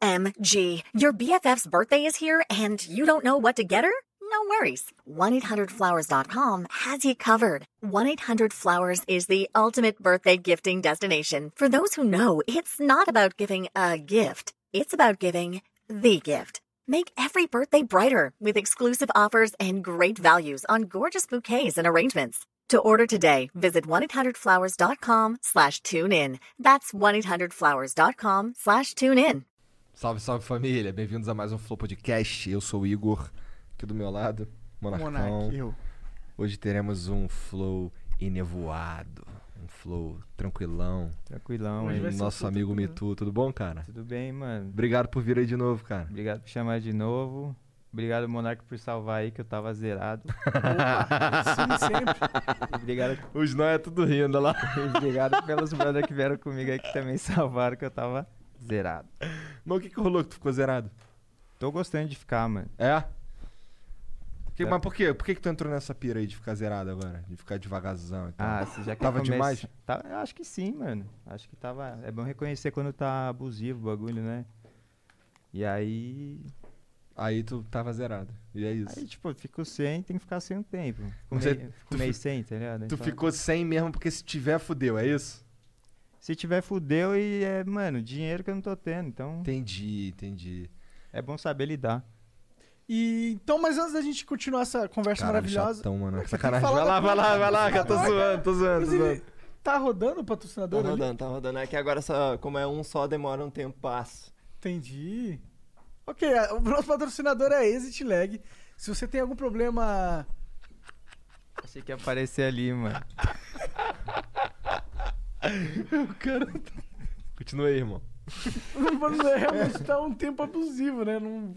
OMG. Your BFF's birthday is here and you don't know what to get her? No worries. 1-800-Flowers.com has you covered. 1-800-Flowers is the ultimate birthday gifting destination. For those who know, it's not about giving a gift. It's about giving the gift. Make every birthday brighter with exclusive offers and great values on gorgeous bouquets and arrangements. To order today, visit 1-800-Flowers.com slash tune in. That's 1-800-Flowers.com slash tune in. Salve, salve família. Bem-vindos a mais um Flow Podcast. Eu sou o Igor, aqui do meu lado, Monarcão. Monark, eu. Hoje teremos um Flow enevoado, um Flow tranquilão. Hoje Tranquilão, hein? vai ser Nosso um flow amigo tranquilão. Mitu, tudo bom, cara? Tudo bem, mano? Obrigado por vir aí de novo, cara. Obrigado por chamar de novo. Obrigado, Monark, por salvar aí, que eu tava zerado. Sim, sempre. Obrigado, Os nós é tudo rindo olha lá. obrigado pelos brother que vieram comigo aí, que também salvaram, que eu tava zerado. Mas o que, que rolou que tu ficou zerado? Tô gostando de ficar, mano. É? Que- É. Mas por quê? Por que, que tu entrou nessa pira aí de ficar zerado agora? De ficar devagarzão e tal? Ah, você já quer Tava começar- demais? Tá, eu acho que sim, mano. Acho que tava... É bom reconhecer quando tá abusivo o bagulho, né? E aí... Aí tu tava zerado. E é isso. Aí, tipo, eu fico sem, tem que ficar sem um tempo. Fico Você- meio, fico tu meio fi- sem, tá ligado? Tu Então- ficou sem mesmo porque se tiver, fudeu, é isso? Se tiver, fudeu e é, mano, dinheiro que eu não tô tendo. Então, Entendi, entendi. é bom saber lidar. E, então, mas antes da gente continuar essa conversa Caralho, maravilhosa, chatão, mano. que Sacanagem. falar Vai lá, é da vai lá, vai lá, Ah, cara. Tô Caraca. zoando, tô zoando, tô zoando. inclusive, tá rodando o Tá patrocinador ali? rodando, tá rodando. É que agora, só, como é um só, demora um tempo passo. Entendi. Ok, a- o nosso patrocinador é Exit Lag. Se você tem algum problema. Achei que ia aparecer ali, mano. Continua aí, irmão. Mano, é, realmente tá um tempo abusivo, né? Não.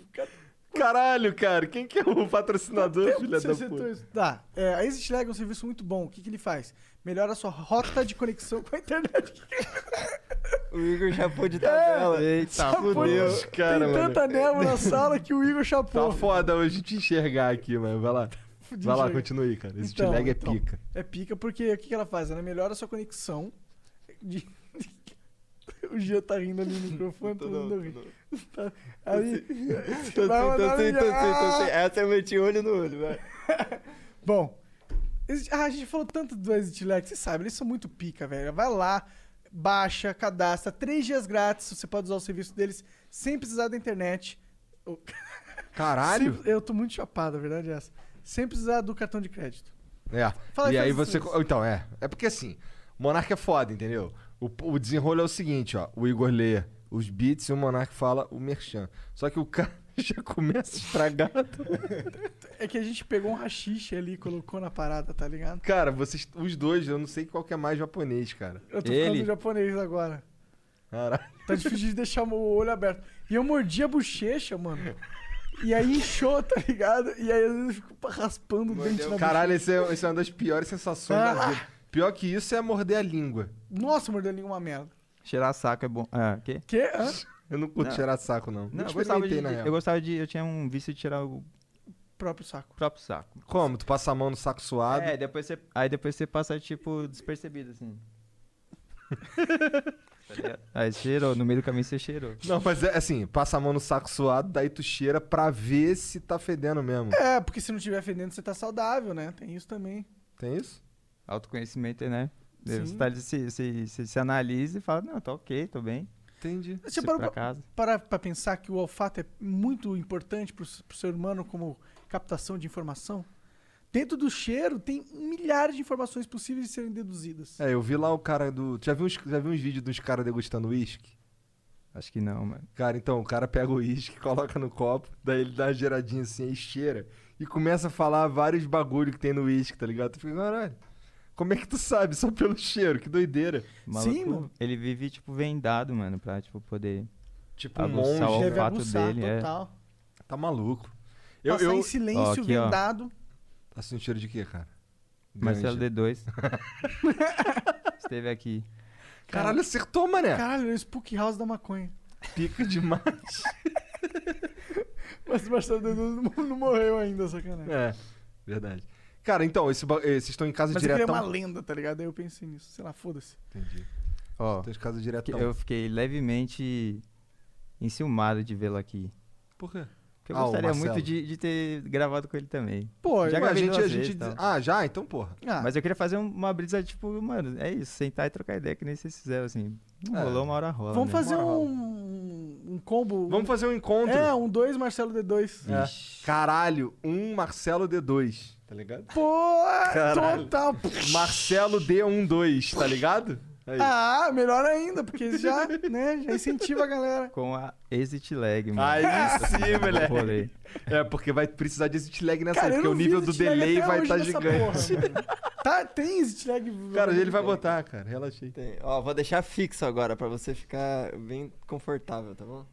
Caralho, cara. Quem que é o patrocinador, Tempo filha que você da acertou puta? isso. Tá, é, a Exit Lag é um serviço muito bom. O que, que ele faz? Melhora a sua rota de conexão com a internet. O Igor já pôde tabela. Eita, Meu fudeu. Deus, Tá cara, tem mano. é- tanta névoa na sala que o Igor Tá chapou. foda hoje te enxergar aqui, mano. Vai lá. Tá Fudido, Vai lá, chega. continua aí, cara. Esse Então, então, lag é então. pica. É pica porque o que, que ela faz? Ela melhora a sua conexão. de- o Gia tá rindo ali no microfone, todo Não, mundo tá não. rindo. Tô sim, Aí, tô um sim, tô sim, tô sim. Essa eu meti olho no olho, vai. Ah! Bom, exi- ah, a gente falou tanto do Exit Lag, você sabe, eles são muito pica, velho. Vai lá, baixa, cadastra, três dias grátis, você pode usar o serviço deles sem precisar da internet. O- Caralho. Sem- Eu tô muito chapado, a verdade é essa. Sem precisar do cartão de crédito. É. Fala aí, e aí faz você. isso. co- Então, é. É porque assim, Monarca é foda, entendeu? O, o desenrolo é o seguinte, ó. O Igor lê os beats e o Monarca fala o merchan. Só que o cara já começa estragado. É que a gente pegou um rachixe ali e colocou na parada, tá ligado? Cara, vocês. Os dois, eu não sei qual que é mais japonês, cara. Eu tô Ele? ficando japonês agora. Caralho. Tá difícil de deixar o olho aberto. E eu mordi a bochecha, mano. E aí inchou, tá ligado? E aí às vezes eu fico raspando o dente na Caralho, esse é, esse é uma das piores sensações da vida. Pior que isso é morder a língua. bochecha. Nossa, mordeu língua é uma merda. Cheirar saco é bom. Ah, o quê? Que? Hã? Eu não curto Não. cheirar saco, não. Não, eu eu gostava de. experimentei, na real. Eu gostava de. Eu tinha um vício de tirar o próprio saco. próprio saco. Como? Tu passa a mão no saco suado? É, depois você. Aí depois você passa, tipo, despercebido, assim. Tá ligado? aí cheirou, no meio do caminho você cheirou. Não, mas é assim, passa a mão no saco suado, daí tu cheira pra ver se tá fedendo mesmo. É, porque se não tiver fedendo, você tá saudável, né? Tem isso também. Tem isso? Autoconhecimento, né? Sim. Você, tá, se, se, se, se analisa e fala, não, tá ok, tô bem. Entendi. Você Você parou pra pra, casa. parar pra pensar que o olfato é muito importante pro, s- pro ser humano como captação de informação? Dentro do cheiro tem milhares de informações possíveis de serem deduzidas. É, eu vi lá o cara do. Já viu uns, já viu uns vídeos dos caras degustando uísque? Acho que não, mano. Cara, então, o cara pega o uísque, coloca no copo, daí ele dá uma geradinha assim, aí cheira, e começa a falar vários bagulho que tem no uísque, tá ligado? Tu fica, caralho, como é que tu sabe só pelo cheiro? Que doideira. O maluco, Sim, mano. Ele vive, tipo, vendado, mano, pra, tipo, poder. Tipo, um Aguçar o monge. olfato. dele, é. total. Tá maluco. Eu, Passar eu... em silêncio, Ó, aqui, ó. vendado. Tá sentindo cheiro de quê, cara? Marcelo Ganja. D2. Esteve aqui. Caralho, acertou, mané. Caralho, é o Spook House da maconha. Pica demais. Mas o Marcelo Dedudo não, não morreu ainda, sacanagem. É, verdade. Cara, então, esse ba- eh, vocês estão em casa Mas ele é diretão. uma lenda, tá ligado? Aí eu pensei nisso. Sei lá, foda-se. Entendi. Ó, Estão em casa que diretão. eu fiquei levemente enciumado de vê-lo aqui. Por quê? Porque eu Ah, o gostaria muito Marcelo. de, de ter gravado com ele também. Pô, Já Ué, a gravei gente, a duas gente... vezes, tal. Ah, já? Então, porra. ah, Mas eu queria fazer um- uma brisa, tipo, mano, é isso, sentar e trocar ideia, que nem vocês fizeram, assim. Não É. rolou uma hora rola. vamos né? fazer Bora, rola. um, um combo. Vamos fazer um encontro. É, um 2 Marcelo D2. É. Ixi. Caralho, um Marcelo D2, tá ligado? Pô, Caralho. total. Marcelo D12, tá ligado? Aí. Ah, melhor ainda, porque já, né, já incentiva a galera. Com a exit lag, mano. Aí Ah. sim, Eu moleque. rolei. É, porque vai precisar de exit lag nessa, Cara, é eu porque não o vi nível do exit lag delay até vai hoje estar nessa gigante. porra, mano. tá, tem exit lag. Cara, ele vai botar, cara. Relaxei. Tem. Ó, vou deixar fixo agora pra você ficar bem confortável, tá bom?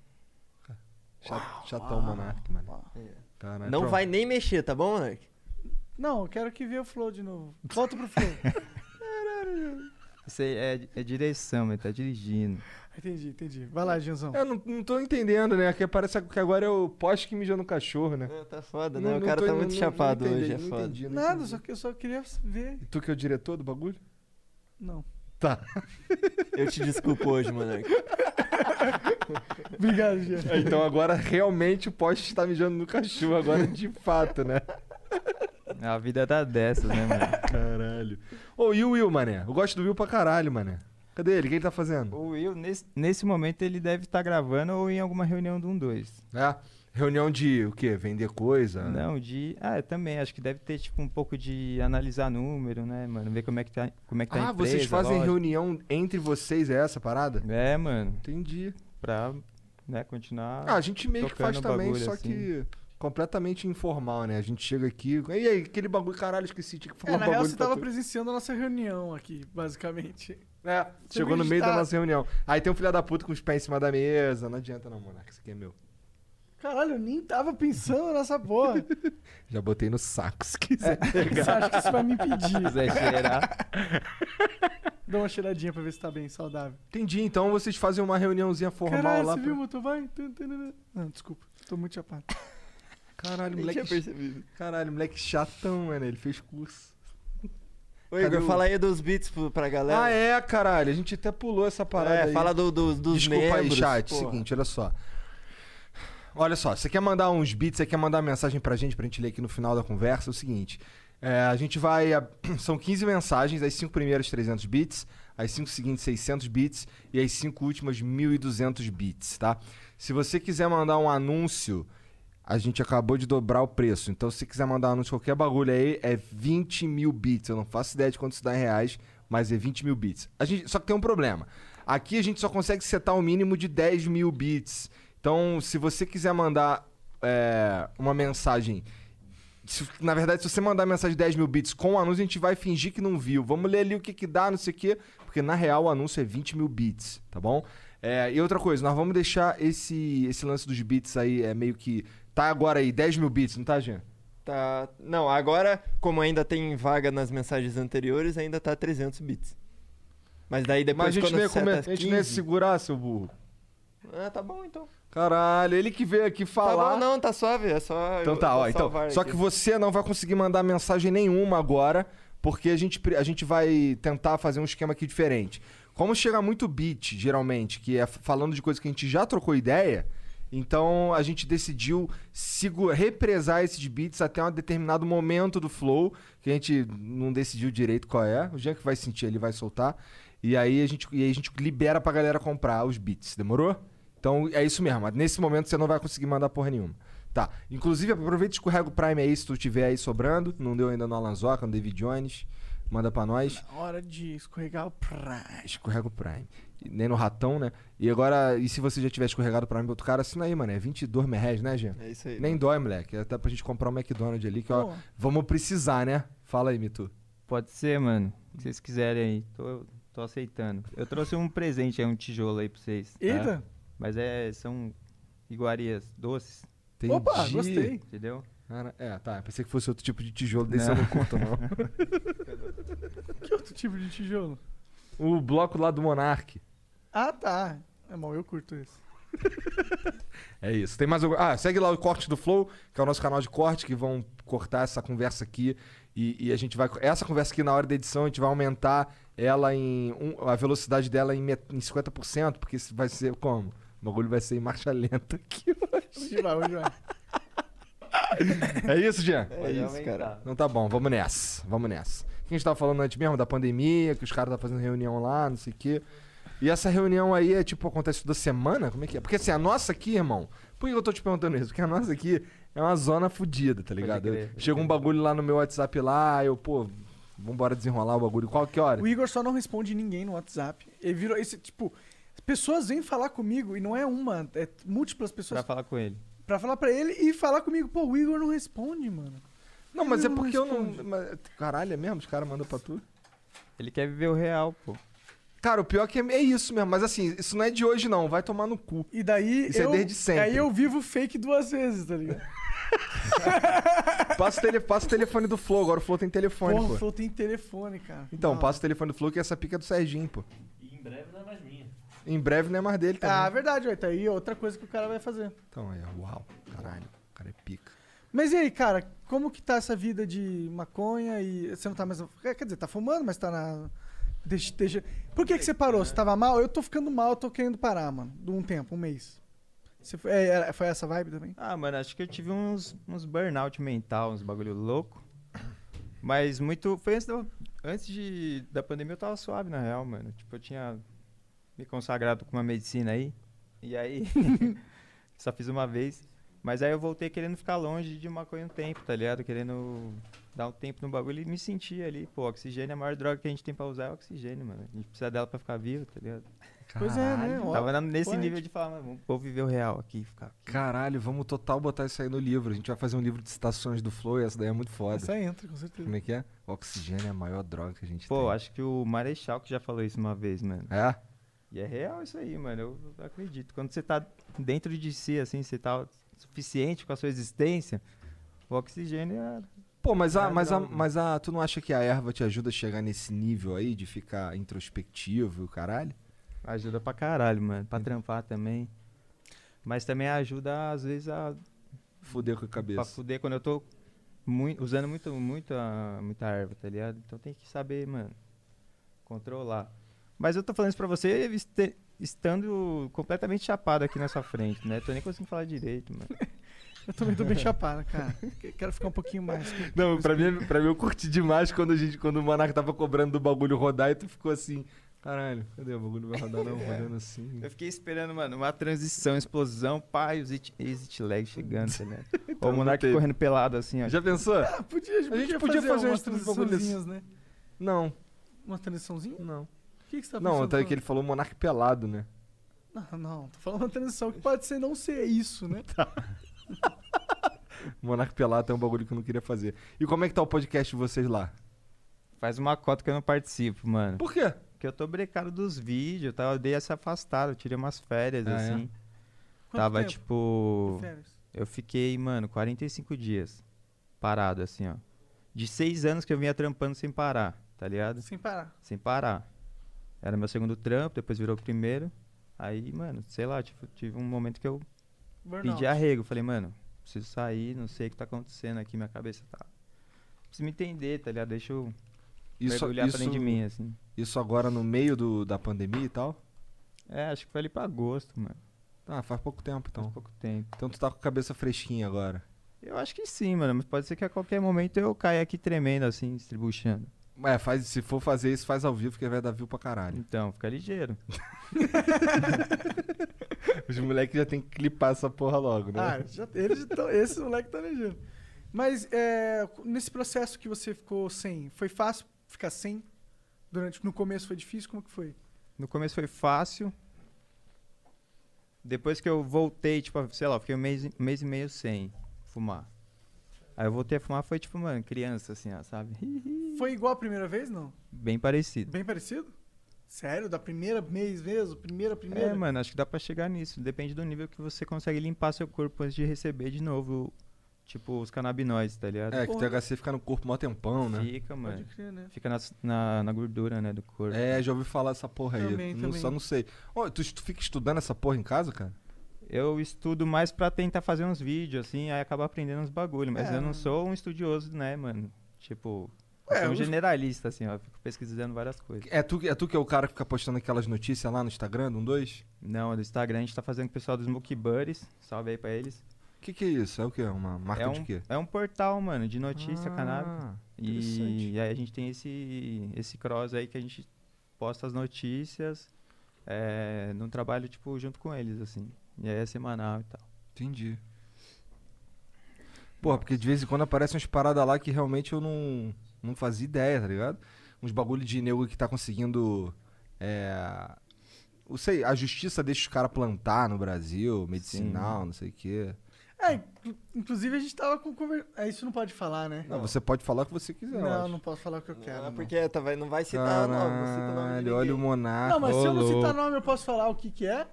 Chato, chatão Monark, mano. Aí, ó. Caralho. Não Pronto. vai nem mexer, tá bom, Monark? Não, eu quero que veja o Flow de novo. Volta pro Flow. Isso aí é, é direção, ele tá dirigindo. entendi, entendi. Vai lá, Ginzão. Eu não, não tô entendendo, né? Que parece que agora é o poste que mijou no cachorro, né? É, tá foda, né? o cara tá muito chapado hoje, é foda. Nada, só que eu só queria ver. Tu que é o diretor do bagulho? Não. Tá. Eu te desculpo hoje, Monark. Obrigado, Gia. Então agora realmente o poste tá mijando no cachorro, agora de fato, né? A vida tá dessas, né, mano? Caralho. Ô, e o Will, mané? Eu gosto do Will pra caralho, mané. Cadê ele? O que ele tá fazendo? O Will, nesse, nesse momento, ele deve estar gravando ou em alguma reunião um do 1-2. É, reunião de o quê? Vender coisa? Não, de. Ah, eu também. Acho que deve ter, tipo, um pouco de analisar número, né, mano? Ver como é que tá, como é que tá a Ah, empresa. vocês fazem lógico. reunião entre vocês, é essa a parada? É, mano. Entendi. Pra, né, continuar. Ah, a gente meio que tocando faz o também, bagulho só assim. que completamente informal, né? A gente chega aqui. E aí, aquele bagulho, caralho, esqueci. Tinha que falar É, um na real, bagulho você pra tava tu. presenciando a nossa reunião aqui, basicamente. É, Você chegou no acredita- meio da nossa reunião. Aí tem um filho da puta com os pés em cima da mesa. Não adianta, não, monarca. Isso aqui é meu. Caralho, eu nem tava pensando nessa porra. Já botei no saco, se quiser. Você acha que isso vai me impedir? é. quiser cheirar. Dá uma cheiradinha pra ver se tá bem saudável. Entendi, então vocês fazem uma reuniãozinha formal Caralho, lá. você pra- viu o motoboy? Tum, tum, tum, tum. Não, desculpa. Tô muito chapado. Caralho, Nem moleque. tinha percebido. Caralho, moleque chatão, mano. Ele fez curso. Ô, Cadê Igor, o- fala aí dos beats pro- pra galera. Ah, é, caralho. A gente até pulou essa parada. É, aí. fala do, do- dos Desculpa aí, membros. chat. porra. Seguinte, olha só. Olha só, você quer mandar uns beats, você quer mandar uma mensagem pra gente, pra gente ler aqui no final da conversa, é o seguinte. é, a gente vai. a- são 15 mensagens, as 5 primeiras 300 bits, as 5 seguintes 600 bits e as 5 últimas 1200 bits, tá? Se você quiser mandar um anúncio, a gente acabou de dobrar o preço. Então, se você quiser mandar um anúncio qualquer bagulho aí, é 20 mil bits. Eu não faço ideia de quanto isso dá em reais, mas é 20 mil bits. A gente, só que tem um problema. Aqui a gente só consegue setar o mínimo de 10 mil bits. Então, se você quiser mandar é, uma mensagem. se- na verdade, se você mandar mensagem de 10 mil bits com o anúncio, a gente vai fingir que não viu. Vamos ler ali o que, que dá, não sei o quê. Porque na real o anúncio é 20 mil bits, tá bom? É, e outra coisa, nós vamos deixar esse, esse lance dos bits aí, é meio que. Tá agora aí, 10 mil bits, não tá, Jean? Tá. Não, agora, como ainda tem vaga nas mensagens anteriores, ainda tá 300 bits. Mas daí depois Mas a gente quando nem ia seta come- a gente nem ia 15, segurar, seu burro. Ah, tá bom então. Caralho, ele que veio aqui falar. Tá bom, não, tá suave, é só Então eu- tá, eu ó. Então, salvar só aqui. que você não vai conseguir mandar mensagem nenhuma agora, porque a gente, pre- a gente vai tentar fazer um esquema aqui diferente. Como chega muito beat, geralmente, que é f- falando de coisa que a gente já trocou ideia, então a gente decidiu segu- represar esses beats até um determinado momento do flow, que a gente não decidiu direito qual é. O Jean que vai sentir, ele vai soltar. E aí a gente, e aí a gente libera pra galera comprar os beats, demorou? Então é isso mesmo. Nesse momento você não vai conseguir mandar porra nenhuma. Tá. Inclusive, aproveita e escorrega o Prime aí, se tu tiver aí sobrando. Não deu ainda no Alanzoca, no David Jones. Manda pra nós. Hora de escorregar o praia. Escorrega o Prime. E Nem no ratão, né? E agora, e se você já tiver escorregado o Prime pro outro cara, assina aí, mano. É 22 reais, né, Jean? É isso aí. Nem dói, moleque. Até pra gente comprar um McDonald's ali, que ó, Pô. vamos precisar, né? Fala aí, Mitu. Pode ser, mano. Se vocês quiserem aí. Tô, tô aceitando. Eu trouxe um presente aí, um tijolo aí pra vocês. tá? Eita! Mas é, são iguarias doces, Entendi. Opa, gostei. entendeu? Cara, É, tá. Pensei que fosse outro tipo de tijolo desse, Não. eu não curto, não. É. Que outro tipo de tijolo? o bloco lá do Monark. Ah, tá. É bom, eu curto esse. É isso. Tem mais algum... Ah, segue lá o corte do Flow, que é o nosso canal de corte, que vão cortar essa conversa aqui. E, e a gente vai. Essa conversa aqui, na hora da edição, a gente vai aumentar ela em. um- a velocidade dela em, met- em 50%, porque isso vai ser como? O bagulho vai ser em marcha lenta aqui. Hoje vai, hoje vai. É isso, Jean? É isso, cara. Então tá bom, vamos nessa. Vamos nessa. O que a gente tava falando antes mesmo da pandemia, que os caras tá fazendo reunião lá, não sei o quê. E essa reunião aí é tipo, acontece toda semana? Como é que é? Porque assim, a nossa aqui, irmão. Por que eu tô te perguntando isso? Porque a nossa aqui é uma zona fodida, tá ligado? crer, Eu- pode Chega um bagulho lá no meu WhatsApp lá, eu, pô, vambora desenrolar o bagulho. Qual que é hora? O Igor só não responde ninguém no WhatsApp. Ele virou esse, tipo, as pessoas vêm falar comigo e não é uma, é múltiplas Pra pessoas pra, falar com ele. falar pra ele e falar comigo. Pô, o Igor não responde, mano. Não, mas é não porque eu não. responde. mas- Caralho, é mesmo? Os caras mandam pra tu? Ele quer viver o real, pô. Cara, o pior que é, é isso mesmo. Mas assim, isso não é de hoje, não. Vai tomar no cu. E daí Isso é eu, desde sempre. Aí eu vivo fake duas vezes, tá ligado? Passa o, tele- passa o telefone do Flow. Agora o Flow tem telefone, Porra, pô. o Flow tem telefone, cara. Então, Não. passa o telefone do Flow que essa pica é do Serginho, pô. E em breve não é mais minha. Em breve não é mais dele Ah, também. verdade, ué, tá aí outra coisa que o cara vai fazer. Então, é, uau. Caralho, o cara é pica. Mas e aí, cara, como que tá essa vida de maconha e você não tá mais. é, Quer dizer, tá fumando, mas tá na. Deixa, deixa... Por que, que você parou? Você tava mal? Eu tô ficando mal, eu tô querendo parar, mano. De um tempo, um mês. Você foi... é, era- foi essa vibe também? Ah, mano, acho que eu tive uns, uns burnout mental, uns bagulho louco. Mas muito. Foi antes, da, antes de, da pandemia eu tava suave, na real, mano. Tipo, eu tinha me consagrado com uma medicina aí. E aí. só fiz uma vez. Mas aí eu voltei querendo ficar longe de maconha um tempo, tá ligado? Querendo dar um tempo no bagulho e me sentir ali. Pô, oxigênio, é a maior droga que a gente tem pra usar é o oxigênio, mano. A gente precisa dela pra ficar vivo, tá ligado? Pois é, né? Ó, Tava na- nesse poético. nível de falar, mano, vamos- vou viver o real aqui, ficar. Caralho, vamos total botar isso aí no livro. A gente vai fazer um livro de citações do Flow e essa daí é muito foda. Essa entra, com certeza. Como é que é? O oxigênio é a maior droga que a gente Pô, tem. acho que o Marechal que já falou isso uma vez, mano. É? E é real isso aí, mano. Eu eu acredito. Quando você tá dentro de si, assim, você tá suficiente com a sua existência, o oxigênio é. Pô, mas, a, É mas, a, droga. mas a, tu não acha que a erva te ajuda a chegar nesse nível aí de ficar introspectivo e o caralho? ajuda pra caralho, mano. Pra trampar também. Mas também ajuda, às vezes, a Fuder com a pra cabeça. fuder quando eu tô mui- usando muito, muito a- muita erva, tá ligado? Então tem que saber, mano, controlar. Mas eu tô falando isso pra você este- estando completamente chapado aqui na sua frente, né? Tô nem conseguindo falar direito, mano. Eu também tô bem chapado, cara. Que- Quero ficar um pouquinho mais. Não, pra mim, pra mim eu curti demais quando, a gente, quando o Monark tava cobrando do bagulho rodar e tu ficou assim, caralho, cadê o bagulho vai rodar não, rodando assim. Eu fiquei esperando, mano, uma transição, explosão, pai, os it- exit lag chegando, tá ligado? Então, Ou o Monark teve. correndo pelado assim, ó. Já pensou? Ah, podia, a gente podia, fazer, uns bagulhos. umas transiçãozinhas, né? Não, Uma transiçãozinha? não. O que, que você tá Não, pensando? até que ele falou Monark pelado, né? Não, não, tô falando uma transição que pode ser não ser isso, né? Tá, Monark pelado é um bagulho que eu não queria fazer. E como é que tá o podcast de vocês lá? Faz uma cota que eu não participo, mano. Por quê? Porque eu tô brecado dos vídeos, tá? Eu dei essa afastada, eu tirei umas férias, Ah, é? assim. Quanto Tava, tempo tipo... de férias? Eu fiquei, mano, 45 dias parado, assim, ó. De seis anos que eu vinha trampando sem parar, tá ligado? Sem parar. Sem parar. Era meu segundo trampo, depois virou o primeiro. Aí, mano, sei lá, tipo, tive um momento que eu Burnout. pedi arrego. Falei, mano, preciso sair, não sei o que tá acontecendo aqui, minha cabeça tá. Preciso me entender, tá ligado? Deixa eu mergulhar pra dentro de mim, assim. Isso agora no meio do, da pandemia e tal? É, acho que foi ali pra agosto, mano. Ah, faz pouco tempo Faz então. pouco tempo. Então tu tá com a cabeça fresquinha agora. Eu acho que sim, mano, mas pode ser que a qualquer momento eu caia aqui tremendo, assim, estribuchando. É, faz, se for fazer isso, faz ao vivo, que vai dar view pra caralho. Então, fica ligeiro. Os moleques já tem que clipar essa porra logo, né? Ah, já, eles estão. Esse moleque tá ligeiro. Mas é, nesse processo que você ficou sem, foi fácil ficar sem? Durante, no começo foi difícil? Como que foi? No começo foi fácil. Depois que eu voltei, tipo, sei lá, eu fiquei um mês, e- um mês e meio sem fumar. Aí eu voltei a fumar, foi tipo, mano, criança, assim, ó, sabe? Foi igual a primeira vez, não? Bem parecido. Bem parecido? Sério? Da primeira mês mesmo? Primeira, primeira? É, mano, acho que dá pra chegar nisso. Depende do nível que você consegue limpar seu corpo antes de receber de novo, tipo, os canabinoides, tá ligado? É, que o porra. THC fica no corpo mó tempão, né? Fica, Pode mano. crer, né? Fica na, na, na gordura, né, do corpo. É, já ouvi falar essa porra aí. Também, Não- também. Só não sei. Ô, tu, tu fica estudando essa porra em casa, cara? Eu estudo mais pra tentar fazer uns vídeos, assim, aí acaba aprendendo uns bagulho. Mas É, eu não mano. sou um estudioso, né, mano? Tipo, Eu É, sou um os- generalista, assim, ó. Fico pesquisando várias coisas. É tu, é tu que é o cara que fica postando aquelas notícias lá no Instagram, um dois? Não, do Instagram a gente tá fazendo com o pessoal dos Mookie Buddies. Salve aí pra eles. O que, que é isso? É o quê? Uma marca é, um, de quê? é um portal, mano, de notícia, Ah, canábica. interessante. E, aí a gente tem esse, esse cross aí que a gente posta as notícias é, num trabalho, tipo, junto com eles, assim. E aí é semanal e tal. Entendi. Porra, porque de vez em quando aparecem umas paradas lá que realmente eu não, não fazia ideia, tá ligado? Uns bagulho de nego que tá conseguindo. É. Não sei, a justiça deixa os caras plantar no Brasil, medicinal, não sei o quê. É, inclu- inclusive a gente tava com conversa. É, isso não pode falar, né? Não, você pode falar o que você quiser, eu não, acho. não posso falar o que eu quero. Ah, não. porque tá, vai, não vai citar nome, não cita nome de Caralho, olha o ninguém. monarca. Não, mas se eu não Ô, citar louco. nome, eu posso falar o que que é?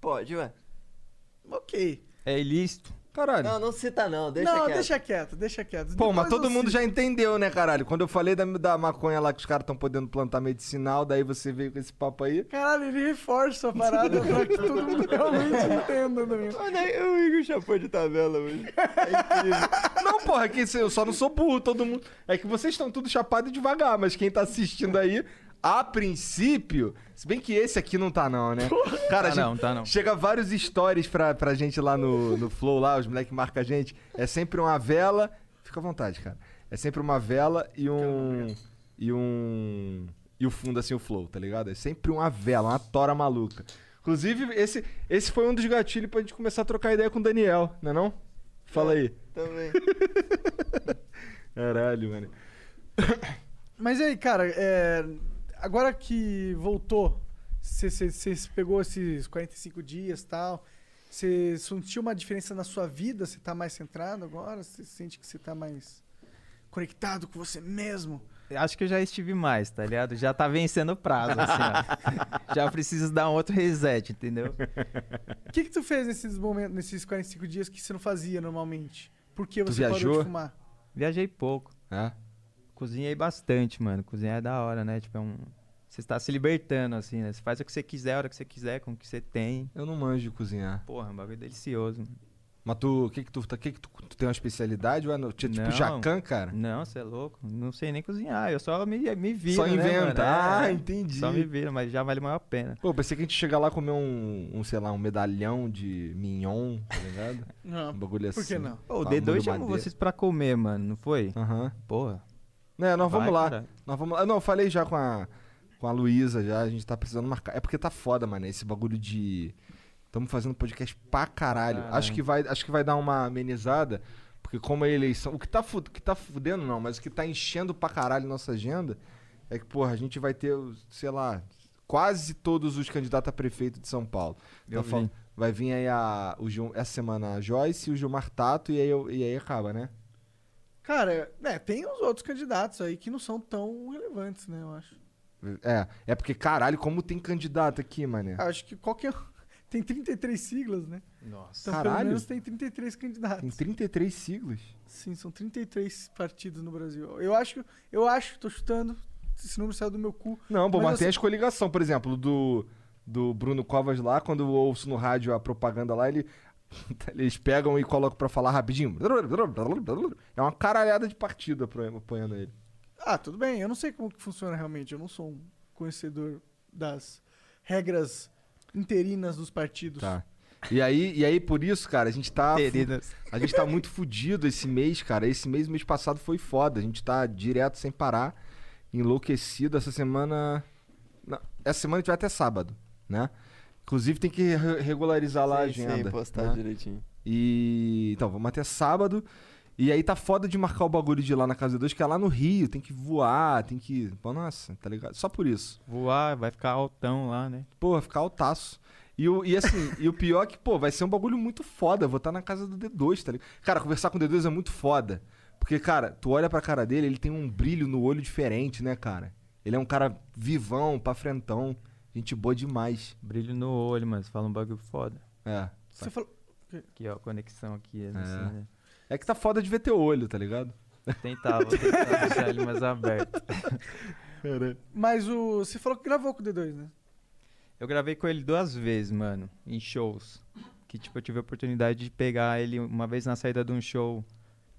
Pode, ué. Ok. É ilícito? Caralho. Não, não cita não, deixa não, quieto. deixa quieto, deixa quieto. Pô, Depois mas todo eu mundo cito. já entendeu, né, caralho? Quando eu falei da, da maconha lá que os caras estão podendo plantar medicinal, daí você veio com esse papo aí. Caralho, ele reforça a parada pra que todo mundo realmente entenda, Domingo. Olha aí, o Igor chapou de tabela hoje. É incrível. Não, porra, que eu só não sou burro, todo mundo. É que vocês estão tudo chapado e devagar, mas quem tá assistindo aí, a princípio. Se bem que esse aqui não tá, não, né? Cara, a Tá gente- não, tá não. Chega vários stories pra, pra gente lá no, no Flow, lá, os moleques marcam a gente. É sempre uma vela. Fica à vontade, cara. É sempre uma vela e um. E um. E o fundo, assim, o Flow, tá ligado? É sempre uma vela, uma tora maluca. Inclusive, esse, esse foi um dos gatilhos pra gente começar a trocar ideia com o Daniel, não é não? Fala aí. Também. Caralho, mano. Mas e aí, cara, é, agora que voltou, você pegou esses 45 dias e tal, você sentiu uma diferença na sua vida? Você tá mais centrado agora? Você sente que você tá mais conectado com você mesmo? Acho que eu já estive mais, tá ligado? Já tá vencendo o prazo, assim, ó. já preciso dar um outro reset, entendeu? O que que tu fez nesses momentos, nesses 45 dias que você não fazia normalmente? Por que Tu você parou viajou? de fumar? Viajei pouco. É? Cozinhei bastante, mano. Cozinhar é da hora, né? Tipo, é um. Você está se libertando, assim, né? Você faz o que você quiser, a hora que você quiser, com o que você tem. Eu não manjo de cozinhar. Porra, é um bagulho delicioso. mano. Mas tu, o que que tu, tá- que que tu, tu tem uma especialidade? Ou é no- tipo Não. jacan, cara? Não, você é louco. Não sei nem cozinhar. Eu só me, me viro. Só né, inventa. mano? É, ah, é. entendi. Só me viro, mas já vale maior a pena. Pô, pensei que a gente chega lá comer um, um, sei lá, um medalhão de mignon, tá ligado? Um Não. bagulho assim. Por que não? Pô, o Lá, D2 mundo chamou madeira. vocês pra comer, mano, não foi? Aham. Porra. É, nós vamos vai, lá. cara. Nós vamos lá. Não, eu falei já com a, com a Luísa, já, a gente tá precisando marcar. É porque tá foda, mano, esse bagulho de... Estamos fazendo podcast pra caralho. Caralho. Acho, que vai, acho que vai dar uma amenizada, porque como é eleição... O que tá, fu- o que tá fudendo, não, mas o que tá enchendo pra caralho nossa agenda é que, porra, a gente vai ter, sei lá, quase todos os candidatos a prefeito de São Paulo. Eu Tá vi. fal- Vai vir aí a, o Gil- essa semana a Joyce e o Gilmar Tato, e aí, eu- e aí acaba, né? Cara, é, tem uns outros candidatos aí que não são tão relevantes, né, eu acho. É, é porque, caralho, como tem candidato aqui, mané. Acho que qualquer um- tem 33 siglas, né? Nossa. Então, pelo Caralho. menos tem 33 Tem candidatos. 33 siglas. Sim, são 33 partidos no Brasil. Eu acho, eu acho, tô chutando, esse número saiu do meu cu. Não, pô, Mas mas, eu tem sei- as coligação, por exemplo, do, do Bruno Covas lá, quando eu ouço no rádio a propaganda lá, ele, eles pegam e colocam pra falar rapidinho. É uma caralhada de partida pro- apoiando ele. Ah, tudo bem, eu não sei como que funciona realmente, eu não sou um conhecedor das regras interinas dos partidos. Tá. E aí, e aí, por isso, cara, a gente tá. Queridas. A gente tá muito fudido esse mês, cara. Esse mês, mês passado foi foda. A gente tá direto sem parar, enlouquecido. Essa semana. não, essa semana a gente vai até sábado, né? Inclusive tem que re- regularizar Tá lá a Sei, agenda. Sei, postar né? direitinho. E. Então, vamos até sábado. E aí tá foda de marcar o bagulho de ir lá na Casa 2, que é lá no Rio, tem que voar, tem que. Pô, nossa, tá ligado? Só por isso. Voar, vai ficar altão lá, né? Porra, ficar altaço. E, o, e assim, e o pior é que, pô, vai ser um bagulho muito foda. Eu Vou estar na casa do D2, tá ligado? Cara, conversar com o D2 é muito foda. Porque, cara, tu olha pra cara dele, ele tem um brilho no olho diferente, né, cara? Ele é um cara vivão, pra frentão. Gente boa demais. Brilho no olho, mano. Você fala um bagulho foda. É. Você tá. falou, Aqui, ó, conexão aqui, assim, né? É que tá foda de ver teu olho, tá ligado? Tentava, tentava deixar ele mais aberto. mas o, você falou que gravou com o D2, né? Eu gravei com ele duas vezes, mano, em shows. Que, tipo, eu tive a oportunidade de pegar ele uma vez na saída de um show.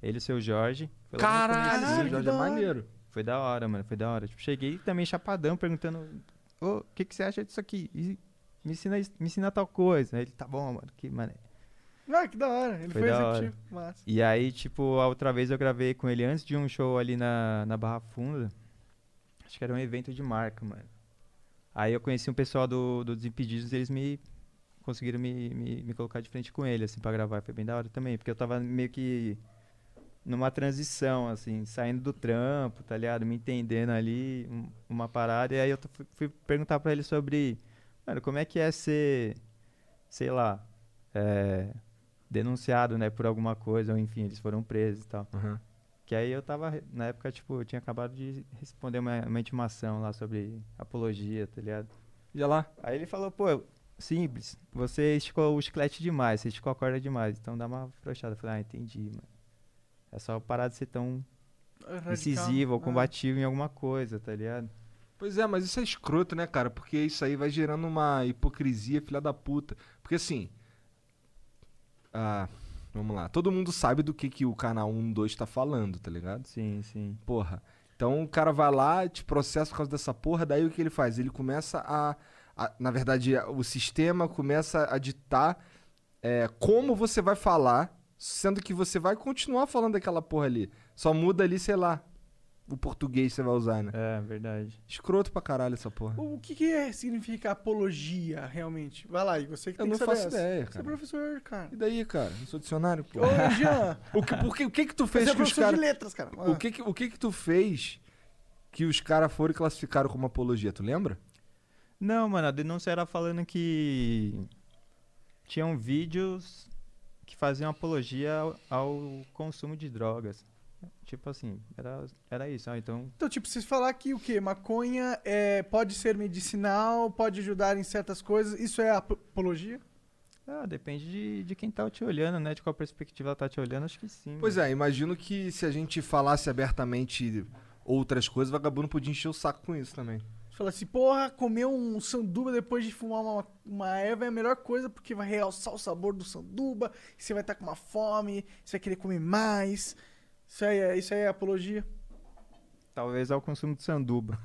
Ele e o seu Jorge. Foi lá no começo, Caralho, assim, Caralho, Jorge que é da hora. maneiro. Foi da hora, mano. Foi da hora. Tipo, cheguei também chapadão, perguntando, ô, o que, que você acha disso aqui? E me ensina, isso- me ensina tal coisa. Aí ele, tá bom, mano, que mané. Ah, que da hora. Ele foi, Foi da hora. executivo. Massa. E aí, tipo, a outra vez eu gravei com ele antes de um show ali na, na Barra Funda. Acho que era um evento de marca, mano. Aí eu conheci um pessoal do, do Desimpedidos e eles me conseguiram me, me, me colocar de frente com ele, assim, pra gravar. Foi bem da hora também, porque eu tava meio que numa transição, assim, saindo do trampo, tá ligado? Me entendendo ali, um- uma parada. E aí eu t- fui, fui perguntar pra ele sobre, mano, como é que é ser, sei lá, é, denunciado, né, por alguma coisa, ou enfim, eles foram presos e tal. Aham. Que aí eu tava, re- na época, tipo, eu tinha acabado de responder uma, uma intimação lá sobre apologia, tá ligado? Ia é lá. Aí ele falou, pô, simples, você esticou o chiclete demais, você esticou a corda demais, então dá uma afrouxada. Eu falei, ah, entendi, mano. É só parar de ser tão Radical. incisivo ou Ah. combativo em alguma coisa, tá ligado? Pois é, mas isso é escroto, né, cara? Porque isso aí vai gerando uma hipocrisia, filha da puta. Porque assim. Ah, vamos lá. Todo mundo sabe do que, que o canal 1, 2 tá falando, tá ligado? Sim, sim. Porra. Então o cara vai lá, te processa por causa dessa porra, daí o que ele faz? Ele começa a. a- na verdade, a- o sistema começa a ditar é, como você vai falar, sendo que você vai continuar falando aquela porra ali. Só muda ali, sei lá, o português que você vai usar, né? É, verdade. Escroto pra caralho essa porra. O o que, que é- significa apologia, realmente? Vai lá, e você que Eu tem não que saber faço essa. ideia, Você é cara. professor, cara. E daí, cara? Não sou dicionário, pô. Ô, Jean, o, que, por que, o que que tu você fez é que os professor caras... de letras, cara. Ah. O que que, o que que tu fez que os caras foram e classificaram como apologia? Tu lembra? Não, mano, a denúncia era falando que tinham vídeos que faziam apologia ao, ao consumo de drogas. Tipo assim, era, era isso. Ah, então, Então, tipo, vocês falar que o quê? Maconha é, pode ser medicinal, pode ajudar em certas coisas, isso é ap- apologia? ah, depende de, de quem tá te olhando, né? De qual perspectiva ela tá te olhando, acho que sim. Pois é, imagino que se a gente falasse abertamente outras coisas, o vagabundo podia encher o saco com isso também. Você fala assim, porra, comer um sanduba depois de fumar uma, uma erva é a melhor coisa, porque vai realçar o sabor do sanduba, você vai estar com uma fome, você vai querer comer mais. Isso aí é, isso aí é apologia. Talvez ao consumo de sanduba.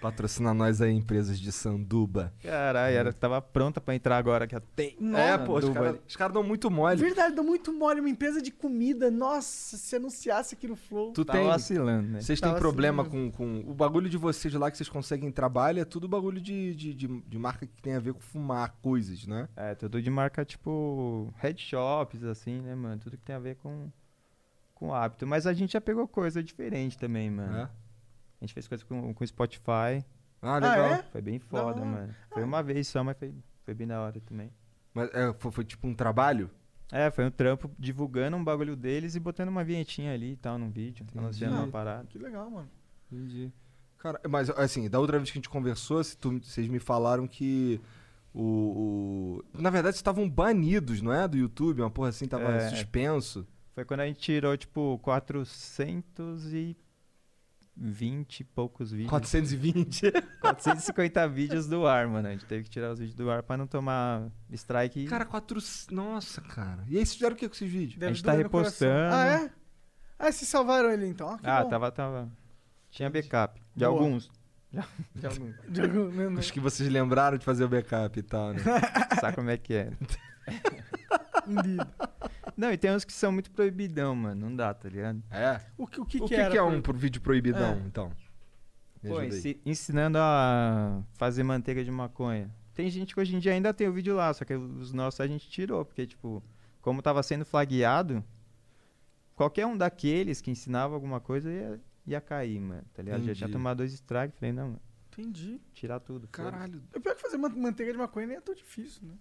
Patrocina nós aí, empresas de sanduba. Caralho, era, tava pronta pra entrar agora. Que tem. é, pô, os sanduba caras ali. cara dão muito mole. Verdade, dá muito mole, uma empresa de comida, nossa, se anunciasse aqui no Flow. Tu Tá tem... vacilando, né? Vocês Tá têm vacilando. problema com, com. O bagulho de vocês lá que vocês conseguem trabalho é tudo bagulho de, de, de, de marca que tem a ver com fumar coisas, né? É, tudo de marca tipo headshops, assim, né, mano? Tudo que tem a ver com, com hábito. Mas a gente já pegou coisa diferente também, mano. É. A gente fez coisa com, com Spotify. Ah, Ah, legal. é? Foi bem foda, hora. Ah. mano. Foi uma vez só, mas foi, foi bem da hora também. Mas é, foi, foi tipo um trabalho? É, foi um trampo divulgando um bagulho deles e botando uma vinhetinha ali e tal, num vídeo. Anunciando uma Entendi. parada. Que legal, mano. Entendi. Cara, mas assim, da outra vez que a gente conversou, se tu- vocês me falaram que o, o- Na verdade, vocês estavam banidos, não é? Do YouTube, uma porra assim, tava É. suspenso. Foi quando a gente tirou, tipo, 420 e poucos vídeos. 420. 450 vídeos do ar, mano. A gente teve que tirar os vídeos do ar pra não tomar strike. e- cara, 400. Nossa, cara. E aí, vocês fizeram o que com esses vídeos? Deve gente tá doer no coração. repostando. Ah, é? Ah, vocês salvaram ele então. Ah, que Ah, bom. tá. tava, tava. Tinha backup. De Boa. alguns. De algum- né, não, não. Acho que vocês lembraram de fazer o backup e tal, né? Sabe como é que é? Entendido. Não, e tem uns que são muito proibidão, mano. Não dá, tá ligado? É? O que, o que, o que que, era, que é por- um pro- vídeo proibidão, então? Me Pô, ajuda aí. ensi- ensinando a fazer manteiga de maconha. Tem gente que hoje em dia ainda tem o vídeo lá, só que os nossos a gente tirou, porque, tipo, como tava sendo flagueado, qualquer um daqueles que ensinava alguma coisa ia, ia cair, mano, tá ligado? Já tinha Entendi. tomado dois strikes, falei, não, mano, Entendi. tirar tudo. foda-se. Caralho. É pior que fazer man- manteiga de maconha nem é tão difícil, né?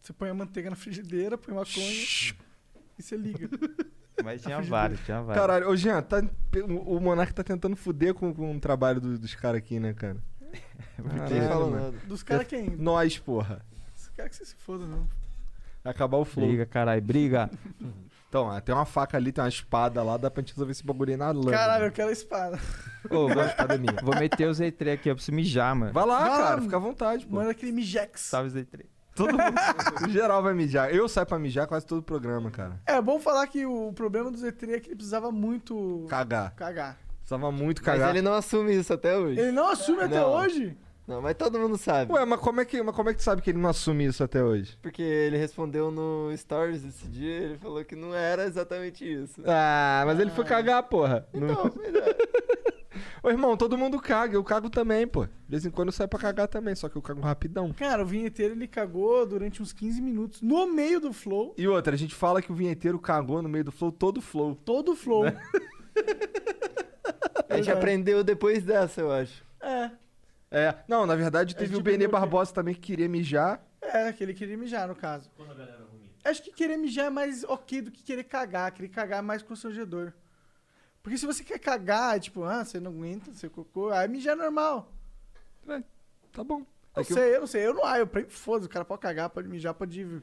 Você põe a manteiga na frigideira, põe maconha e você liga. Mas tinha vários, tinha vários. Caralho, ô Jean, tá, o o Monark tá tentando fuder com, com o trabalho do- dos caras aqui, né, cara? Ninguém Caralho, fala mano. nada. Dos caras quem? Nós, porra. Dos caras que você se foda, não. Vai Acabar o flow. Briga, caralho, briga. Então, ah, tem uma faca ali, tem uma espada lá, dá pra gente resolver esse bagulho aí na lama. Caralho, eu quero a espada. Ô, vou, vou meter o Z3 aqui, eu preciso mijar, mano. Vai lá, Vai lá, cara, mano. fica à vontade, pô. Tá. Manda aquele Mijex. Salve Z3. Todo mundo, em geral vai mijar. Eu saio pra mijar quase todo o programa, cara. É bom falar que o problema do Z3 é que ele precisava muito Cagar. cagar. Precisava muito Mas cagar. ele não assume isso até hoje. Ele não assume até Não. hoje? Não, mas todo mundo sabe. Ué, mas como, é que, mas como é que tu sabe que ele não assume isso até hoje? Porque ele respondeu no Stories esse dia, ele falou que não era exatamente isso. Ah, mas ele foi cagar, porra. Então, mas é. Ô, irmão, todo mundo caga. Eu cago também, pô. De vez em quando eu saio pra cagar também, só que eu cago rapidão. Cara, o vinheteiro ele cagou durante uns 15 minutos no meio do flow. E outra, a gente fala que o vinheteiro cagou no meio do flow, todo o flow. Todo o flow. Né? a gente aprendeu depois dessa, eu acho. É. É, não, na verdade teve tipo o Benê muito- Barbosa também que queria mijar. É, que ele queria mijar, no caso. Acho que querer mijar é mais ok do que querer cagar. Querer cagar é mais constrangedor. Porque se você quer cagar, é tipo, ah, você não aguenta, você cocô, aí mijar é normal. Tá bom. Eu É que eu- sei, eu não sei, eu não ah, eu pra mim foda, o cara pode cagar, pode mijar, pode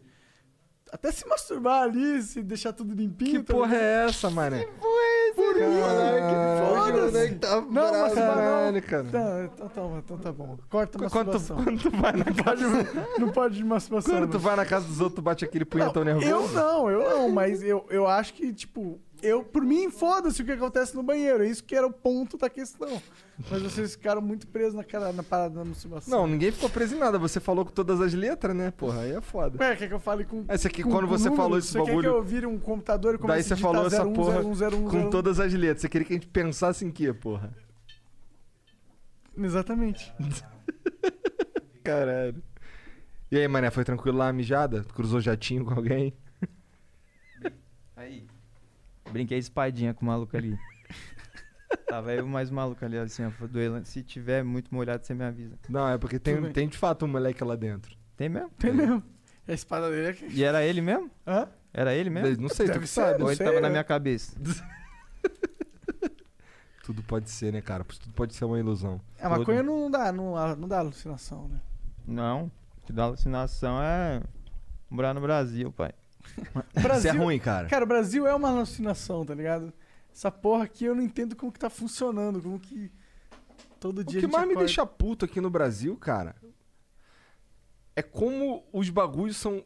até se masturbar ali, se deixar tudo limpinho. Que tá porra ligado? é essa, mané? Por isso, Hoje o foda-se. moleque tá é Não, mas bravo. Caralho, cara. Tá, então, tá bom, então tá bom. Corta a Quando tu, masturbação. quando tu vai na casa, um- Não pode de masturbação. quando tu mas- vai na casa dos outros, tu bate aquele punhetão Não, nervoso. Eu não, eu não, mas eu, eu acho que, tipo, eu, por mim, foda-se o que acontece no banheiro. É isso que era o ponto da questão. Mas vocês ficaram muito presos naquela, na parada da masturbação. Não, ninguém ficou preso em nada. Você falou com todas as letras, né? Porra, aí é foda. Ué, quer que eu fale com. Esse É, aqui, com- quando com você número? falou esse você Quer bagulho- que eu vire um computador e comece Daí você a digitar falou essa 01, porra 01, com 01. todas as letras. Você queria que a gente pensasse em quê, porra? Exatamente. Caralho. E aí, mané, foi tranquilo lá a mijada? Tu Cruzou jatinho com alguém? Aí. Brinquei espadinha com o maluco ali. Tava eu mais maluco ali, assim, ó, do Elan. Se tiver muito molhado, você me avisa. Não, é porque Tudo tem, bem. tem de fato um moleque lá dentro. Tem mesmo? Tem mesmo. A espada dele é. que- E era ele mesmo? Hã? Era ele mesmo? Não sei, é. tu É? Deve que ser, sabe. não Ou ele sei, tava né? na minha cabeça? Tudo pode ser, né, cara? Tudo pode ser uma ilusão. A É, maconha não dá, não, não dá alucinação, né? Não. O que dá alucinação é morar no Brasil, pai. Isso Brasil, é ruim, cara. Cara, o Brasil é uma alucinação, tá ligado? Essa porra aqui eu não entendo como que tá funcionando, como que todo O dia que a gente mais me acorda. deixa puto aqui no Brasil, cara, é como os bagulhos são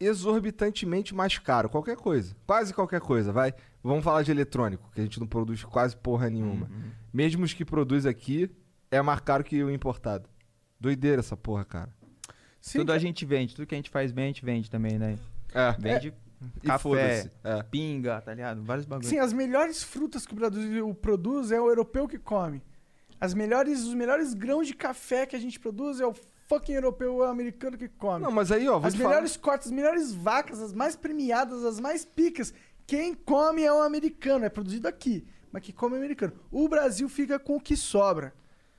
exorbitantemente mais caros. Qualquer coisa. Quase qualquer coisa, vai. Vamos falar de eletrônico, que a gente não produz quase porra nenhuma. Uhum. Mesmo os que produz aqui, é mais caro que o importado. Doideira essa porra, cara. Sim, é. tudo a cara. gente vende, tudo que a gente faz bem, a gente vende também, né? É. Vende E café, foda-se. É. pinga, tá ligado? Vários bagulhos. Sim, as melhores frutas que o Brasil produz é o europeu que come. As melhores, os melhores grãos de café que a gente produz é o fucking europeu ou americano que come. Não, mas aí, ó, vou as te falar- melhores cortes, as melhores vacas, as mais premiadas, as mais picas. Quem come é o americano, é produzido aqui, mas que come é o americano. O Brasil fica com o que sobra.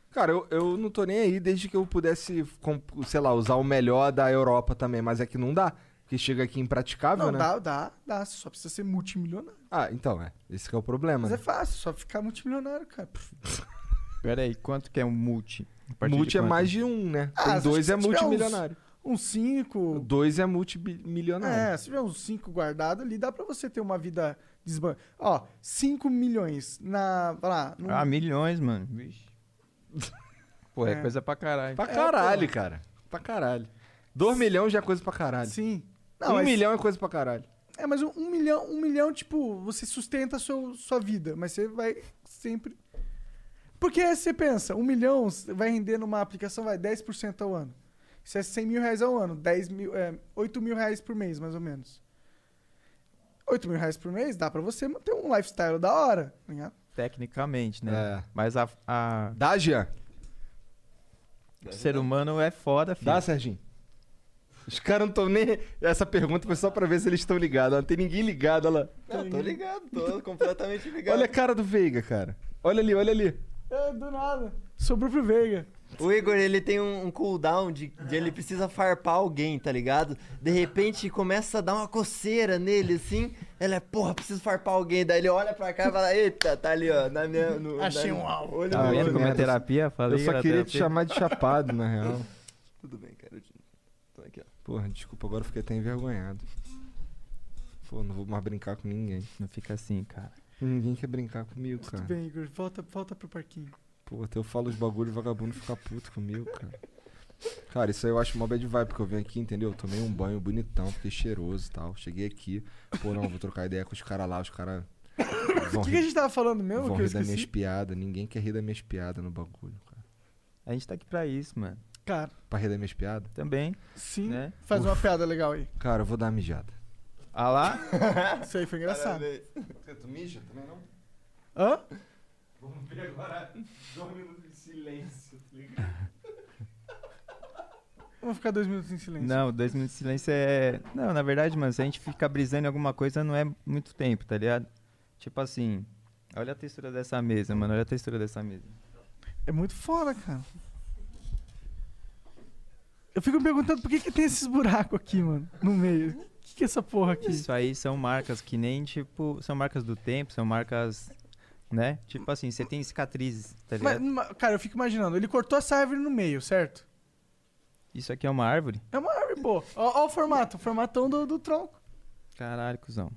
Cara, eu, eu não tô nem aí desde que eu pudesse, com- sei lá, usar o melhor da Europa também, mas é que não dá. Porque chega aqui impraticável, Não, né? dá, dá, dá. Você só precisa ser multimilionário. Ah, então, é. Esse que é o problema. Mas é né? fácil, só ficar multimilionário, cara. Pff. Pera aí, quanto que é um multi? A partir de Multi é quanto? mais de um, né? Ah, Tem se dois você é tiver multimilionário. Um 5. Dois é multimilionário. É, se tiver uns 5 guardado ali, dá pra você ter uma vida desban... Ó, 5 milhões na. Vai lá. num- Ah, milhões, mano. Vixe. Pô, é, É. coisa pra caralho. Pra caralho, cara. Pra caralho. Dois milhões já é coisa pra caralho. Sim. um Não, mas, milhão é coisa pra caralho. É, mas um, um milhão, um milhão, tipo, você sustenta a sua, sua vida, mas você vai sempre. Porque aí você pensa, um milhão vai render numa aplicação, vai 10% ao ano. Isso é 100 mil reais ao ano, 10 mil, é, 8 mil reais por mês, mais ou menos. 8 mil reais por mês dá pra você manter um lifestyle da hora, tá ligado? Tecnicamente, né? É. Mas a, a- Dá, Jean? o ser humano é foda, filho. Dá, Serginho? Os caras não estão nem. Essa pergunta foi só pra ver se eles estão ligados. Não tem ninguém ligado, olha lá. Não, tô ligado, tô completamente ligado. Olha a cara do Veiga, cara. Olha ali, olha ali. É, do nada. Sobrou pro Veiga. O Igor, ele tem um, um cooldown de, de ele precisa farpar alguém, tá ligado? De repente começa a dar uma coceira nele, assim. Ele é, porra, preciso farpar alguém. Daí ele olha pra cá e fala, eita, tá ali, ó. Na minha, no, Achei na- um alvo. Olho Tá no vendo olho. como é merda. terapia? Falei Eu que só era queria te terapia. chamar de chapado, na real. Tudo bem, cara. eu te- Tô aqui, ó. Porra, desculpa, agora eu fiquei até envergonhado. Pô, não vou mais brincar com ninguém. Não fica assim, cara. Ninguém quer brincar comigo, Tudo cara. bem, Igor. Volta, volta pro parquinho. Pô, até eu falo os bagulho, o vagabundo fica puto comigo, cara. Cara, isso aí eu acho uma bad vibe, porque eu vim aqui, entendeu? Tomei um banho bonitão, fiquei cheiroso e tal. Cheguei aqui, pô, não, vou trocar ideia com os caras lá, os caras vão O que, que a rir, gente tava falando mesmo? vão Que eu rir das minhas esqueci. piadas. Ninguém quer rir das minhas piadas no bagulho, cara. A gente tá aqui pra isso, mano. Cara, Pra rir das minhas piadas? Também. sim. Né? Faz uma piada legal aí. Cara, eu vou dar uma mijada. Ah lá. Isso aí foi engraçado. Você tu mija também não? Hã? Vamos ver agora dois minutos de silêncio, tá ligado? Vamos ficar dois minutos em silêncio. Não, dois minutos de silêncio é. Não, na verdade, mano, se a gente ficar brisando em alguma coisa, não é muito tempo, tá ligado? Tipo assim, olha a textura dessa mesa, mano. Olha a textura dessa mesa. É muito foda, cara. Eu fico me perguntando por que, que tem esses buracos aqui, mano, no meio. O que, que é essa porra aqui? Isso aí são marcas que nem, tipo, são marcas do tempo, são marcas. Né? Tipo assim, você tem cicatrizes, é tá Mas, ligado? ma- cara, eu fico imaginando. Ele cortou essa árvore no meio, certo? Isso aqui é uma árvore? É uma árvore boa. Ó, ó o formato, o formatão do, do tronco. Caralho, cuzão.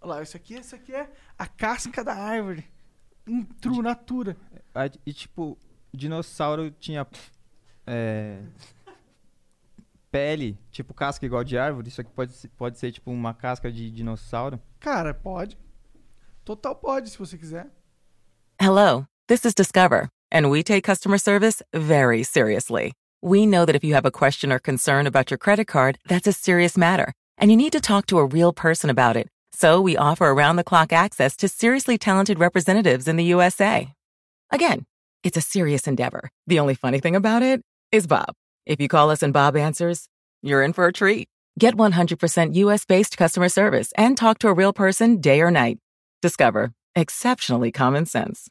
Olha lá, isso aqui, isso aqui é a casca da árvore. In true natura. A- E tipo, dinossauro tinha. é, pele, tipo casca igual de árvore. Isso aqui pode, se- pode ser tipo uma casca de dinossauro. Cara, pode. Total pode, se você quiser. Hello, this is Discover, and we take customer service very seriously. We know that if you have a question or concern about your credit card, that's a serious matter, and you need to talk to a real person about it. So we offer around the clock access to seriously talented representatives in the USA. Again, it's a serious endeavor. The only funny thing about it is Bob. If you call us and Bob answers, you're in for a treat. Get 100% US based customer service and talk to a real person day or night. Discover exceptionally common sense.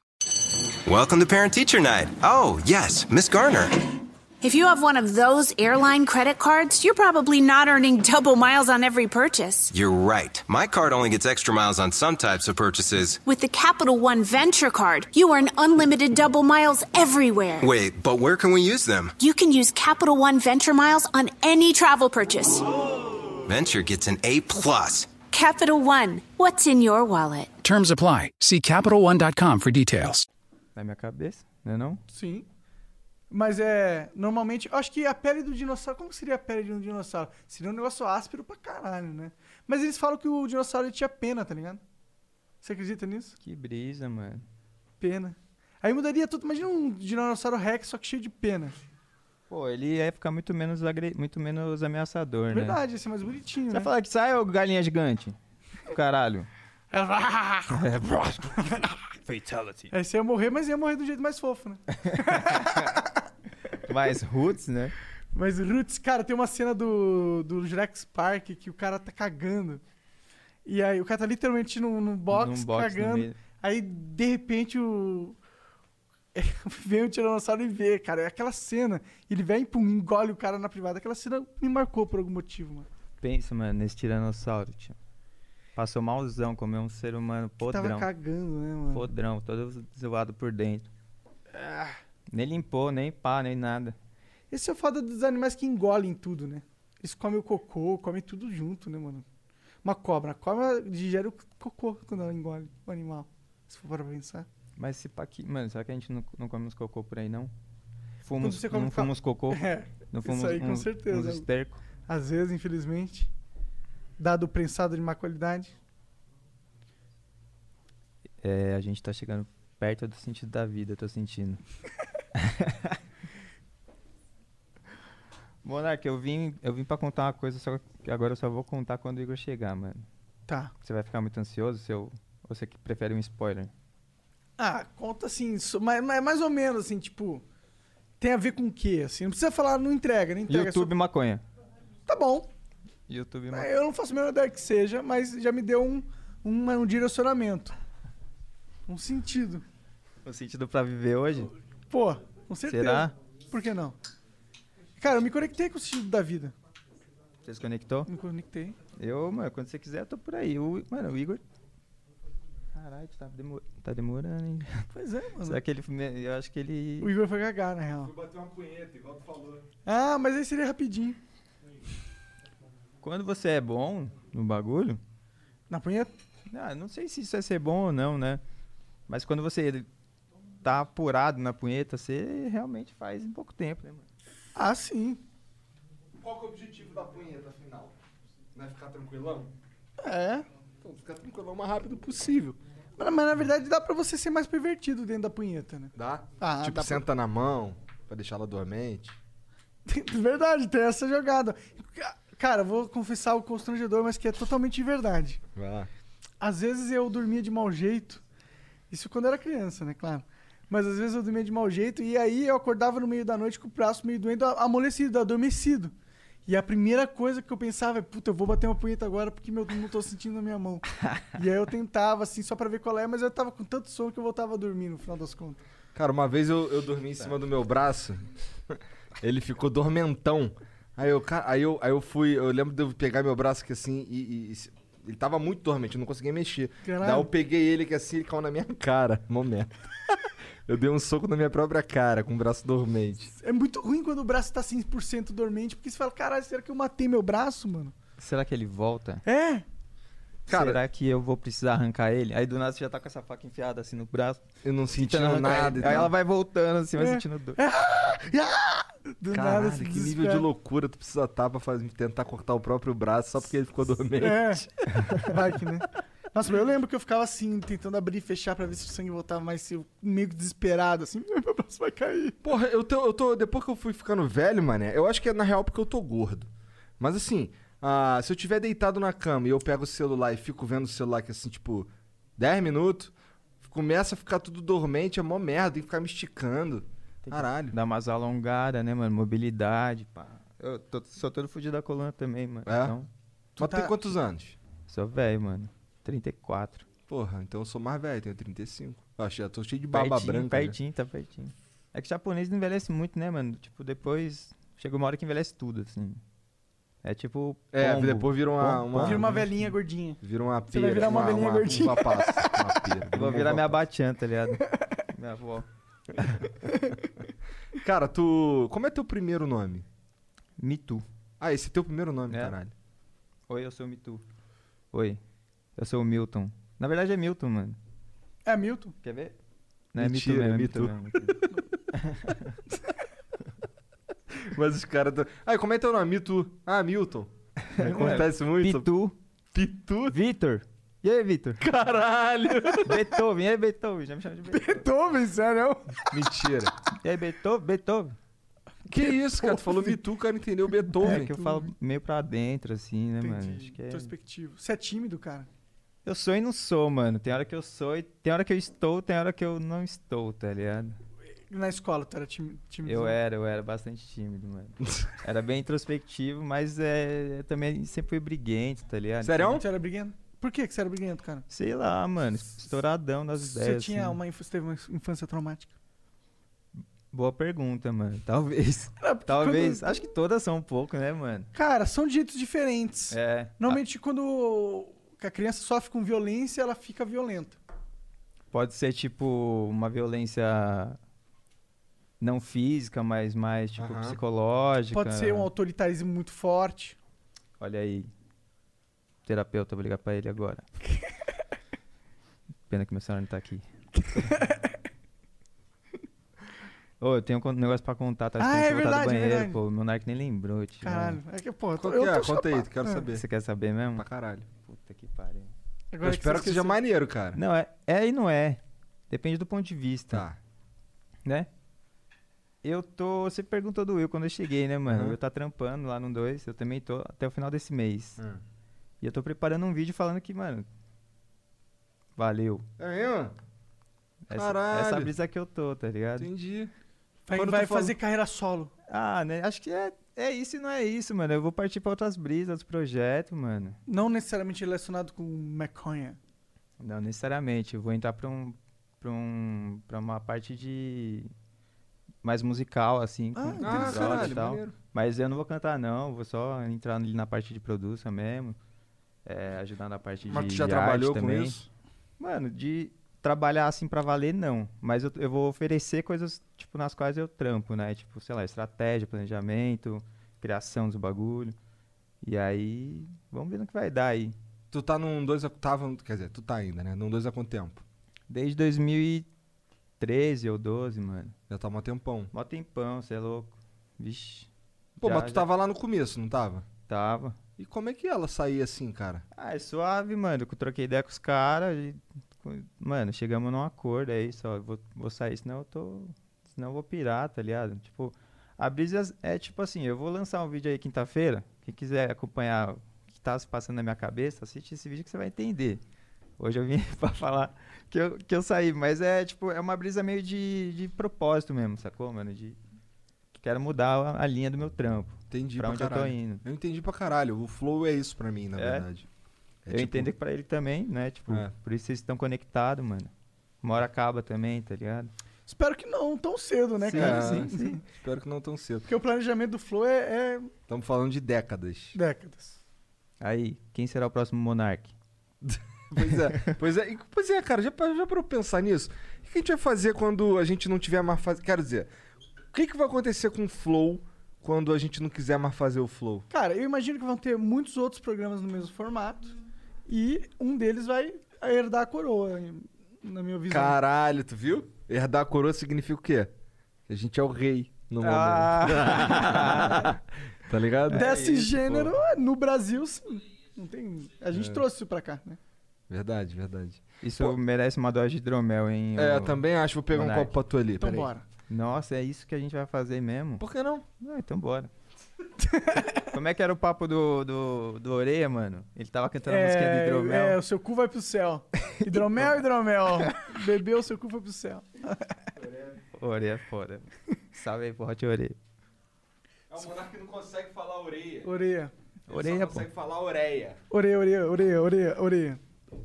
Welcome to Parent Teacher Night. Oh, yes, Miss Garner. If you have one of those airline credit cards, you're probably not earning double miles on every purchase. You're right. My card only gets extra miles on some types of purchases. With the Capital One Venture Card, you earn unlimited double miles everywhere. Wait, but where can we use them? You can use Capital One Venture Miles on any travel purchase. Venture gets an A plus. Capital One, what's in your wallet? Terms apply. See CapitalOne.com for details. Na minha cabeça, né não? Sim. Mas é. Normalmente. Eu acho que a pele do dinossauro. Como seria a pele de um dinossauro? Seria um negócio áspero pra caralho, né? Mas eles falam que o dinossauro ele tinha pena, tá ligado? Você acredita nisso? Que brisa, mano. Pena. Aí mudaria tudo. Imagina um dinossauro Rex só que cheio de pena. Pô, ele ia ficar muito menos, agre... muito menos ameaçador, né? Verdade, ia ser mais bonitinho, Você né? vai falar que sai ô galinha gigante? Caralho. Fatality. Aí você ia morrer, mas ia morrer do jeito mais fofo, né? Mas Roots, né? Mas Roots, cara, tem uma cena do, do Jurax Park que o cara tá cagando. E aí o cara tá literalmente num, num box Num box no cagando. meio. Aí de repente o. vem o Tiranossauro e vê, cara. É aquela cena. Ele vem e pum, engole o cara na privada. Aquela cena me marcou por algum motivo, mano. Pensa, mano, nesse tiranossauro, tio. Passou malzão, comeu um ser humano podrão. Tava cagando, né, mano? Podrão, todo zoado por dentro. Ah. Nem limpou, nem pá, nem nada. Esse é o foda dos animais que engolem tudo, né? Eles comem o cocô, comem tudo junto, né, mano? Uma cobra. A cobra digere o cocô quando ela engole o animal. Se for para pensar. Mas se pá que. Mano, será que a gente não, não come uns cocô por aí, não? Quando Fumos, você come não ca- fuma uns cocô? É, não fuma isso aí uns, com uns- certeza. uns esterco? Às vezes, infelizmente, dado o prensado de má qualidade. É, a gente tá chegando perto do sentido da vida, eu tô sentindo. Monark, eu vim, eu vim pra contar uma coisa, só que agora eu só vou contar quando o Igor chegar, mano. Tá. Você vai ficar muito ansioso se eu, ou você que prefere um spoiler? Ah, conta assim, so- mas, mas mais ou menos assim, tipo, tem a ver com o quê, assim? Não precisa falar, não entrega, não entrega. YouTube maconha. É só- Tá bom. É, YouTube maconha. Eu não faço a menor ideia que seja, mas já me deu um, um, um direcionamento. Um sentido. O sentido pra viver hoje? Pô, com certeza. Será? Por que não? Cara, eu me conectei com o sentido da vida. Você se conectou? Me conectei. Eu, mano, quando você quiser, eu tô por aí. O, mano, o Igor... Caralho, tu tá, demo- tá demorando, hein? Pois é, mano. Será que ele... Eu acho que ele... O Igor foi cagar, na real. Foi bater uma punheta, igual tu falou. Ah, mas aí seria rapidinho. Quando você é bom no bagulho... Na punheta? Ah, não sei se isso é ser bom ou não, né? Mas quando você tá apurado na punheta, você realmente faz em pouco tempo, né, mano? Ah, sim. Qual que é o objetivo da punheta final? Não é ficar tranquilão? É. Então, ficar tranquilão o mais rápido possível. Mas, mas, na verdade dá pra você ser mais pervertido dentro da punheta, né? Dá? Ah, tipo, dá pra- senta na mão pra deixar ela dormente. verdade, tem essa jogada. Ca- Cara, eu vou confessar o constrangedor, mas que é totalmente de verdade. Vai. Às vezes eu dormia de mau jeito. Isso quando eu era criança, né? Claro. Mas às vezes eu dormia de mau jeito e aí eu acordava no meio da noite com o braço meio doendo, a- amolecido, adormecido. E a primeira coisa que eu pensava é, puta, eu vou bater uma punheta agora porque meu, não tô sentindo na minha mão. e aí eu tentava, assim, só pra ver qual é, mas eu tava com tanto sono que eu voltava a dormir no final das contas. Cara, uma vez eu, eu dormi em cima do meu braço, ele ficou dormentão. Aí eu, ca- aí eu, aí eu fui, eu lembro de eu pegar meu braço aqui assim e. e- e se- ele tava muito dormente, eu não conseguia mexer. Caralho. Daí eu peguei ele que assim, ele caiu na minha cara. Momento. eu dei um soco na minha própria cara com o braço dormente. É muito ruim quando o braço tá 100% dormente, porque você fala, caralho, será que eu matei meu braço, mano? Será que ele volta? É, Cara- Será que eu vou precisar arrancar ele? Aí do nada você já tá com essa faca enfiada assim no braço. Eu não tentando sentindo arrancar nada. ele. e Então, Aí tal. ela vai voltando assim, vai É. sentindo dor. do Caralho, nada. assim, se que nível de desespera. loucura tu precisa estar pra fazer- tentar cortar o próprio braço só porque ele ficou dormente. É. Vai que, né? Nossa, mas eu lembro que eu ficava assim, tentando abrir e fechar pra ver se o sangue voltava, mas se eu- meio que desesperado, assim, meu braço vai cair. Porra, eu tô, eu tô. Depois que eu fui ficando velho, mané, eu acho que é na real porque eu tô gordo. Mas assim, ah, se eu tiver deitado na cama e eu pego o celular e fico vendo o celular que assim, tipo, 10 minutos, começa a ficar tudo dormente, é mó merda, tem que ficar me esticando. Caralho. Dá umas alongadas, né, mano? Mobilidade, pá. Eu tô- sou todo fudido da coluna também, mano. É? Então, Mas tá- tem quantos anos? sou velho, mano. 34. Porra, então eu sou mais velho, tenho 35. Eu achei, eu tô cheio de barba pertinho, branca. né? Pertinho, tá pertinho. É que japonês não envelhece muito, né, mano? Tipo, depois... Chega uma hora que envelhece tudo, assim. É tipo É, pombo. depois vira uma. Pombo, uma Vira pombo. uma velhinha gordinha. Vira uma pera. vai virar uma velhinha uma, gordinha. Uma passa, uma pera. Vou virar Uma minha passa. batian, tá ligado? minha avó. Cara, tu. Como é teu primeiro nome? Me Too. Ah, esse é teu primeiro nome, É. caralho. Oi, eu sou o Mitu. Oi, eu sou o Milton. Na verdade é Milton, mano. É, Milton? Quer ver? Mentira, é Mitu Me mesmo, é Mitu mesmo. Mas os caras. tão- Ai, como é teu nome? Mitu. Ah, Milton. É, Acontece muito. Pitu, Pitu. Vitor. E aí, Vitor? Caralho. Beethoven, e aí, Beethoven? Já me chama de Beethoven. Tome, sério. Mentira. E aí, Beethoven? Beethoven. É, Que isso, cara? Tu falou Mitu, o cara entendeu Beethoven. É que eu falo meio pra dentro, assim, né, mano? Acho Entendi. que é- Introspectivo. Você é tímido, cara? Eu sou e não sou, mano. Tem hora que eu sou e tem hora que eu estou, tem hora que eu não estou, tá ligado? Na escola, tu era tími- tímido? Eu era, eu era bastante tímido, mano. Era bem introspectivo, mas é, eu também sempre fui briguento, tá ligado? Sério? Você era briguento? Por que que você era briguento, cara? Sei lá, mano, estouradão das Você ideias. tinha assim. uma infância, teve uma infância traumática? Boa pergunta, mano. Talvez. Talvez. Acho que todas são um pouco, né, mano? Cara, são de jeitos diferentes. É. Normalmente, quando a criança sofre com violência, ela fica violenta. Ah, Pode ser, tipo, uma violência não física, mas mais, tipo, Aham. psicológica. Pode ser um autoritarismo muito forte. Olha aí. Terapeuta, vou ligar pra ele agora. Pena que meu celular não tá aqui. Ô, eu tenho um con- negócio pra contar, tá? Ah, Tem que é voltar verdade, é do banheiro, verdade. pô. O meu Nike nem lembrou, tio. Caralho. É que, pô, eu tô, Qual eu que tô é? Conta aí, chapado. tu quero É. saber. Você quer saber mesmo? Pra caralho. Puta que pariu. Agora Eu espero que você seja esqueceu. maneiro, cara. Não, é, é e não é. Depende do ponto de vista, Tá. né? Eu tô... Você perguntou do Will quando eu cheguei, né, mano? Aham. Eu tá trampando lá no 2, eu também tô até o final desse mês. Hum. E eu tô preparando um vídeo falando que, mano... Valeu. É mesmo? Essa, essa Caralho. brisa que eu tô, tá ligado? Entendi. Vai, Quando vai tu falou- fazer carreira solo. Ah, né? Acho que é, é isso e não é isso, mano. Eu vou partir pra outras brisas, outros projetos, mano. Não necessariamente relacionado com maconha. Não necessariamente. Eu vou entrar pra um... Pra, um, pra uma parte de... Mais musical, assim. com Ah, com Ah, visual e caralho, tal. maneiro. Mas eu não vou cantar, não. Vou só entrar ali na parte de produção mesmo. é, ajudar na parte de. Mas tu já de trabalhou arte com também. isso? Mano, de trabalhar assim pra valer, não. Mas eu, eu vou oferecer coisas, tipo, nas quais eu trampo, né? Tipo, sei lá, estratégia, planejamento, criação dos bagulho. E aí, vamos ver no que vai dar aí. Tu tá num dois. a- Tava, quer dizer, tu tá ainda, né? Num dois a quanto tempo? Desde 2013 ou 12, mano. Já tá há um tempão. Mó tempão, você é louco. Vixe. Pô, já- mas tu tá já tava lá no começo, não tava? Tava. E como é que ela saía assim, cara? Ah, é suave, mano. Eu troquei ideia com os caras. e, co- Mano, chegamos num acordo aí, só vou, vou sair, senão eu tô. Senão eu vou pirar, tá ligado? Tipo, a brisa é tipo assim, eu vou lançar um vídeo aí quinta-feira. Quem quiser acompanhar o que tá se passando na minha cabeça, assiste esse vídeo que você vai entender. Hoje eu vim pra falar que eu, que eu saí, mas é tipo, é uma brisa meio de, de propósito mesmo, sacou, mano? De. que Quero mudar a- a linha do meu trampo. Entendi pra pra, onde eu tô caralho. indo. Eu entendi pra caralho. O flow é isso pra mim, na É? verdade. É eu tipo- entendo que pra ele também, né? Tipo, É. por isso vocês estão conectados, mano. Uma hora acaba também, tá ligado? Espero que não tão cedo, né, Sim, cara? É, sim, sim, sim. Espero que não tão cedo. Porque o planejamento do Flow é, é Estamos falando de décadas. décadas. Aí, quem será o próximo monarca? Pois é, pois é, E, pois é, cara, já, pa- já para eu pensar nisso, o que a gente vai fazer quando a gente não tiver mais fazer? Quero dizer, o que, que vai acontecer com o Flow quando a gente não quiser mais fazer o Flow? Cara, eu imagino que vão ter muitos outros programas no mesmo formato e um deles vai herdar a coroa, na minha visão. Caralho, tu viu? Herdar a coroa significa o quê? Que A gente é o rei no momento. Ah. tá É ligado? Desse gênero, é, no Brasil, sim. Não tem... A É. gente trouxe isso pra cá, né? Verdade, verdade. Isso merece uma dose de hidromel, hein? É, ô- eu também acho, vou pegar Monark. um copo pra tu ali. Então peraí. bora. Nossa, é isso que a gente vai fazer mesmo? Por que não? Ah, então bora. Como é que era o papo do, do, do Oreia, mano? Ele tava cantando a música do hidromel. é, o seu cu vai pro céu. Hidromel, hidromel. Bebeu, seu cu foi pro céu. Oreia é foda. Salve aí, porra, de Oreia. É o monarca que não consegue falar orelha. Oreia. Oreia, pô. falar orelha. Oreia, oreia, oreia, oreia, oreia.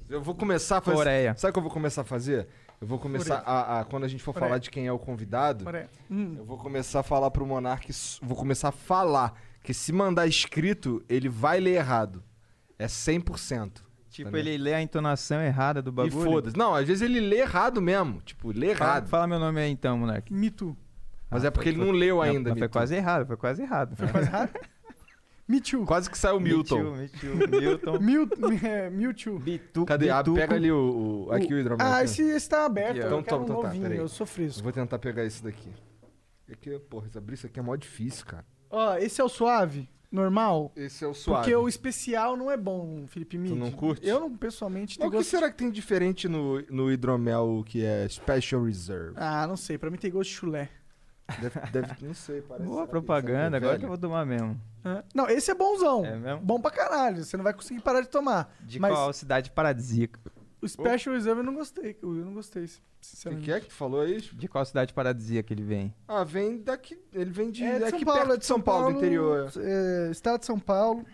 Eu vou começar a fazer. Coreia. Sabe o que eu vou começar a fazer? Eu vou começar a, a- Quando a gente for Coreia. falar de quem é o convidado, Oreia. eu vou começar a falar pro Monark. s- Vou começar a falar que se mandar escrito, ele vai ler errado. É 100%. Tipo, Também. ele lê a entonação errada do E bagulho. foda-se. Não, às vezes ele lê errado mesmo. Tipo, lê Fala, errado. fala meu nome aí então, monarca. Me Too. Mas é porque ele não leu Não, ainda. mas foi Milton. quase errado, foi quase errado. Foi Faz errado? Me Too. Quase que saiu o Milton. Milton. Milton. Mil, é, Mewtwo. Bitu. Cadê? Ah, Bituco. pega ali o. o- aqui o hidromel. Ah, aqui. esse está aberto. Então, eu quero então, um então tá, novinho, peraí. eu sou Eu fresco. Vou tentar pegar esse daqui. É que, porra, essa- abrir isso aqui é mó difícil, cara. Ó, esse é o suave, normal. Esse é o suave. Porque o especial não é bom, Felipe Mid. não curte? Eu não, Mas pessoalmente, tenho o que gosto... será que tem diferente no, no hidromel que é Special Reserve? Ah, não sei. Pra mim tem gosto de chulé. Deve, deve- não sei, parece. Boa será que- propaganda, será que é agora que velho? eu vou tomar mesmo. Hã? Não, esse é bonzão. É mesmo? Bom pra caralho. Você não vai conseguir parar de tomar. De Mas qual cidade paradisíaca? o Special Reserve eu não gostei. Eu não gostei, O sinceramente. que é que tu falou aí? De qual cidade paradisíaca ele vem? Ah, vem daqui. Ele vem de, É de daqui São Paulo, perto é de São Paulo, do interior. é, estado de São Paulo.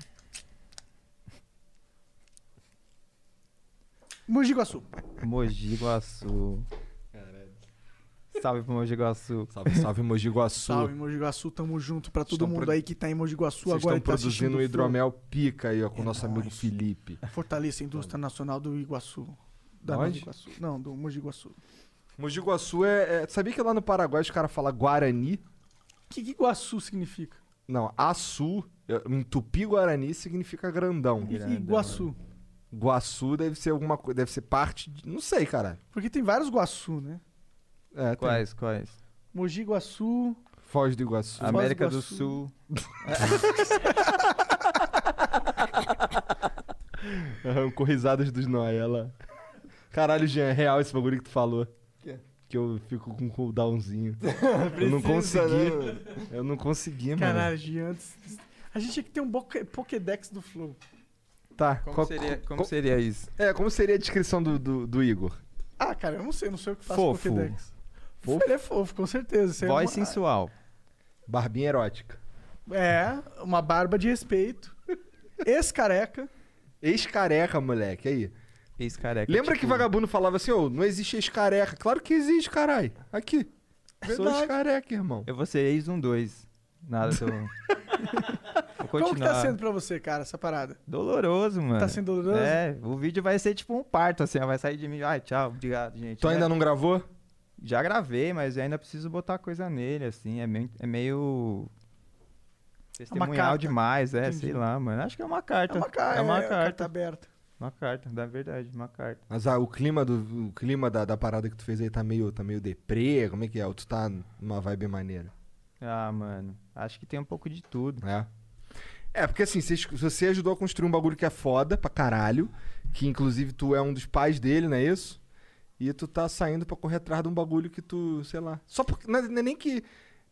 Mogi Guaçu. Mogi Guaçu. Salve pro Mogi Guaçu. Salve, salve, Mogi Guaçu. Salve, Mogi Guaçu. Tamo junto pra todo Estão mundo produ- aí que tá em Mogi Guaçu Vocês agora. estão e tá assistindo produzindo um o Flow. hidromel pica aí, ó, com o nosso amigo Felipe. Fortaleça a indústria nacional do Iguaçu. Da Onde? Mogi Guaçu. Não, do Mogi Guaçu. Mogi Guaçu é, é- Sabia que lá no Paraguai os caras falam Guarani? O que, que Iguaçu significa? Não, Açu, é, em Tupi-Guarani, significa grandão. E- Iguaçu. Guaçu deve ser alguma coisa, deve ser parte de. Não sei, cara. Porque tem vários Guaçu, né? É, tem. Quais, quais? Mogi Guaçu. Foz do Iguaçu. América do Guaçu. Sul. Arrancou risadas dos noia lá. Caralho, Jean, é real esse bagulho que tu falou. Quê? Que eu fico com um cooldownzinho. eu não Precisa, consegui. né, mano? Eu não consegui, mano. Caralho, gigantes. A gente tinha que ter um boca- Pokédex do Flow. Tá. Como qual- seria, como qual- seria isso? É, como seria a descrição do, do, do Igor? Ah, cara, eu não sei, eu não sei o que faço Fofo. Pokédex. Fofo? Ele é fofo, com certeza. Isso aí é Voz uma- sensual. Barbinha erótica. É, uma barba de respeito. Ex-careca. Ex-careca, moleque, aí. Ex-careca. Lembra tipo, É que vagabundo falava assim, ô, não existe ex-careca. Claro que existe, caralho. Aqui. Sou Verdade. ex-careca, irmão. Eu vou ser ex um dois. Nada, tô... Vou continuar. Como que tá sendo pra você, cara, essa parada? Doloroso, mano. Tá sendo doloroso? É, o vídeo vai ser tipo um parto, assim, ó, vai sair de mim. Ai, tchau, obrigado, gente. Tu ainda não gravou? Já gravei, mas eu ainda preciso botar coisa nele, assim. É meio. É meio... Testemunhal carta. demais, é, Entendi. sei lá, mano. Acho que é uma carta. ca- É uma carta carta. aberta. Uma carta, da verdade, uma carta. Mas ah, o clima, do, o clima da, da parada que tu fez aí tá meio, tá meio deprê, como é que é? Ou tu tá numa vibe maneira? Ah, mano, acho que tem um pouco de tudo. É. É, porque assim, você, você ajudou a construir um bagulho que é foda pra caralho, que inclusive tu é um dos pais dele, não é isso? E tu tá saindo pra correr atrás de um bagulho que tu, sei lá. Só porque. Não é, não é nem que.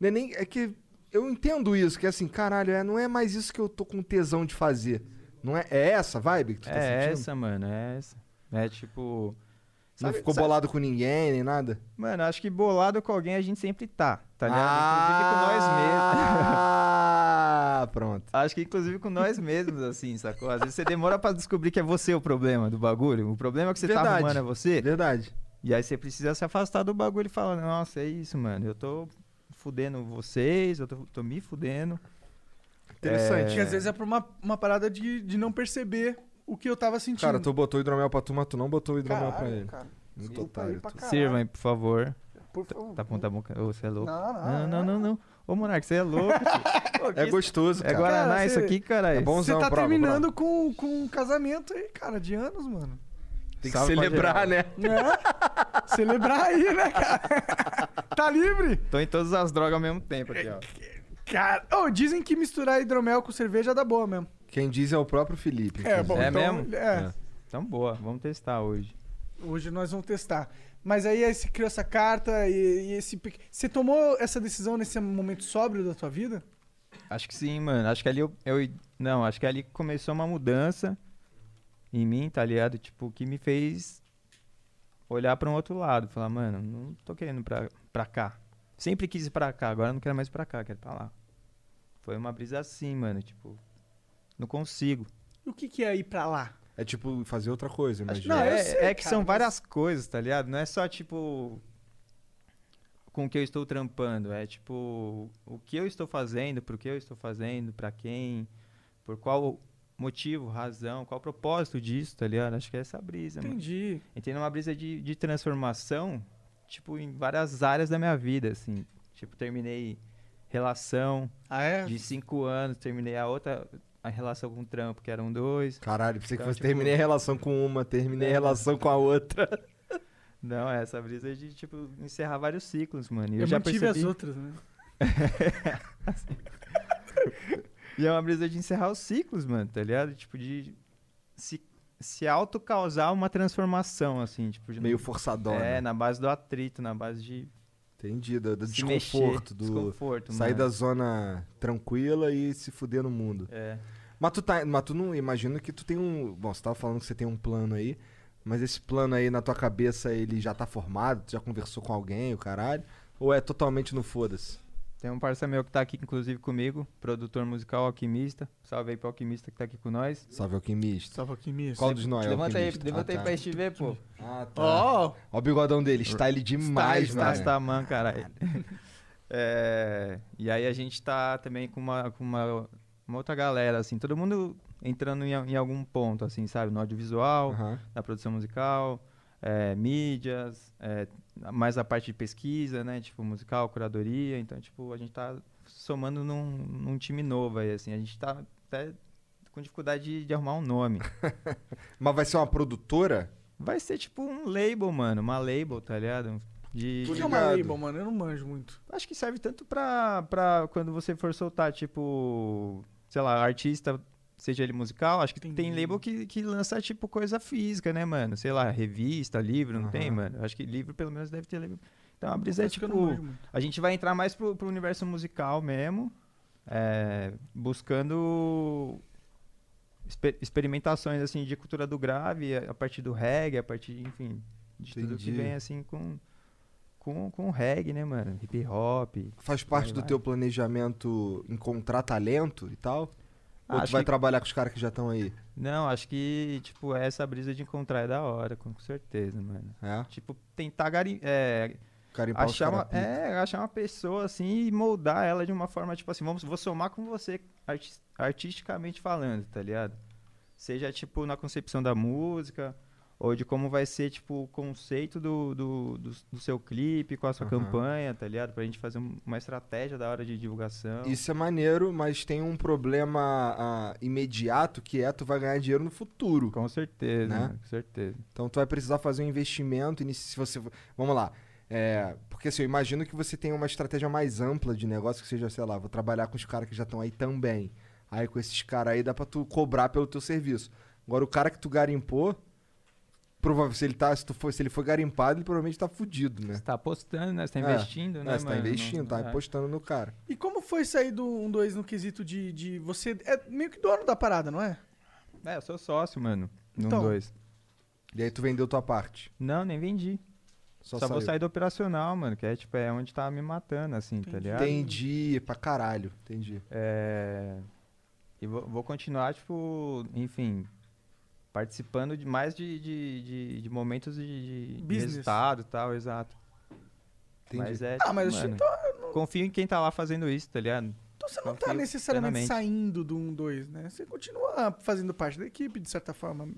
Não é nem. É que. Eu entendo isso, que é assim, caralho, é, não é mais isso que eu tô com tesão de fazer. Não é, é essa vibe que tu tá é sentindo? essa, mano, é essa. É tipo. Não sabe- ficou sabe- bolado com ninguém, nem nada? Mano, acho que bolado com alguém a gente sempre tá, tá ligado? Inclusive com nós mesmos. Ah, pronto. Acho que inclusive com nós mesmos, assim, sacou? Às vezes você demora pra descobrir que é você o problema do bagulho. O problema que você tá Verdade. arrumando é você. Verdade. E aí você precisa se afastar do bagulho e falar, nossa, é isso, mano. Eu tô fudendo vocês, eu tô, tô me fudendo. Interessante. Que às vezes é por uma, uma parada de, de não perceber o que eu tava sentindo. Cara, tu botou hidromel pra tu, mas tu não botou o hidromel pra Caralho, ele. cara. Muito Desculpa otário. aí pra tu. caralho. Sirva aí, por favor. Por favor. Tá bom, tá bom. Ô, você é louco. Não, não, não, não, não, não. Ô, Monark, você é louco, tio. Ô, que É isso- gostoso, É cara. Guaraná Cara, isso você- aqui, caralho. É bom Você Bonzão, tá prova, terminando com, com um casamento aí, cara, de anos, mano. Tem que Salve pra celebrar, né? É? Celebrar aí, né, cara? tá livre? Tô em todas as drogas ao mesmo tempo aqui, ó. Cara, oh, dizem que misturar hidromel com cerveja dá boa mesmo. Quem diz é o próprio Felipe. É, inclusive. bom, É então, mesmo? É, Então, boa. Vamos testar hoje. hoje nós vamos testar. Mas aí, aí você criou essa carta e, e esse... pe- Você tomou essa decisão nesse momento sóbrio da tua vida? Acho que sim, mano. Acho que ali eu, eu- Não, acho que ali começou uma mudança em mim, tá ligado? Tipo, que me fez olhar pra um outro lado. Falar, mano, não tô querendo pra, pra cá. Sempre quis ir pra cá, agora eu não quero mais pra cá, quero pra lá. Foi uma brisa assim, mano. Tipo, não consigo. E o que que é ir pra lá? É tipo fazer outra coisa, imagina. não, eu é, sei, é que cara, são mas- várias coisas, tá ligado? Não é só, tipo, com o que eu estou trampando. É, tipo, o que eu estou fazendo, por que eu estou fazendo, pra quem, por qual motivo, razão, qual o propósito disso, tá ligado? Acho que é essa brisa, mano. Entendi. Entrei numa brisa de, de transformação, tipo, em várias áreas da minha vida, assim. Tipo, terminei relação Ah, é? de cinco anos, terminei a outra a relação com o trampo, que eram dois. Caralho, pensei que Então, fosse tipo- É. terminei a relação com uma, terminei a relação com a outra. Não, é essa brisa de, tipo, encerrar vários ciclos, mano. E Eu, eu, já mantive percebi. as outras, né? E é uma brisa de encerrar os ciclos, mano, tá ligado? Tipo, de se, se auto-causar uma transformação, assim, tipo... De Meio forçadona. É, na base do atrito, na base de Entendi, do, do se desconforto, do mexer, desconforto, né? sair da mano. zona tranquila e se fuder no mundo. É. Mas tu, tá, mas tu não imagina que tu tem um... Bom, você tava falando que você tem um plano aí, mas esse plano aí na tua cabeça, ele já tá formado? Tu já conversou com alguém, o caralho? Ou é totalmente no foda-se? Tem um parceiro meu que tá aqui, inclusive, comigo, produtor musical Alquimista. Salve aí pro Alquimista que tá aqui com nós. Salve alquimista. Tava aqui mesmo. Qual dos nós é o levanta aí, alquimista? Ah, levanta aí tá. pra gente ver, pô. Ah, tá. Ó, Ó o bigodão dele, está ele demais, Tá, mano. está man, caralho. É, e aí a gente tá também com uma, com uma, uma outra galera, assim, todo mundo entrando em, a- em algum ponto, assim, sabe? No audiovisual, Aham. na produção musical, é, mídias, é, mais a parte de pesquisa, né? Tipo, musical, curadoria. Então, tipo, a gente tá somando num, num time novo aí, assim. A gente tá até com dificuldade de, de arrumar um nome. Mas vai ser uma produtora? Vai ser tipo um label, mano. Uma label, tá ligado? De, o Tô que é uma ligado. label, mano? Eu não manjo muito. Acho que serve tanto pra, pra quando você for soltar, tipo, sei lá, artista, seja ele musical, acho que tem Entendi. label que, que lança, tipo, coisa física, né, mano? Sei lá, revista, livro, não tem, Aham. mano? Acho que livro, pelo menos, deve ter label. Então, a brisa é, Acho que eu não manjo tipo, muito. a gente vai entrar mais pro, pro universo musical mesmo, é, buscando exper- experimentações, assim, de cultura do grave, a a partir do reggae, a partir, enfim, de tudo que Entendi. vem, assim, com com, com reggae, né, mano? Hip hop. Faz parte Vai, do vai. teu planejamento encontrar talento e tal? Ou tu Acho vai Ah, que- trabalhar com os caras que já estão aí? Não, acho que, tipo, essa brisa de encontrar é da hora, com com certeza, mano. É? Tipo, tentar gari- é, Carimpar os achar, uma, caras pica. é, achar uma pessoa assim e moldar ela de uma forma, tipo assim, vamos, vou somar com você artis- artisticamente falando, tá ligado? Seja, tipo, na concepção da música, ou de como vai ser, tipo, o conceito do, do, do, do seu clipe, com a sua Aham. campanha, tá ligado? Pra gente fazer um- uma estratégia da hora de divulgação. Isso é maneiro, mas tem um problema ah, imediato que é tu vai ganhar dinheiro no futuro. Com certeza, Né? mano, com certeza. Então tu vai precisar fazer um investimento. inici- Se você, vamos lá, É, porque assim, eu imagino que você tenha uma estratégia mais ampla de negócio que seja, sei lá, vou trabalhar com os caras que já estão aí também. Aí com esses caras aí dá pra tu cobrar pelo teu serviço. Agora o cara que tu garimpou, provavelmente se ele tá, se tu for, se ele for garimpado, ele provavelmente tá fudido, né? Você tá apostando, né? Você tá É. investindo, né, É, você tá mano? investindo, tá É. apostando no cara. E como foi sair do 1-2 no quesito de, de. Você é meio que dono da parada, não é? É, eu sou sócio, mano. Num Então. dois. E aí tu vendeu tua parte. Não, nem vendi. Só, Só, é vou saiu. sair do operacional, mano. Que é tipo, é onde tá me matando, assim, tá ligado? Entendi, pra caralho. Entendi. É, E vou, vou continuar, tipo, enfim, participando de mais de, de, de, de momentos de, de- de Business. resultado e tal, exato. Entendi. Mas é, Ah, tipo, mas mano, então, confio em quem tá lá fazendo isso, tá ligado? então você não tá confio necessariamente plenamente. saindo do 1-2, né? Você continua fazendo parte da equipe, de certa forma.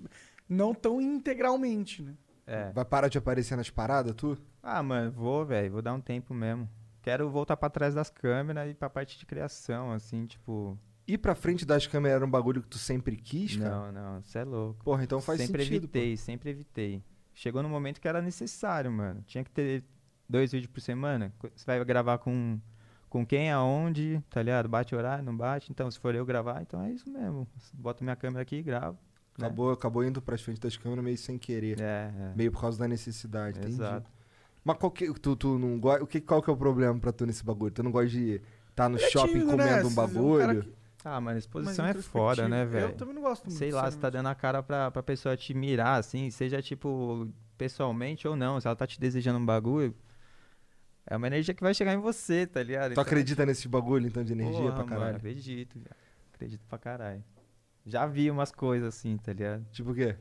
Não tão integralmente, né? É. Vai parar de aparecer nas paradas, tu? Ah, mano, vou, velho, vou dar um tempo mesmo. Quero voltar pra trás das câmeras e pra parte de criação, assim, tipo... Ir pra frente das câmeras era um bagulho que tu sempre quis, cara? Não, não, você é louco. Porra, então faz sempre sentido. pô. evitei, sempre evitei. Chegou no momento que era necessário, mano. Tinha que ter dois vídeos por semana. Co- Você vai gravar com, com quem, aonde, tá ligado? Bate horário, não bate. Então, se for eu gravar, então é isso mesmo. Boto minha câmera aqui e gravo. né? Acabou, acabou indo pras frente das câmeras meio sem querer. É, Meio por causa da necessidade, é. entendi. Exato. Mas qual que, tu, tu não gosta, o que, qual que é o problema pra tu nesse bagulho? Tu não gosta de estar no Direitinho, shopping né? comendo um Vocês- um cara bagulho? que- Ah, mano, mais exposição é foda, né, introspectivo. velho? Eu também não gosto muito. Sei lá, você tá sinceramente. dando a cara pra, pra pessoa te mirar, assim, seja tipo, pessoalmente ou não. Se ela tá te desejando um bagulho, é uma energia que vai chegar em você, tá ligado? Tu Então, acredita nesse bagulho, então, de energia Porra, pra mano, caralho? acredito, viado. acredito pra caralho. Já vi umas coisas assim, tá ligado? Tipo o quê?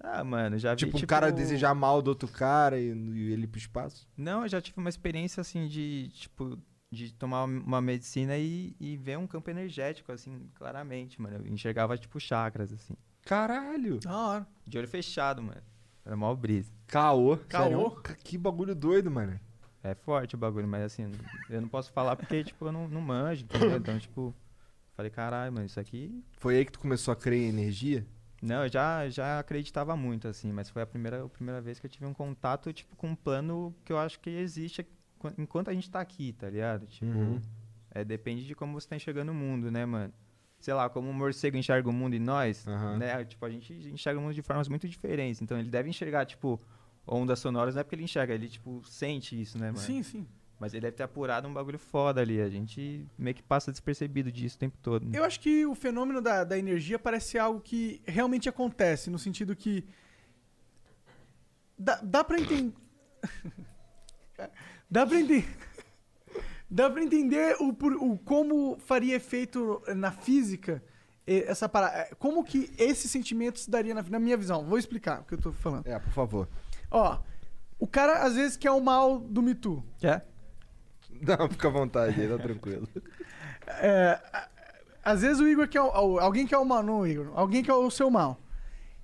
Ah, mano, já vi. tipo, um cara desejar mal do outro cara e, e ele ir pro espaço? Não, eu já tive uma experiência assim de, tipo, de tomar uma medicina e, e ver um campo energético, assim, claramente, mano. Eu enxergava, tipo, chakras, assim. Caralho! Da hora. De olho fechado, mano. Era mó brisa. Caô. Caô. Sério? Que bagulho doido, mano. É forte o bagulho, mas assim, eu não posso falar porque, tipo, eu não, não manjo, entendeu? Então, tipo, falei, caralho, mano, isso aqui Foi aí que tu começou a crer em energia? Não, eu já, já acreditava muito, assim, mas foi a primeira, a primeira vez que eu tive um contato, tipo, com um plano que eu acho que existe enqu- enquanto a gente tá aqui, tá ligado? Tipo, Uhum. é, depende de como você tá enxergando o mundo, né, mano? Sei lá, como o morcego enxerga o mundo e nós, Aham. né? Tipo, a gente enxerga o mundo de formas muito diferentes. Então, ele deve enxergar, tipo, ondas sonoras, não é porque ele enxerga, ele, tipo, sente isso, né, mano? Sim, sim. Mas ele deve ter apurado um bagulho foda ali. A gente meio que passa despercebido disso o tempo todo. né? Eu acho que o fenômeno da, da energia parece ser algo que realmente acontece, no sentido que. Dá, dá pra entender. dá pra entender. Dá pra entender o, por- o como faria efeito na física eh, essa parada. Como que esse sentimento se daria na, na minha visão? Vou explicar o que eu tô falando. É, por favor. Ó, o cara às vezes quer o mal do Me Too. É? Não, fica à vontade aí, tá tranquilo. É, a- às vezes o Igor quer. o- o- Alguém quer o mal, não, Igor. Alguém quer o seu mal.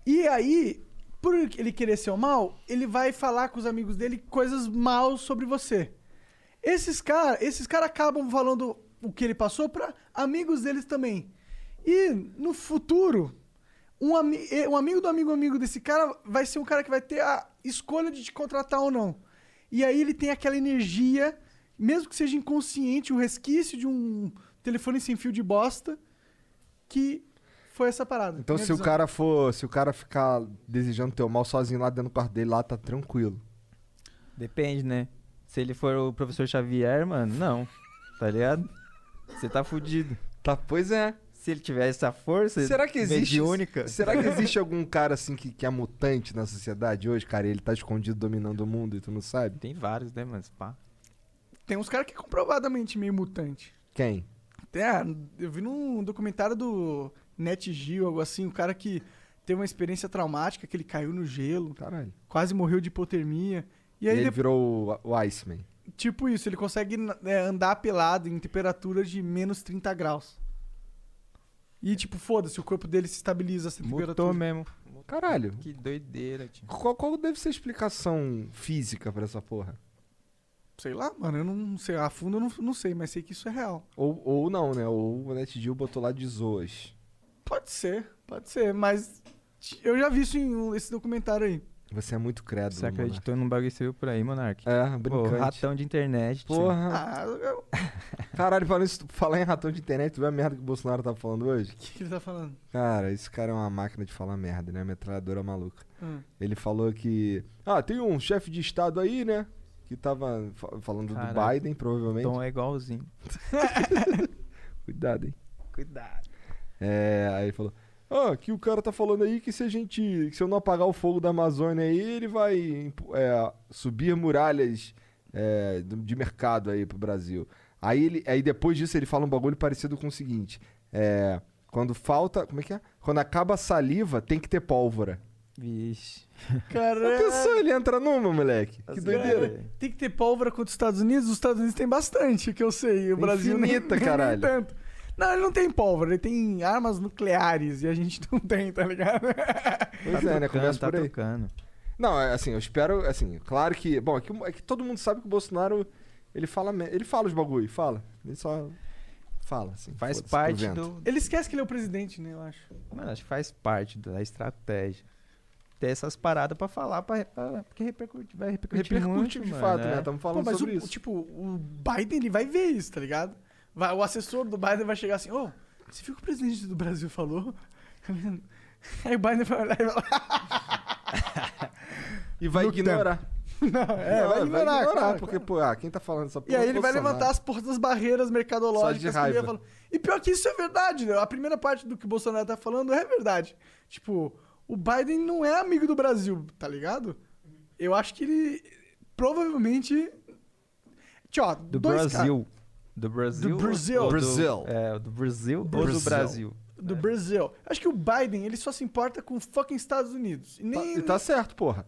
E aí, por ele querer ser o mal, ele vai falar com os amigos dele coisas mal sobre você. Esses caras esses cara acabam falando o que ele passou pra amigos deles também. E no futuro, um, ami- eh, um amigo do amigo amigo desse cara vai ser um cara que vai ter a escolha de te contratar ou não. E aí ele tem aquela energia, mesmo que seja inconsciente, o resquício de um telefone sem fio de bosta, que foi essa parada. Então, Minha se o visão. cara for. Se o cara ficar desejando teu mal sozinho lá dentro do quarto dele, lá tá tranquilo. Depende, né? Se ele for o professor Xavier, mano, não. Tá ligado? Você tá fudido. Tá, pois é. Se ele tiver essa força Será que existe. mediúnica... Será que existe algum cara assim que, que é mutante na sociedade hoje, cara? e Ele tá escondido dominando o mundo e tu não sabe? Tem vários, né, mano? Pá. Tem uns caras que é comprovadamente meio mutante. Quem? Tem, ah, eu vi num documentário do Net Geo, algo assim, o cara que teve uma experiência traumática, que ele caiu no gelo, Caralho. quase morreu de hipotermia. E E aí, ele depois- virou o, o Iceman. tipo isso, ele consegue é, andar pelado em temperatura de menos 30 graus. E tipo, foda-se, o corpo dele se estabiliza essa Mutou temperatura. mesmo. Caralho. Que doideira, tio. Qual, qual deve ser a explicação física pra essa porra? Sei lá, mano, eu não sei, a fundo eu não, não sei, mas sei que isso é real. Ou, ou não, né? Ou o NetGill botou lá de zoas. Pode ser, pode ser, mas eu já vi isso em um- esse documentário aí. Você é muito credo, Você acreditou num bagulho que você viu por aí, Monark? É, Pô, brincante. ratão de internet. Porra. Ah, eu- Caralho, falando isso, falar em ratão de internet, tu viu a merda que o Bolsonaro tá falando hoje? o que que ele tá falando? Cara, esse cara é uma máquina de falar merda, né? Metralhadora maluca. Hum. Ele falou que. Ah, tem um chefe de Estado aí, né? Que tava fa- falando do Caraca. Biden, provavelmente. Então é igualzinho. Cuidado, hein? Cuidado. É, aí ele falou. Ah, que o cara tá falando aí que se a gente. Que se eu não apagar o fogo da Amazônia aí, ele vai impu- é, subir muralhas é, do- de mercado aí pro Brasil. Aí, ele, aí depois disso ele fala um bagulho parecido com o seguinte: é, Quando falta. Como é que é? Quando acaba a saliva, tem que ter pólvora. Vixe. É. Já Caralho. pensou ele entra numa, moleque? Que Assim, doideira. é. Tem que ter pólvora contra os Estados Unidos? Os Estados Unidos tem bastante, que eu sei. E o Brasil nem- Infinita, nem, caralho. tanto. Não, ele não tem pólvora, ele tem armas nucleares e a gente não tem, tá ligado? Pois é, né? Trocando, Começa tá por aí. trocando. Não, é assim, eu espero, assim, claro que. Bom, é que, é que todo mundo sabe que o Bolsonaro. Ele fala, me- ele fala os bagulho, fala. Ele só fala, assim. Faz foda-se pro parte vento. do. Ele esquece que ele é o presidente, né, eu acho. Mano, acho que faz parte da estratégia. Ter essas paradas pra falar, pra, pra- porque repercute, vai repercutir Repercute muito, de mano, fato, é. né? Estamos Pô, falando mas sobre o, isso. tipo, o Biden ele vai ver isso, tá ligado? Vai- o assessor do Biden vai chegar assim, ô, você viu o que o presidente do Brasil falou? Aí o Biden vai olhar e vai falar, E vai no ignorar. não, é, Não, vai ignorar, claro, porque, pô, ah, quem tá falando essa porra? E aí ele é o vai Bolsonaro. levantar as portas das barreiras Só mercadológicas de que ele ia raiva. falando. E pior que isso é verdade, né? A primeira parte do que o Bolsonaro tá falando é verdade. Tipo, o Biden não é amigo do Brasil, tá ligado? Eu acho que ele provavelmente. Tchau, Do Brasil. Do Brasil. Do ou- Brasil. ou do- Brasil. É, do Brasil, Brasil. ou do Brasil. Do Brasil. Acho que o Biden, ele só se importa com o fucking Estados Unidos. E Tá- nem, E tá certo, porra.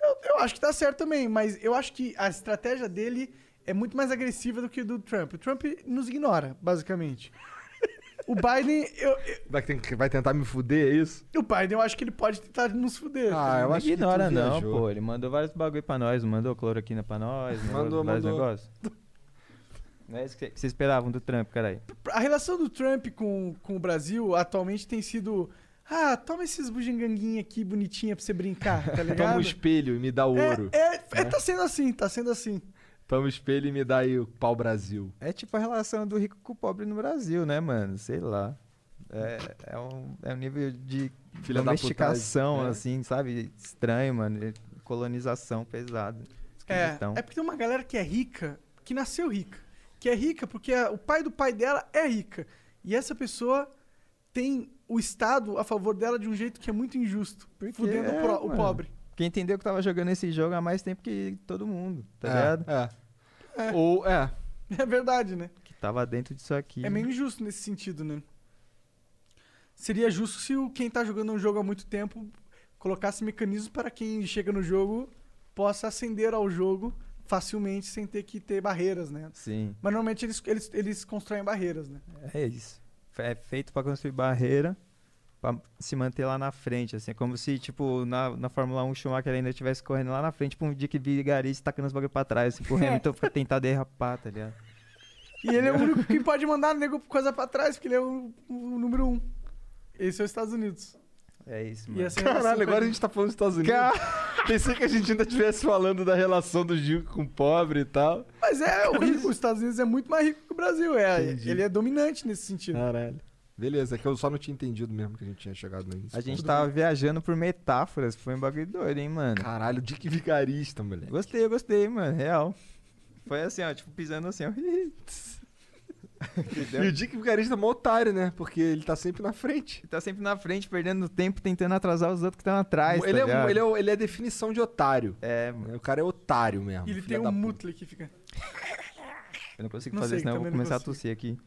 eu, eu acho que tá certo também, mas eu acho que a estratégia dele é muito mais agressiva do que do Trump. O Trump nos ignora, basicamente. O Biden, eu, Vai, que tem que- vai tentar me fuder, é isso? O Biden, eu acho que ele pode tentar nos fuder. Ah, eu não acho que tu ignora não, viajou. pô. Ele mandou vários bagulho pra nós, não mandou cloroquina pra nós, Mandou, mandou, vários mandou. negócios. Não é isso que vocês esperavam do Trump, caralho. é. A relação do Trump com, com o Brasil atualmente tem sido. Ah, toma esses bugiganguinhos aqui bonitinha pra você brincar, tá ligado? Toma um o espelho e me dá ouro. É, é, é, tá sendo assim, tá sendo assim. Toma o espelho e me dá aí o pau Brasil. É tipo a relação do rico com o pobre no Brasil, né, mano? Sei lá. É, é, um, é um nível de Filha da domesticação, putagem, é. assim, sabe? Estranho, mano. e Colonização pesada. É, Esquisitão. é porque tem uma galera que é rica, que nasceu rica. Que é rica porque a- o pai do pai dela é rica. E essa pessoa tem o Estado a favor dela de um jeito que é muito injusto. Fudendo o, é, pro- o mano. pobre. Quem entendeu que tava jogando esse jogo há mais tempo que todo mundo, tá é, ligado? é. Ou, é. É verdade, né? Que tava dentro disso aqui. É meio injusto nesse sentido, né? Seria justo se o- quem tá jogando um jogo há muito tempo colocasse mecanismos para quem chega no jogo possa acender ao jogo facilmente sem ter que ter barreiras, né? Sim, Mas normalmente eles, eles, eles constroem barreiras, né? é isso. Fe- É feito pra construir barreira pra se manter lá na frente, assim. É como se, tipo, na, na Fórmula 1 o Schumacher ainda estivesse correndo lá na frente, tipo, um dia que vigarista tacando os bagulho pra trás, assim, pro Hamilton pra tentar derrapar, tá ligado? E ele é o único que pode mandar nego coisa pra trás, porque ele é o, o número um. Esse é os Estados Unidos. É isso, E mano. essa é relação Caralho, com agora a gente tá falando dos Estados Unidos. Pensei que a gente ainda estivesse falando da relação do Gil com o pobre e tal. Mas é, o rico, os Estados Unidos é muito mais rico que o Brasil. É, ele é dominante nesse sentido. Caralho. Beleza, é que eu só não tinha entendido mesmo que a gente tinha chegado nisso. A gente tava viajando por metáforas, foi um bagulho doido, hein, mano. Caralho, Dick Vigarista, moleque. Gostei, eu gostei, mano, real. Foi assim, ó, tipo, pisando assim, ó. E o Dick Vigarista é mó otário, né? Porque ele tá sempre na frente. Que tá sempre na frente, perdendo tempo, tentando atrasar os outros que estão atrás. ele, tá um, é, ligado? ele, é, o- ele é a definição de otário. É, mano, O cara é otário mesmo. E ele filha tem da um puta. mutle que fica. eu não consigo Não fazer sei, isso, não. Eu vou também não começar a consigo. tossir aqui.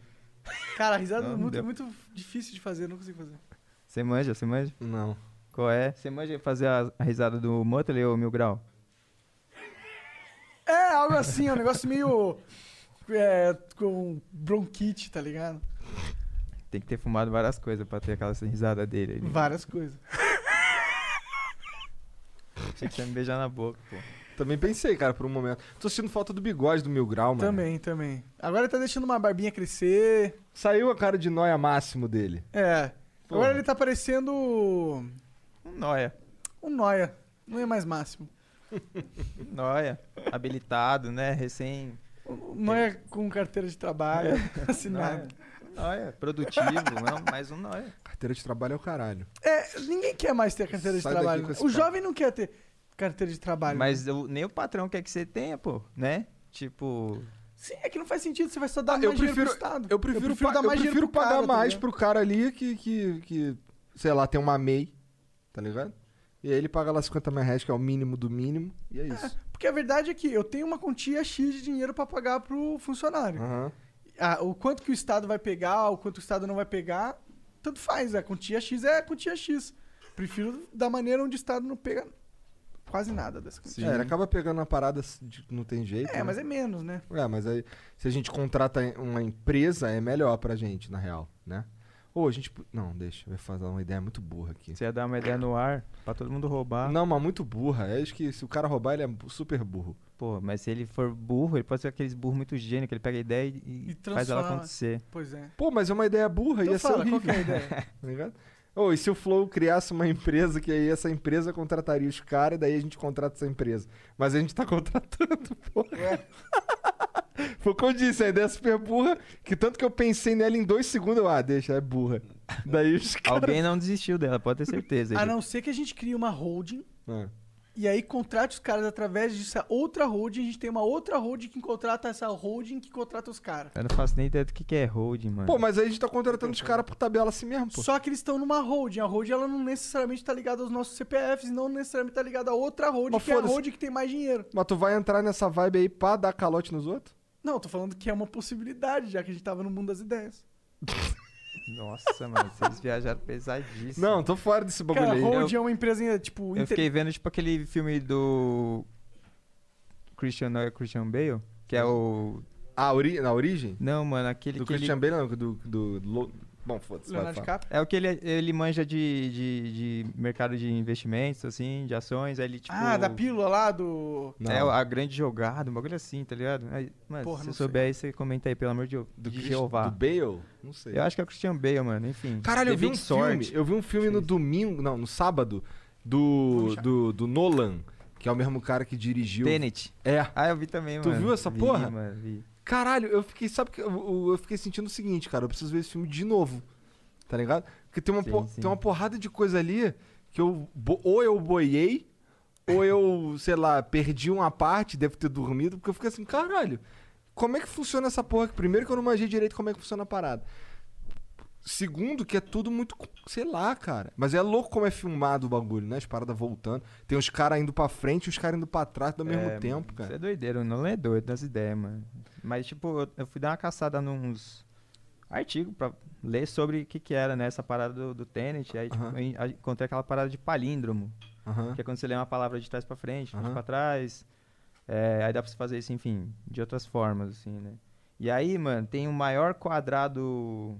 Cara, a risada Ah, do Não, não Muto é deu. muito difícil de fazer, eu não consigo fazer. Você manja, você manja? Não. Qual é? Você manja fazer a, a risada do Motley ou Mil Grau? É, algo assim, é um negócio meio. É, com bronquite, tá ligado? Tem que ter fumado várias coisas pra ter aquela risada dele. Uhum. ali. Várias coisas. Achei que você ia me beijar na boca, pô. Também pensei, cara, por um momento. Tô sentindo falta do bigode do Mil Grau, mano. Também, também. Agora ele tá deixando uma barbinha crescer. Saiu a cara de nóia máximo dele. É. Porra. Agora ele tá parecendo. Um nóia. um Noia. Não é mais máximo. Noia, um habilitado, né? Recém. Não é com carteira de trabalho É. assim, assinada. Noia, noia, um produtivo, não, mais um noia. Carteira de trabalho é o caralho. É, ninguém quer mais ter carteira Sai de daqui trabalho. com esse O papo. jovem não quer ter carteira de trabalho. Mas eu- nem o patrão quer que você tenha, pô, né? Tipo, Sim, é que não faz sentido, você vai só dar mais eu dinheiro prefiro, pro Estado. eu prefiro, pa- eu dinheiro prefiro pro pagar cara, tá mais ligado? pro cara ali que, que, que, sei lá, tem uma MEI, tá ligado? E aí ele paga lá 50 mil reais, que é o mínimo do mínimo, e é isso. Porque a verdade é que eu tenho uma quantia X de dinheiro pra pagar pro funcionário. Aham. Ah, o quanto que o Estado vai pegar, o quanto o Estado não vai pegar, tanto faz. A quantia X é a quantia X. Prefiro da maneira onde o Estado não pega quase nada dessa quantia. É, ele acaba pegando uma parada de que não tem jeito. É, né? mas é menos, né? É, mas aí, se a gente contrata uma empresa, é melhor pra gente, na real, né? Ou a gente. Não, deixa, eu ia fazer uma ideia muito burra aqui. você ia dar uma ideia no ar pra todo mundo roubar. Não, mas muito burra. É acho que se o cara roubar, ele é bu- super burro. Pô, mas se ele for burro, ele pode ser aqueles burros muito gênio, que ele pega a ideia e, e E faz ela transforma. acontecer. Pois é. Pô, mas é uma ideia burra, Então ia fala, ser qual que horrível. é a ideia? Tá ligado? Ou e se o Flow criasse uma empresa que aí essa empresa contrataria os caras, daí a gente contrata essa empresa. Mas a gente tá contratando, porra. É. Foi o que eu disse, a ideia é super burra, que tanto que eu pensei nela em dois segundos, eu, ah, deixa, é burra. Daí os caras. Alguém não desistiu dela, pode ter certeza. A Ele- Ah, não ser que a gente crie uma holding É. Ah. E aí contrate os caras através dessa outra holding. A gente tem uma outra holding que contrata essa holding que contrata os caras. Eu não faço nem ideia do que que é holding, mano. Pô, mas aí a gente tá contratando os caras por tabela assim mesmo, pô. Só que eles estão numa holding. A holding ela não necessariamente tá ligada aos nossos CPFs, não necessariamente tá ligada a outra holding, Mas que é a foda-se. holding que tem mais dinheiro. Mas tu vai entrar nessa vibe aí pra dar calote nos outros? Não, tô falando que é uma possibilidade, já que a gente tava no mundo das ideias. Nossa, mano, vocês viajaram pesadíssimo. Não, tô fora desse bagulho Cara, a aí. holding é uma empresa, tipo, Eu inter- fiquei vendo, tipo, aquele filme do Christian, não é Christian Bale? Que é o... Ah, ori... na origem? Não, mano, aquele Do que ele- Christian Bale, não, do... do, Lo- Bom, foda-se. vai, Leonardo fala. DiCaprio. É o que ele, ele manja de, de, de mercado de investimentos, assim, de ações, aí ele, tipo... Ah, da pílula lá do... Não. É a grande jogada, um bagulho assim, tá ligado? Aí, mano, Porra, se não souber aí, você comenta aí, pelo amor de, Do, de Christ- Jeová. do Bale? Não sei. Eu acho que é o Christian Bale, mano, enfim. Caralho, eu vi Teve um sorte. filme. Eu vi um filme no domingo, não, no sábado, do, do, do Nolan, que é o mesmo cara que dirigiu. Tenet. É. Ah, eu vi também, Tu mano. viu essa Vi, porra? mano, vi. Caralho, eu fiquei, sabe que eu, eu- eu fiquei sentindo o seguinte, cara, eu preciso ver esse filme de novo. Tá ligado? Porque tem uma, Sim, po- sim. Tem uma porrada de coisa ali que eu bo- ou eu boiei, ou eu, sei lá, perdi uma parte, devo ter dormido, porque eu fiquei assim, caralho, como é que funciona essa porra? aqui? Primeiro que eu não manjei direito como é que funciona a parada. Segundo, que é tudo muito. co- Sei lá, cara. Mas é louco como é filmado o bagulho, né? As paradas voltando. Tem os caras indo pra frente e os caras indo pra trás ao mesmo É, tempo, Você é cara. doideiro, não é doido das ideias, mano. Mas, tipo, eu, eu fui dar uma caçada nos artigos pra ler sobre o que que era, né, essa parada do, do Tenet. Aí, tipo, Aham. eu en- aí encontrei aquela parada de palíndromo, Aham. que é quando você lê uma palavra de trás pra frente, de frente Aham. pra trás. É, aí dá pra você fazer isso, enfim, de outras formas, assim, né. E aí, mano, tem o maior quadrado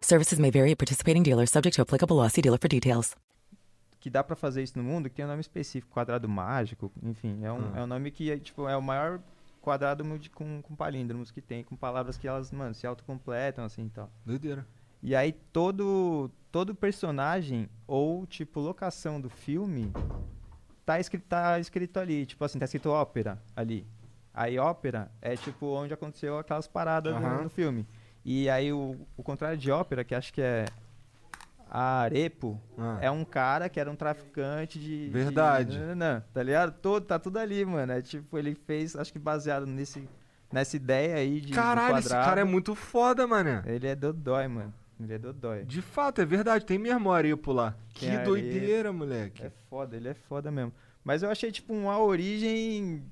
Services may vary at participating dealers, subject to applicable law. See dealer for details. que dá pra fazer isso no mundo, que tem um nome específico, quadrado mágico, enfim, é um, é um nome que é, tipo, é o maior quadrado de- com, com palíndromos que tem, com palavras que elas, mano, se autocompletam, assim, e tal. Doideira. E aí todo todo personagem ou tipo locação do filme tá escrito, tá escrito ali, tipo assim, tá escrito ópera ali. Aí ópera é tipo onde aconteceu aquelas paradas no- Aham. no, filme. E aí o, o contrário de ópera, que acho que é Arepo Ah. é um cara que era um traficante de. de- Verdade. Não, não, não, tá ligado? Todo, tá tudo ali, mano. É tipo, ele fez, acho que baseado nesse, nessa ideia aí de. do Caralho, esse quadrado. cara é muito foda, mané. Ele é dodói, mano. Ele é dodói. De fato, é verdade. Tem mesmo arepo lá. que Tem arepo. doideira, moleque. É foda, ele é foda mesmo. Mas eu achei, tipo, uma origem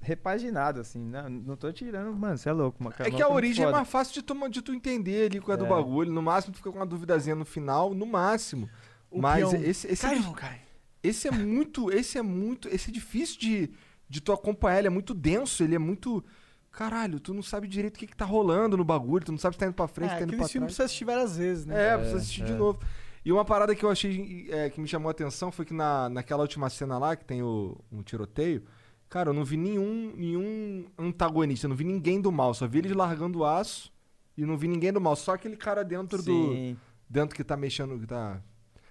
repaginada, assim. Não, não tô tirando, mano, você é louco. Mano, É que a origem é mais fácil de tu, de tu entender ali qual é do É. bagulho. No máximo, tu fica com uma duvidazinha no final, no máximo. Mas peão esse, esse, Cai é, ou dif- não cai? esse é muito. Esse é muito. Esse é difícil de, de tu acompanhar. Ele é muito denso, ele é muito. Caralho, tu não sabe direito o que, que tá rolando no bagulho, tu não sabe se tá indo pra É, frente, se Ah, tá indo aquele pra filme trás. precisa assistir várias vezes, né? É, precisa assistir de novo. E uma parada que eu achei é, que me chamou a atenção foi que na, naquela última cena lá, que tem o, um tiroteio, cara, eu não vi nenhum, nenhum antagonista, eu não vi ninguém do mal, só vi eles largando o aço e não vi ninguém do mal, só aquele cara dentro do. Sim, Dentro que tá mexendo, que tá.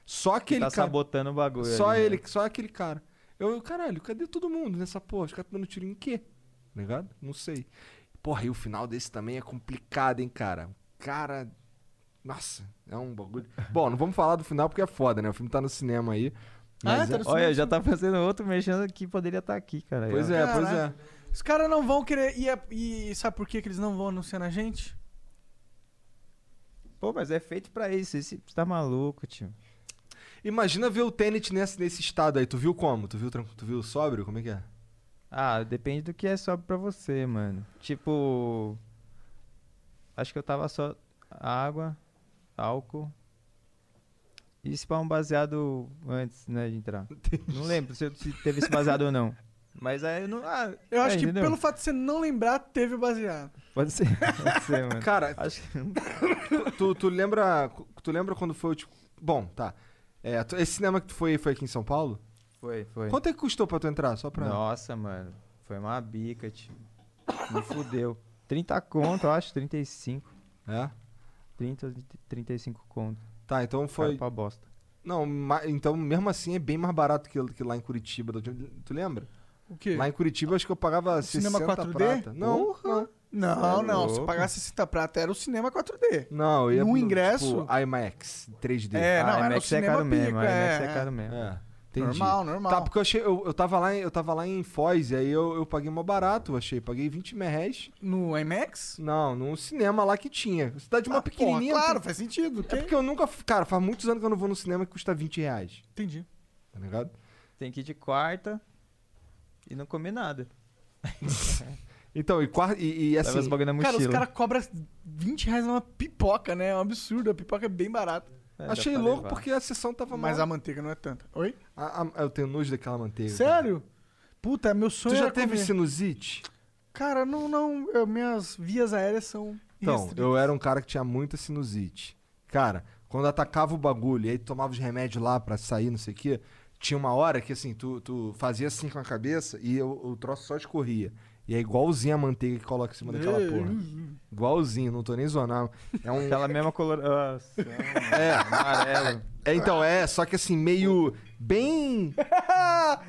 Só aquele tá cara. sabotando o bagulho. Só ali, né? ele, só aquele cara. Eu, caralho, cadê todo mundo nessa porra? Os caras tão dando tiro em quê? Tá Ligado? Não sei. Porra, e o final desse também é complicado, hein, cara? O cara. Nossa, é um bagulho. Bom, não vamos falar do final porque é foda, né? O filme tá no cinema aí. Mas tá é... no cinema. Olha, já tá fazendo outro mexendo que poderia estar aqui, cara. Pois Eu- é, Caralho. pois é. Os caras não vão querer. E, é- e sabe por que, que eles não vão anunciar na gente? Pô, mas é feito pra isso. Esse, você tá maluco, tio. Imagina ver o Tenet nesse, nesse estado aí. Tu viu como? Tu viu, tran- tu viu sóbrio? Como é que é? Ah, depende do que é só pra você, mano. Tipo. Acho que eu tava só. Água, álcool. E se pá um baseado antes, né, de entrar. Não lembro se, eu- se teve esse baseado ou não. Mas aí eu não. Ah, Eu acho é, que entendeu? pelo fato de você não lembrar, teve o baseado. Pode ser, pode ser, mano. Cara, Acho que. tu, tu lembra. Tu lembra quando foi o tipo. Bom, tá. É, tu- esse cinema que tu foi foi aqui em São Paulo? Foi, foi. Quanto é que custou pra tu entrar? Só pra. Nossa, mano. Foi uma bica, tio. Me fudeu. 30 conto, eu acho. 35. É? 30, 35 conto. Tá, então Foi. foi. Pra bosta. Não, ma- então mesmo assim é bem mais barato que, que lá em Curitiba. da última- Tu lembra? O quê? Lá em Curitiba acho que eu pagava 60 cinema 4D? prata. Não, não. Não, Cê é não. Se louco. pagasse 60 prata, era o cinema 4D. Não, eu ia No pro, ingresso? Tipo, IMAX 3D. É, não, ah, era o IMAX é cinema caro mesmo, pica, IMAX é, é caro mesmo. É, entendi. Normal, normal. Tá, porque eu achei. Eu, eu tava lá, em- eu tava lá em Foz, e aí eu, eu paguei mó barato, eu achei. Paguei 20 mil reais. No IMAX? Não, num cinema lá que tinha. Cidade uma Ah, porra, pequenininha. não claro, tem- faz sentido. É ok? porque eu nunca. f- Cara, faz muitos anos que eu não vou num cinema que custa 20 reais. Entendi. Tá ligado? Tem que ir de quarta e não comer nada. Então, e, quar- e, e Leva assim. os bagulho na Cara, os mochila. caras cobram 20 reais numa pipoca, né? É um absurdo. A pipoca é bem barata. É, dá Achei pra louco levar. porque a sessão tava Mas mal. a manteiga não é tanta. Oi? A- a- eu tenho nojo daquela manteiga. Sério? Puta, meu Tu sonho já era teve comer. sinusite? Cara, não, não. eu- minhas vias aéreas são. Então, restritas. eu era um cara que tinha muita sinusite. Cara, quando atacava o bagulho e aí tomava os remédios lá pra sair, não sei o quê, tinha uma hora que assim, tu, tu fazia assim com a cabeça e o, o troço só escorria. E é igualzinho a manteiga que coloca em cima daquela Ei, porra. Igualzinho, não tô nem zoando. É um. Aquela mesma color... Nossa, É, amarelo. é, então, é, só que assim, meio. Bem.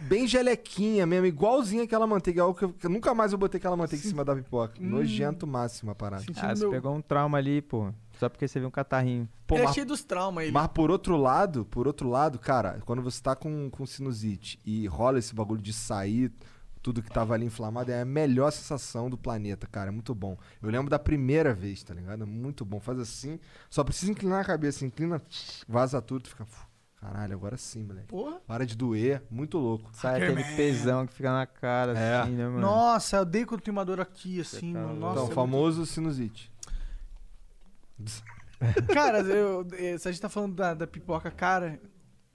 Bem gelequinha mesmo, igualzinho aquela manteiga. É algo que eu- que eu nunca mais eu botei aquela manteiga em cima da pipoca. Nojento máximo a parada. Sentindo Ah, você meu- pegou um trauma ali, pô. Só porque você viu um catarrinho. Pô, Ele é mas- cheio dos traumas, ele. Mas por outro lado, por outro lado, cara, quando você tá com, com sinusite e rola esse bagulho de sair, tudo que tava ali inflamado, é a melhor sensação do planeta, cara. É muito bom. Eu lembro da primeira vez, tá ligado? É Muito bom. Faz assim, só precisa inclinar a cabeça, inclina, vaza tudo, fica. "Fu, Caralho, agora sim, moleque. Porra. Para de doer, muito louco. Sai aquele pesão que fica na cara, É. assim, né, mano? Nossa, eu odeio quando tem uma dor aqui, assim, tá mano. Nossa, então, eu- famoso sinusite. Cara, eu, eh, se a gente tá falando da, da pipoca cara,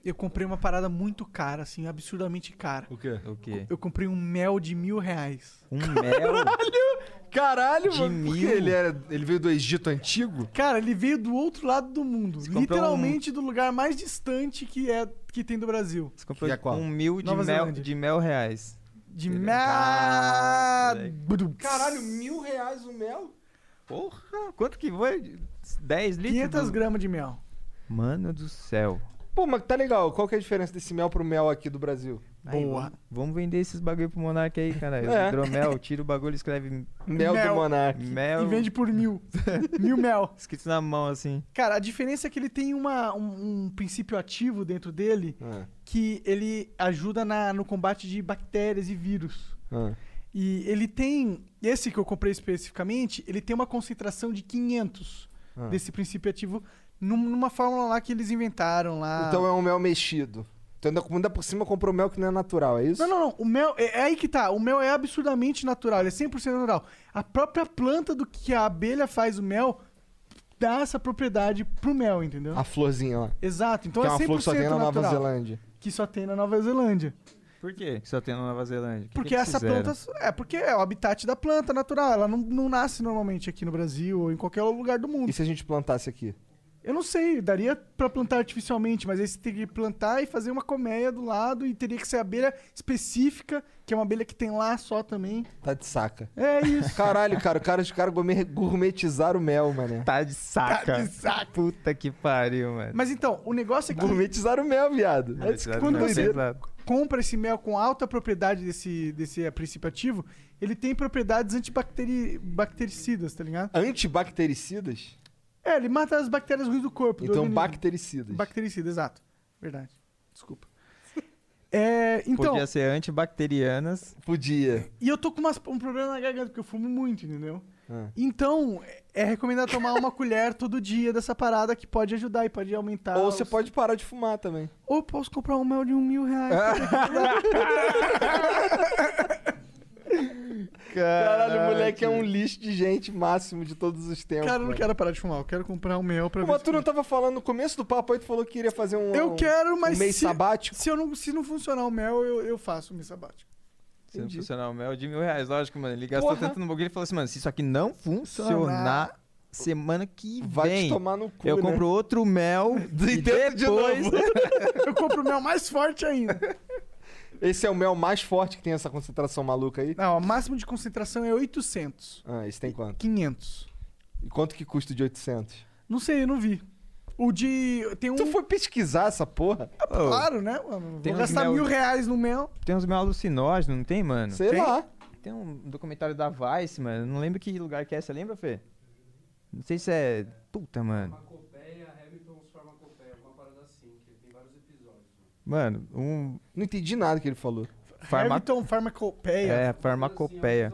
eu comprei uma parada muito cara, assim, absurdamente cara. O quê? O quê? Eu comprei um mel de mil reais. Um mel? Caralho, De mano. por que mil? Ele, era, ele veio do Egito antigo? Cara, ele veio do outro lado do mundo. comprou um literalmente do lugar mais distante que, é, que tem do Brasil. Você comprou Que é qual? um mil de Nova mel, Zelândia. de mel reais. De Ele- mel. Caralho. Budum. mil reais o mel? Porra, quanto que foi? 10 litros? 500 gramas de mel. Mano do céu. Pô, mas tá legal. Qual que é a diferença desse mel pro mel aqui do Brasil? Aí, Boa. vamos, vamos vender esses bagulho pro Monark aí, cara. É. Esse hidromel, tira o bagulho, escreve Mel, do Mel. Monark. mel. E vende por mil. mil mel. Escrito na mão, assim. Cara, a diferença é que ele tem uma, um, um princípio ativo dentro dele Ah, que ele ajuda na- no combate de bactérias e vírus. ah. E ele tem. Esse que eu comprei especificamente, ele tem uma concentração de 500 Ah. desse princípio ativo num- numa fórmula lá que eles inventaram lá. Então é um mel mexido. Tu ainda, ainda por cima comprou mel que não é natural, é isso? Não, não, não. O mel. É, é aí que tá. O mel é absurdamente natural. Ele é 100% natural. A própria planta do que a abelha faz o mel dá essa propriedade pro mel, entendeu? A florzinha lá. Exato. Então que é é uma 100% flor que só tem na natural. Nova Zelândia. Que só tem na Nova Zelândia. Por quê? Que só tem na Nova Zelândia. Que Porque que eles essa fizeram? planta. É, porque é o habitat da planta natural. Ela não, não nasce normalmente aqui no Brasil ou em qualquer lugar do mundo. E se a gente plantasse aqui? Eu não sei, daria pra plantar artificialmente, mas aí você teria que plantar e fazer uma colmeia do lado e teria que ser abelha específica, que é uma abelha que tem lá só também. Tá de saca. É isso. Caralho, cara, o cara, os caras gourmet- gourmetizaram o mel, mané. Tá de saca. Tá de saca. Puta que pariu, mano. Tá mas então, o negócio é que Gourmetizaram o mel, viado. Olha, Antes que tirado quando do meu você- centro, compra esse mel com alta propriedade desse, desse eh, princípio ativo, ele tem propriedades antibactericidas, tá ligado? Antibactericidas? É, ele mata as bactérias ruins do corpo. do Então, organismo. bactericidas. Bactericida, exato. Verdade. Desculpa. É, então, Podia ser antibacterianas. Podia. e eu tô com umas- um problema na garganta, porque eu fumo muito, entendeu? Ah. Então, é- é recomendado tomar uma colher todo dia dessa parada que pode ajudar e pode aumentar. Ou os- você pode parar de fumar também. Ou posso comprar um mel de um mil reais. Ah. Caralho, o moleque é um lixo de gente máximo de todos os tempos. Cara, eu não mano. quero parar de fumar, eu quero comprar um mel pra ver. Mas se- tu não tava falando no começo do papo aí, tu falou que iria fazer um. Eu um- quero, mas Um mês se- sabático. Se, eu não, se não funcionar o mel, eu, eu faço o mês sabático. Se não funcionar o mel, de mil reais, lógico, mano. Ele gastou Porra. tanto no bagulho e falou assim, mano, se isso aqui não funcionar, semana que Vai vem. te tomar no cu. eu né? compro outro mel e dentro de depois. novo. Eu compro o mel mais forte ainda. Esse é o mel mais forte que tem essa concentração maluca aí. Não, o máximo de concentração é 800. Ah, esse tem quanto? 500. E quanto que custa o de 800? Não sei, eu não vi. O de... Tem um... Tu foi pesquisar essa porra? Claro, né, mano? Tem Vou uns gastar mel- mil reais no mel. Tem uns mel alucinógenos, não tem, mano? Sei lá. Tem um documentário da Vice, mano. Não lembro que lugar que é. Você lembra, Fê? Não sei se é. Puta, mano. Mano, um. Não entendi nada que ele falou. Farma... Hamilton Farmacopeia É, farmacopeia.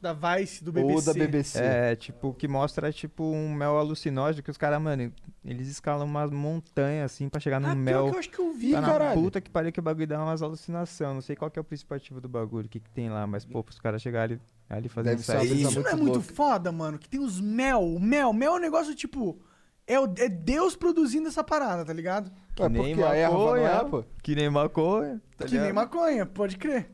da Vice, do BBC. Ou da BBC. É, tipo, que mostra, tipo, um mel alucinógeno que os caras, mano, eles escalam umas montanhas, assim, pra chegar num Ah, pior mel. que eu acho que eu vi, Tá na caralho. puta que pariu que o bagulho dá umas alucinações. Não sei qual que é o principal ativo do bagulho, o que, que tem lá, mas, pô, os caras chegarem ali, ali fazendo Deve ser isso aí. uma Isso Tá não é muito muito louco. foda, mano? Que tem os mel. O mel, mel é um negócio tipo. É, o- é Deus produzindo essa parada, tá ligado? Ué, nem porque a erva não é, maconha. pô. Que nem maconha. tá que nem ligado? maconha, pode crer.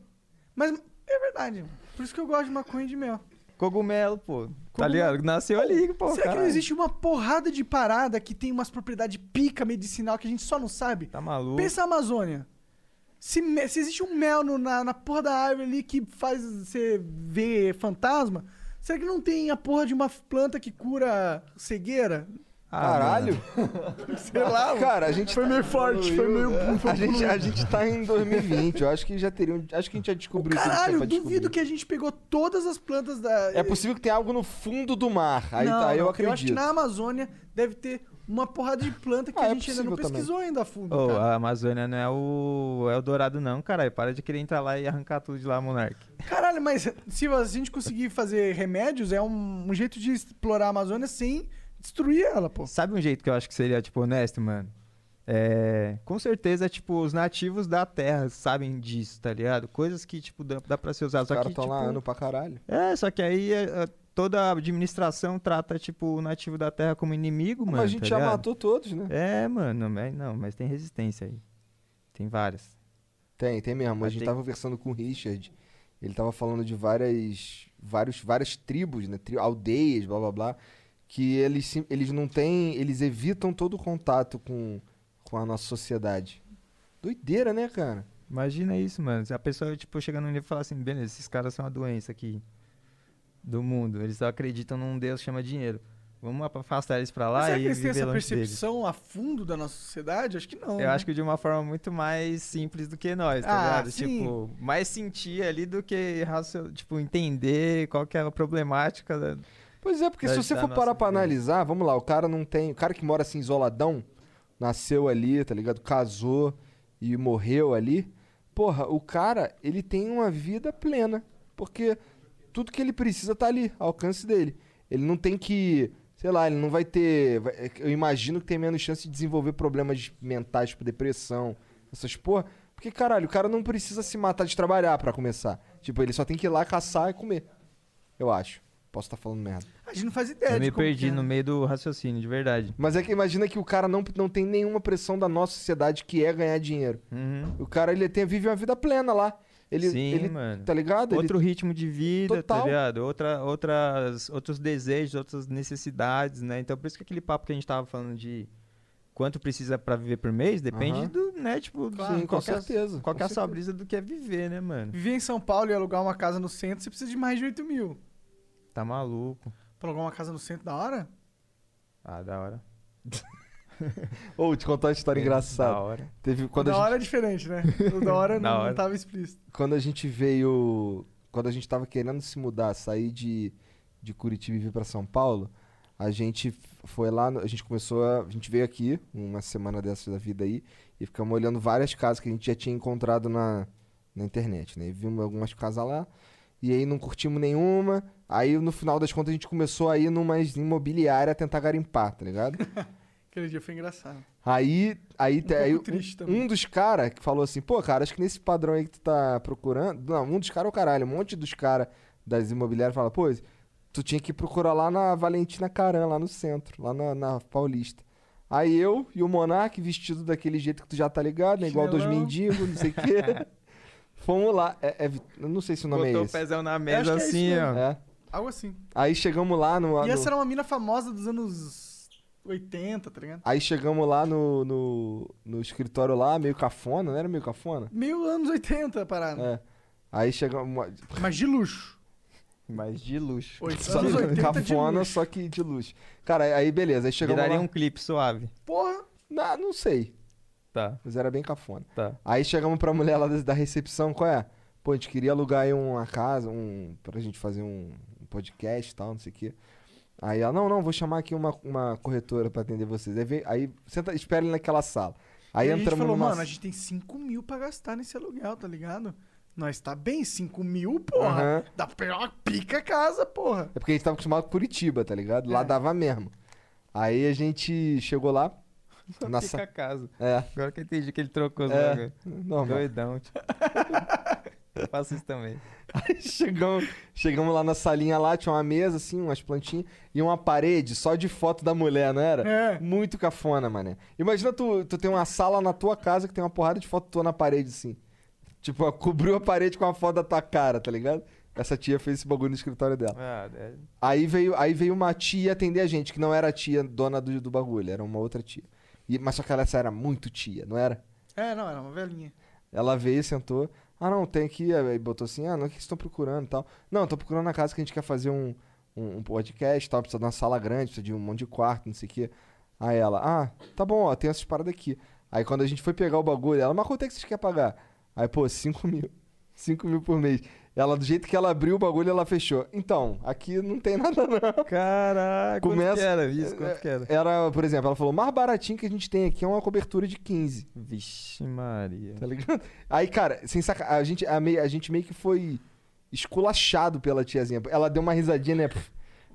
Mas é verdade, mano. Por isso que eu gosto de maconha e de mel. Cogumelo, pô. Tá ligado? Nasceu ali, pô. Será que caralho. não existe uma porrada de parada que tem umas propriedades pica medicinal que a gente só não sabe? Tá maluco? Pensa a Amazônia. Se, me- se existe um mel no- na, na porra da árvore ali que faz você ver fantasma, será que não tem a porra de uma planta que cura cegueira? Ah, Caralho. mano. Sei lá, cara, a gente Foi tá- meio forte, foi meio. um A gente, a gente tá em 2020, eu acho que já teriam. Acho que a gente já descobriu tudo que tinha Caralho, pra eu duvido descobrir. que a gente pegou todas as plantas da. É possível que tenha algo no fundo do mar. Aí Não, tá, eu não, acredito. acho que na Amazônia deve ter uma porrada de planta que Ah, a é gente ainda não possível também. Oh, ah. pesquisou ainda a fundo. Ô, cara. a Amazônia não é o Eldorado, não, caralho. Para de querer entrar lá e arrancar tudo de lá, Monark. Caralho, mas se a gente conseguir fazer remédios, é um, um jeito de explorar a Amazônia sem destruir ela, pô. Sabe um jeito que eu acho que seria, tipo, honesto, mano? É, com certeza, tipo, os nativos da terra sabem disso, tá ligado? Coisas que, tipo, dá, dá pra ser usado. Os Só caras que, estão tipo, lá ano pra caralho. É, só que aí é, é, toda a administração trata, tipo, o nativo da terra como inimigo, mano. Mas a gente tá já ligado? matou todos, né? É, mano, mas, não, mas tem resistência aí. Tem várias. Tem, tem mesmo. A Mas gente tem- tava conversando com o Richard. Ele tava falando de várias, vários, várias tribos, né? Tri- aldeias, blá blá blá. Que eles, sim- eles não têm. Eles evitam todo o contato com, com a nossa sociedade. Doideira, né, cara? Imagina isso, mano. Se a pessoa, tipo, chega num nível e fala assim, beleza, esses caras são a doença aqui do mundo. Eles só acreditam num Deus que chama dinheiro. Vamos afastar eles pra lá Mas será que e eles têm viver essa longe deles. percepção a fundo da nossa sociedade? Acho que não. né? Eu acho que de uma forma muito mais simples do que nós, tá Ah, ligado? sim. Tipo, mais sentir ali do que racio- tipo, entender qual que é a problemática. da- Pois é, porque Da- se você da for nossa parar pra vida. analisar, vamos lá, o cara não tem. O cara que mora assim isoladão, nasceu ali, tá ligado? Casou e morreu ali. Porra, o cara, ele tem uma vida plena. Porque tudo que ele precisa tá ali, ao alcance dele. Ele não tem que. Sei lá, ele não vai ter. vai- é que Eu imagino que tem menos chance de desenvolver problemas mentais, tipo depressão, essas porra. Porque, caralho, o cara não precisa se matar de trabalhar pra começar. Tipo, ele só tem que ir lá caçar e comer. Eu acho. Posso estar falando merda. A gente não faz ideia de eu me como perdi que é. no meio do raciocínio, de verdade. Mas é que imagina que o cara não, não tem nenhuma pressão da nossa sociedade que é ganhar dinheiro. Uhum. O cara, ele tem, vive uma vida plena lá. Ele, Sim, ele- mano. Tá ligado? Outro ritmo de vida, Total. tá ligado? Outra, outras, outros desejos, outras necessidades, né? Então, por isso que aquele papo que a gente tava falando de quanto precisa pra viver por mês, depende Aham. do, né? Tipo, Claro, com qualquer, certeza, Qual com que é a sua certeza. brisa do que é viver, né, mano? Viver em São Paulo e alugar uma casa no centro, você precisa de mais de 8 mil. Tá maluco. Pra alugar uma casa no centro, da hora? Ah, da hora. Ele... Ou te contar uma história Da engraçada. hora. Teve quando da a, gente, hora é diferente, né? O da hora, Da não, hora. não tava explícito. quando a gente veio. Quando a gente tava querendo se mudar, sair de, de Curitiba e vir pra São Paulo, a gente f- foi lá. no- A gente começou a. A gente veio aqui, uma semana dessa da vida aí, e ficamos olhando várias casas que a gente já tinha encontrado na, na internet, né? E vimos algumas casas lá. E aí não curtimos nenhuma. Aí no final das contas a gente começou a ir numa imobiliária tentar garimpar, tá ligado? Aquele dia foi engraçado. Aí, aí, te- aí pouco triste um, também. um dos caras que falou assim, pô, cara, acho que nesse padrão aí que tu tá procurando. Não, um dos caras é o caralho. Um monte dos caras das imobiliárias fala, pô, tu tinha que procurar lá na Valentina Caran, lá no centro, lá na, na Paulista. Aí eu e o Monark, vestido daquele jeito que tu já tá ligado, né? Igual dois Chinelão. mendigos, não sei o quê. Fomos lá. É, é Vi- eu não sei se o nome Botou é o esse. pezão na mesa que é isso assim, mesmo. ó. É. Algo assim. Aí chegamos lá no. E no- essa era uma mina famosa dos anos 80, tá ligado? Aí chegamos lá no, no, no escritório lá, meio cafona, não era meio cafona? Meio anos 80 a parada. É. Aí chegamos. É. Mas de luxo. Mas de luxo. Oito- Só anos 80 de cafona, luxo. só que de luxo. Cara, aí beleza, aí chegamos Viraria lá. um clipe suave. Porra, Não, não sei, Tá, mas era bem cafona. tá. Aí chegamos pra mulher lá da, da recepção, qual é? Pô, a gente queria alugar aí uma casa, um. pra gente fazer um, um podcast e tal, não sei o quê. Aí ela, não, não, vou chamar aqui uma, uma corretora pra atender vocês. Aí, veio- aí senta, espera ele naquela sala. Aí e a gente entramos falou, numa... mano, a gente tem 5 mil pra gastar nesse aluguel, tá ligado? Nós tá bem, 5 mil, porra. Aham. Dá pra uma pica casa, porra. É porque a gente tava acostumado com Curitiba, tá ligado? Lá É. dava mesmo. Aí a gente chegou lá. na Fica sa- a casa. É, Agora que eu entendi que ele trocou os é, bagulho. normal. Doidão. Tipo. Eu faço isso também. Chegamos, chegamos lá na salinha lá, tinha uma mesa, assim, umas plantinhas e uma parede só de foto da mulher, não era? É. Muito cafona, mané. Imagina tu, tu tem uma sala na tua casa que tem uma porrada de foto tua na parede, assim. Tipo, ó, cobriu a parede com a foto da tua cara, tá ligado? Essa tia fez esse bagulho no escritório dela. Ah, é- Aí veio, aí veio uma tia atender a gente, que não era a tia dona do, do bagulho, era uma outra tia. E- mas só que ela essa era muito tia, não era? É, não, era uma velhinha. Ela veio, sentou. Ah, não, tem aqui. Aí botou assim: ah, não, o que vocês estão procurando e tal? Não, tô procurando na casa que a gente quer fazer um, um, um podcast e tal. Precisa de uma sala grande, precisa de um monte de quarto, não sei o quê. Aí ela: ah, tá bom, ó, tem essas paradas aqui. Aí quando a gente foi pegar o bagulho, ela: mas quanto é que vocês querem pagar? Aí, pô, 5 mil. 5 mil por mês. Ela, do jeito que ela abriu o bagulho, ela fechou. Então, aqui não tem nada não. Caraca, Começa- quanto que era isso? Quanto que era? Era, por exemplo, ela falou: o mais baratinho que a gente tem aqui é uma cobertura de 15. Vixe Maria. Tá ligado? Aí, cara, sem saca... a, gente, a, meio, a gente meio que foi esculachado pela tiazinha. Ela deu uma risadinha, né? Pff,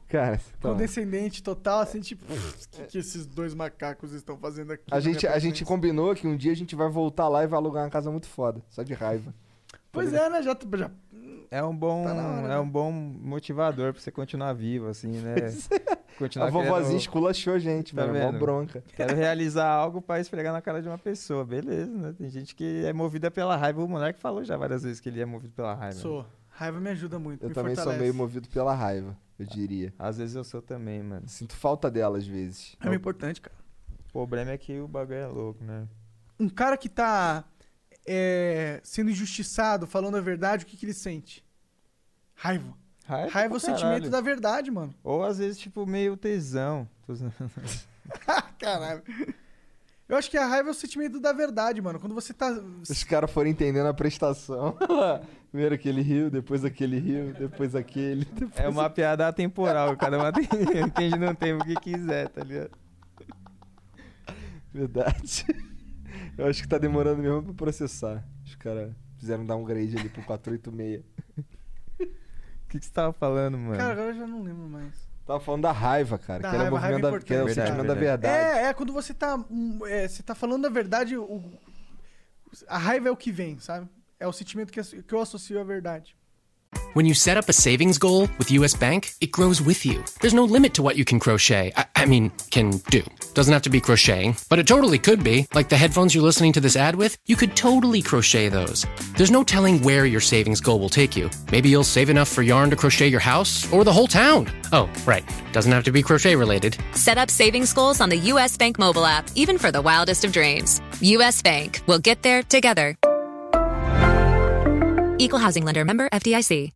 Cara, então, Condescendente total, assim, tipo, o que, que esses dois macacos estão fazendo aqui? a, na gente, minha a gente presença?" combinou que um dia a gente vai voltar lá e vai alugar uma casa muito foda, só de raiva. Pois é, né? Já, já É um bom, Tá na hora, é um bom motivador pra você continuar vivo, assim, né? Continuar a vovozinha querendo- esculachou a gente, Tá mano. Mó vendo? bronca. Quero realizar algo pra esfregar na cara de uma pessoa. Beleza, né? Tem gente que é movida pela raiva. O Monark falou já várias vezes que ele é movido pela raiva. né? sou. Raiva me ajuda muito, Eu me também fortalece. sou meio movido pela raiva, eu diria. Às vezes eu sou também, mano. Sinto falta dela às vezes. É meio importante, cara. O problema é que o bagulho é louco, né? um cara que tá é, sendo injustiçado, falando a verdade, o que, que ele sente? Raiva. tipo, Raiva, Raiva é pra o sentimento caralho. da verdade, mano. Ou às vezes, tipo, meio tesão. Tô zoando. Caralho. Eu acho que a raiva é o sentimento da verdade, mano. Quando você tá. Os caras foram entendendo a prestação. Primeiro aquele rio, depois aquele rio, depois aquele. É uma piada atemporal, cada um atende- entende no tempo que quiser, tá ligado? Verdade. Eu acho que tá demorando mesmo pra processar. Os caras fizeram dar um grade ali pro 486. O que, que você tava falando, É. mano? Cara, agora eu já não lembro mais. Tava falando da raiva, cara. Da que era o raiva, raiva movimento da, que era o importante. sentimento da Verdade, verdade. É, é quando você tá. hum, é, você tá falando a verdade, o- a raiva é o que vem, sabe? É o sentimento que, as- que eu associo à verdade. When you set up a savings goal with US Bank, it grows with you. There's no limit to what you can É, crochet. I, I mean, can do. Doesn't have to be crocheting, but it totally could be. Like the headphones you're listening to this ad with, you could totally crochet those. There's no telling where your savings goal will take you. Maybe you'll save enough for yarn to crochet your house or the whole town. Oh, right. Doesn't have to be crochet related. Set up savings goals on the U.S. Bank mobile app, even for the wildest of dreams. U.S. Bank. We'll get there together. Equal Housing Lender member FDIC.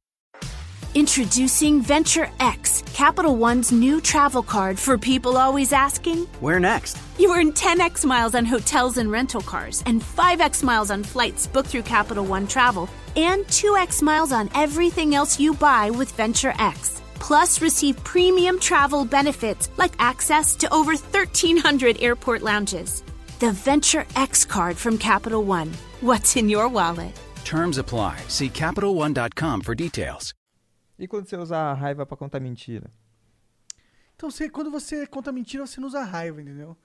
Introducing Venture X, Capital One's new travel card for people always asking, Where next? You earn 10x miles on hotels and rental cars, and 5x miles on flights booked through Capital One Travel, and 2x miles on everything else you buy with Venture X. Plus, receive premium travel benefits like access to over 1,300 airport lounges. The Venture X card from Capital One. What's in your wallet? Terms apply. See CapitalOne.com for details. E quando você usar a raiva pra contar mentira? Então, você, quando você conta mentira, você não usa raiva, entendeu?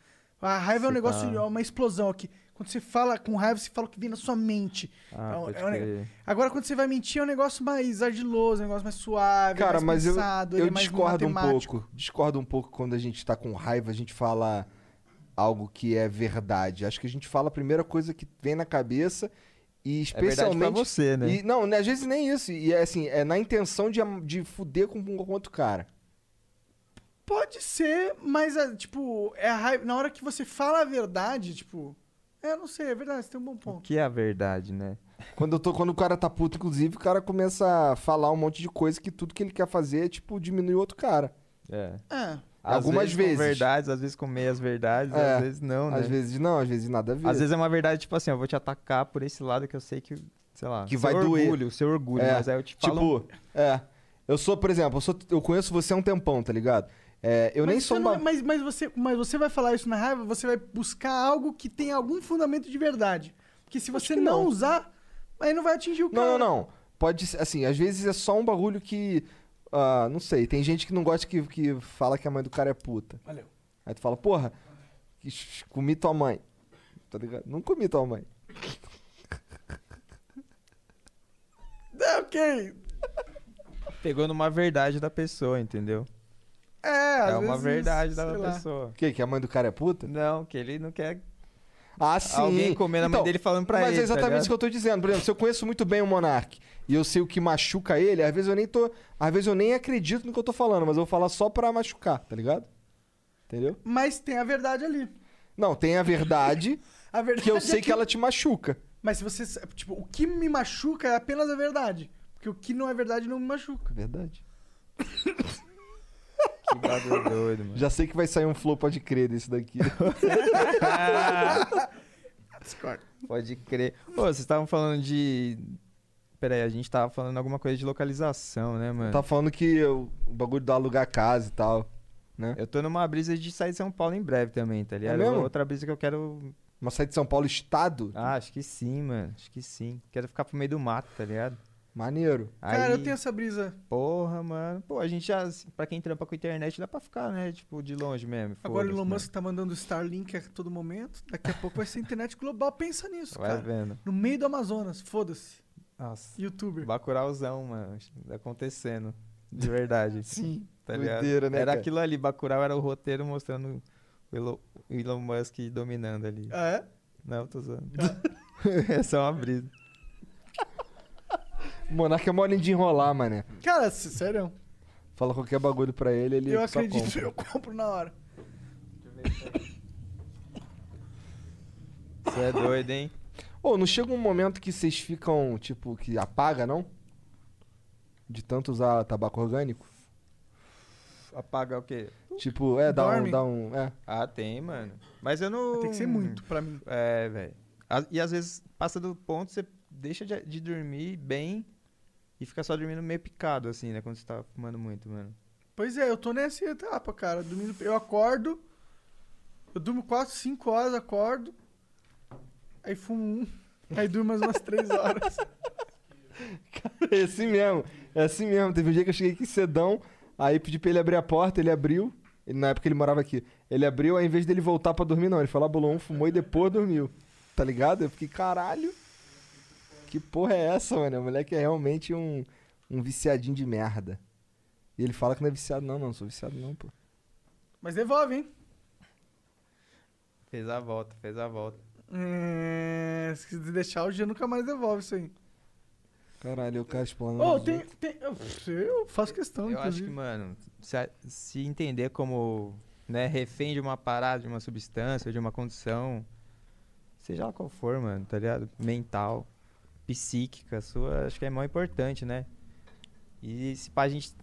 A raiva é um Você negócio, tá- é uma explosão aqui. Quando você fala com raiva, você fala o que vem na sua mente. Ah, É um- pode é um neg- crer. Agora, quando você vai mentir, é um negócio mais ardiloso, é um negócio mais suave, Cara, é mais mas eu, pensado, eu ele é mais discordo um matemático. pouco. Discordo um pouco quando a gente tá com raiva, a gente fala algo que é verdade. Acho que a gente fala a primeira coisa que vem na cabeça e É pra especialmente. você, né? E, não, né, às vezes nem isso. E é assim, é na intenção de, am- de fuder com um outro cara. Pode ser, mas, ah, tipo, é a raiva. Na hora que você fala a verdade, tipo. É, não sei, é verdade, você tem um bom O ponto. que é a verdade, né? Quando, eu tô, quando o cara tá puto, inclusive, o cara começa a falar um monte de coisa que tudo que ele quer fazer é, tipo, diminuir o outro cara. É. É. Algumas Com vezes. verdades, às vezes com meias verdades, É, às vezes não, né? Às vezes não, às vezes nada a ver. Às vezes é uma verdade, tipo assim, eu vou te atacar por esse lado que eu sei que, sei lá, Que seu vai doer. orgulho, seu orgulho, É, mas aí eu te tipo, falo. é. Eu sou, por exemplo, eu, sou- eu conheço você há um tempão, tá ligado? É, eu Mas nem você sou um não é- ba- mas, mas, você, mas você vai falar isso na raiva, você vai buscar algo que tem algum fundamento de verdade. Porque se você que não, não. usar, aí não vai atingir o cara. Não, não, não. Pode ser, assim, às vezes é só um bagulho que. ah, não sei, tem gente que não gosta que, que fala que a mãe do cara é puta. Valeu. Aí tu fala, porra, ixi, comi tua mãe. Tá ligado? Não comi tua mãe. É, ok. Pegou numa verdade da pessoa, entendeu? É, É às uma vezes, verdade da sei lá. pessoa. O quê? Que a mãe do cara é puta? Não, que ele não quer Ah, sim. alguém comendo a mãe dele falando pra mas ele. é tá exatamente ligado? isso que eu tô dizendo. Por exemplo, se eu conheço muito bem o Monark e eu sei o que machuca ele, às vezes eu nem tô. Às vezes eu nem acredito no que eu tô falando, mas eu vou falar só pra machucar, tá ligado? Entendeu? Mas tem a verdade ali. Não, tem a verdade A verdade que eu é sei que ela te machuca. Mas se você. Tipo, o que me machuca é apenas a verdade. Porque o que não é verdade não me machuca. Verdade. Que bagulho doido, mano. Já sei que vai sair um flow, pode crer, desse daqui. Pode crer. Pô, vocês estavam falando de. Peraí, a gente tava falando alguma coisa de localização, né, mano? tá falando que eu- o bagulho do alugar casa e tal. Eu tô numa brisa de sair de São Paulo em breve também, tá ligado? mesmo? Outra brisa que eu quero. Mas sair de São Paulo, estado? Ah, acho que sim, mano. Acho que sim. Quero ficar pro meio do mato, tá ligado? Maneiro. Cara, eu Aí, tenho essa brisa. Porra, mano. Pô, a gente já. assim, Pra quem trampa com internet, dá pra ficar, né? Tipo, de longe mesmo. Agora o foda-se, né? Elon mano. Musk tá mandando Starlink a todo momento. Daqui a pouco vai ser internet global. Pensa nisso, Vai cara. vendo. No meio do Amazonas, foda-se. Nossa. Youtuber. Bacurauzão, mano. Acontecendo. De verdade. Sim. tá ligado? doideira, né, era cara? aquilo ali, Bacurau era o roteiro mostrando o Elon, o Elon Musk dominando ali. É? Não, tô zoando. é só uma brisa. O Monark é mole de enrolar, mané. Cara, s- sério. Fala qualquer bagulho pra ele, ele Eu só acredito, compra. eu compro na hora. Você é doido, hein? Ô, não chega um momento que vocês ficam, tipo, que apaga, não? De tanto usar tabaco orgânico? Apagar o quê? Tipo, é, dá um, Dorme. dá um. É. Ah, tem, mano. Mas eu não. Tem que ser muito pra mim. É, velho. A- E às vezes passa do ponto, você deixa de, de dormir bem e fica só dormindo meio picado, assim, né? Quando você tá fumando muito, mano. Pois é, eu tô nessa etapa, cara. Dormindo, eu acordo, eu durmo 4, 5 horas, acordo, aí fumo um, aí durmo mais umas 3 horas. É assim mesmo, é assim mesmo. Teve um dia que eu cheguei aqui cedão, aí pedi pra ele abrir a porta, ele abriu. Ele- na época ele morava aqui. Ele abriu, aí em vez dele voltar pra dormir, não. Ele foi lá, bolou um, fumou e depois dormiu. Tá ligado? Eu fiquei, caralho. Que porra é essa, mano? O moleque é realmente um, um viciadinho de merda. E ele fala que não é viciado, não, não. Não sou viciado, não, pô. Mas devolve, hein? Fez a volta, fez a volta. É, se deixar o dia nunca mais devolve isso aí. Caralho, o cara explanando. Ô, os tem, outros. tem- eu, eu faço questão, Uhum. Eu acho inclusive. que, mano, se, a- se entender como né, refém de uma parada, de uma substância, de uma condição, seja lá qual for, mano, tá ligado? Mental, psíquica, sua, acho que é mó importante, né? E se pá, a gente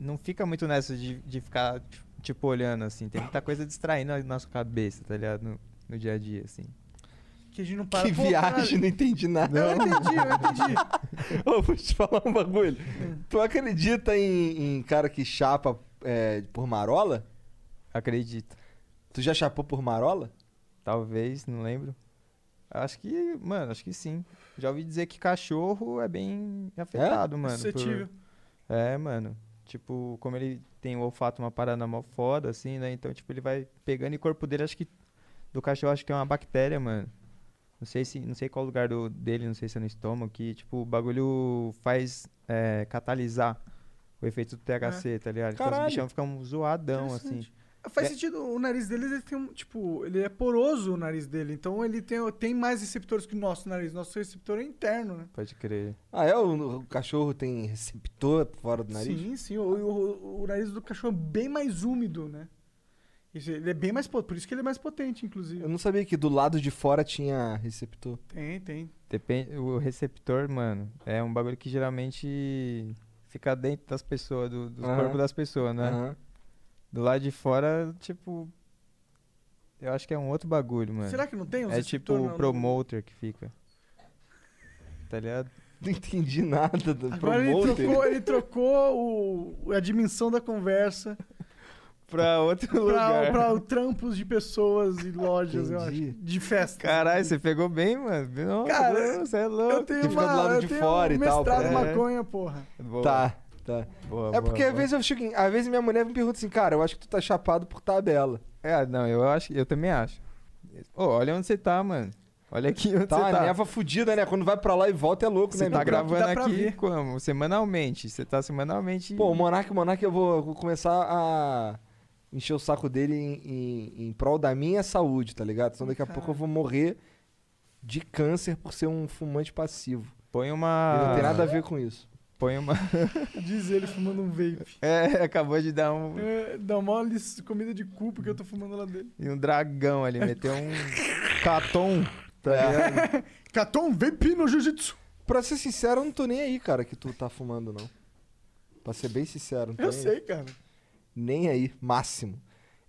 não fica muito nessa de, de ficar, tipo, olhando, assim. Tem muita coisa distraindo a nossa cabeça, tá ligado? No, no dia a dia, assim. Que a gente não para. Que Pô, viagem, não caralho. entendi né? nada. Eu entendi, eu entendi. Ô, vou te falar um bagulho. É. Tu acredita em, em cara que chapa é, por marola? Acredito. Tu já chapou por marola? Talvez, não lembro. Acho que, mano, acho que sim. Já ouvi dizer que cachorro é bem afetado, mano. por- Suscetível. É, mano. Tipo, como ele tem o olfato uma parada mó foda, assim, né? Então, tipo, ele vai pegando e o corpo dele, acho que. Do cachorro, acho que é uma bactéria, mano. Não sei se, não sei qual lugar do, dele, não sei se é no estômago, que, tipo, o bagulho faz é, catalisar o efeito do THC, tá ligado? Então Caralho. os bichão ficam zoadão, assim. Interessante. Faz É. sentido, o nariz deles ele tem um, tipo, ele é poroso o nariz dele, então ele tem, tem mais receptores que o nosso nariz, nosso receptor é interno, né? Pode crer. Ah, é? O, o cachorro tem receptor fora do nariz? Sim, sim, o, o- o nariz do cachorro é bem mais úmido, né? Isso, Ele é bem mais potente, por isso que ele é mais potente, inclusive. Eu não sabia que do lado de fora tinha receptor. Tem, tem. Depende, o receptor, mano, é um bagulho que geralmente fica dentro das pessoas, do, do Aham. corpo das pessoas, né? Aham. Do lado de fora, tipo. Eu acho que é um outro bagulho, mano. Será que não tem uns É tipo receptor na- o no- promoter que fica. Tá ligado? Não entendi nada do Agora ele promoter. trocou, ele trocou o- a dimensão da conversa Pra outro pra, um- lugar. pra o trampos de pessoas e lojas, eu acho. Entendi. De festa. Caralho, você pegou bem, mano. Nossa, Cara, você é louco. Eu tenho Que fica uma, do lado eu de tenho um fora e tal, é. mestrado em pra- maconha, porra. Boa, Tá, tá. boa, é boa, porque às boa. vezes eu chego em, Às vezes minha mulher me pergunta assim, cara, eu acho que tu tá chapado por tabela. É, não, eu acho, eu também acho. Ô, olha onde você tá, mano. Olha aqui onde Tá, você tá. neva fudida, né? Quando vai pra lá e volta é louco, Você né? tá meu? gravando dá pra aqui ver. como? Semanalmente. Você tá semanalmente. Pô, o Monark, o Monark, eu vou, vou começar a encher o saco dele em, em, em prol da minha saúde, tá ligado? Então daqui a pouco eu vou morrer de câncer por ser um fumante passivo. põe Ele uma. Ah. não tem nada a ver com isso. Põe uma. Diz ele fumando um vape. é, acabou de dar um. É, dá uma lis- comida de cu porque eu tô fumando lá dele. E um dragão ali, meteu um catom. Tá ligado? Catou um vape no jiu-jitsu. Pra ser sincero, eu não tô nem aí, cara, que tu tá fumando, não. Pra ser bem sincero, não tô Eu nem aí. sei, cara. Nem aí, máximo.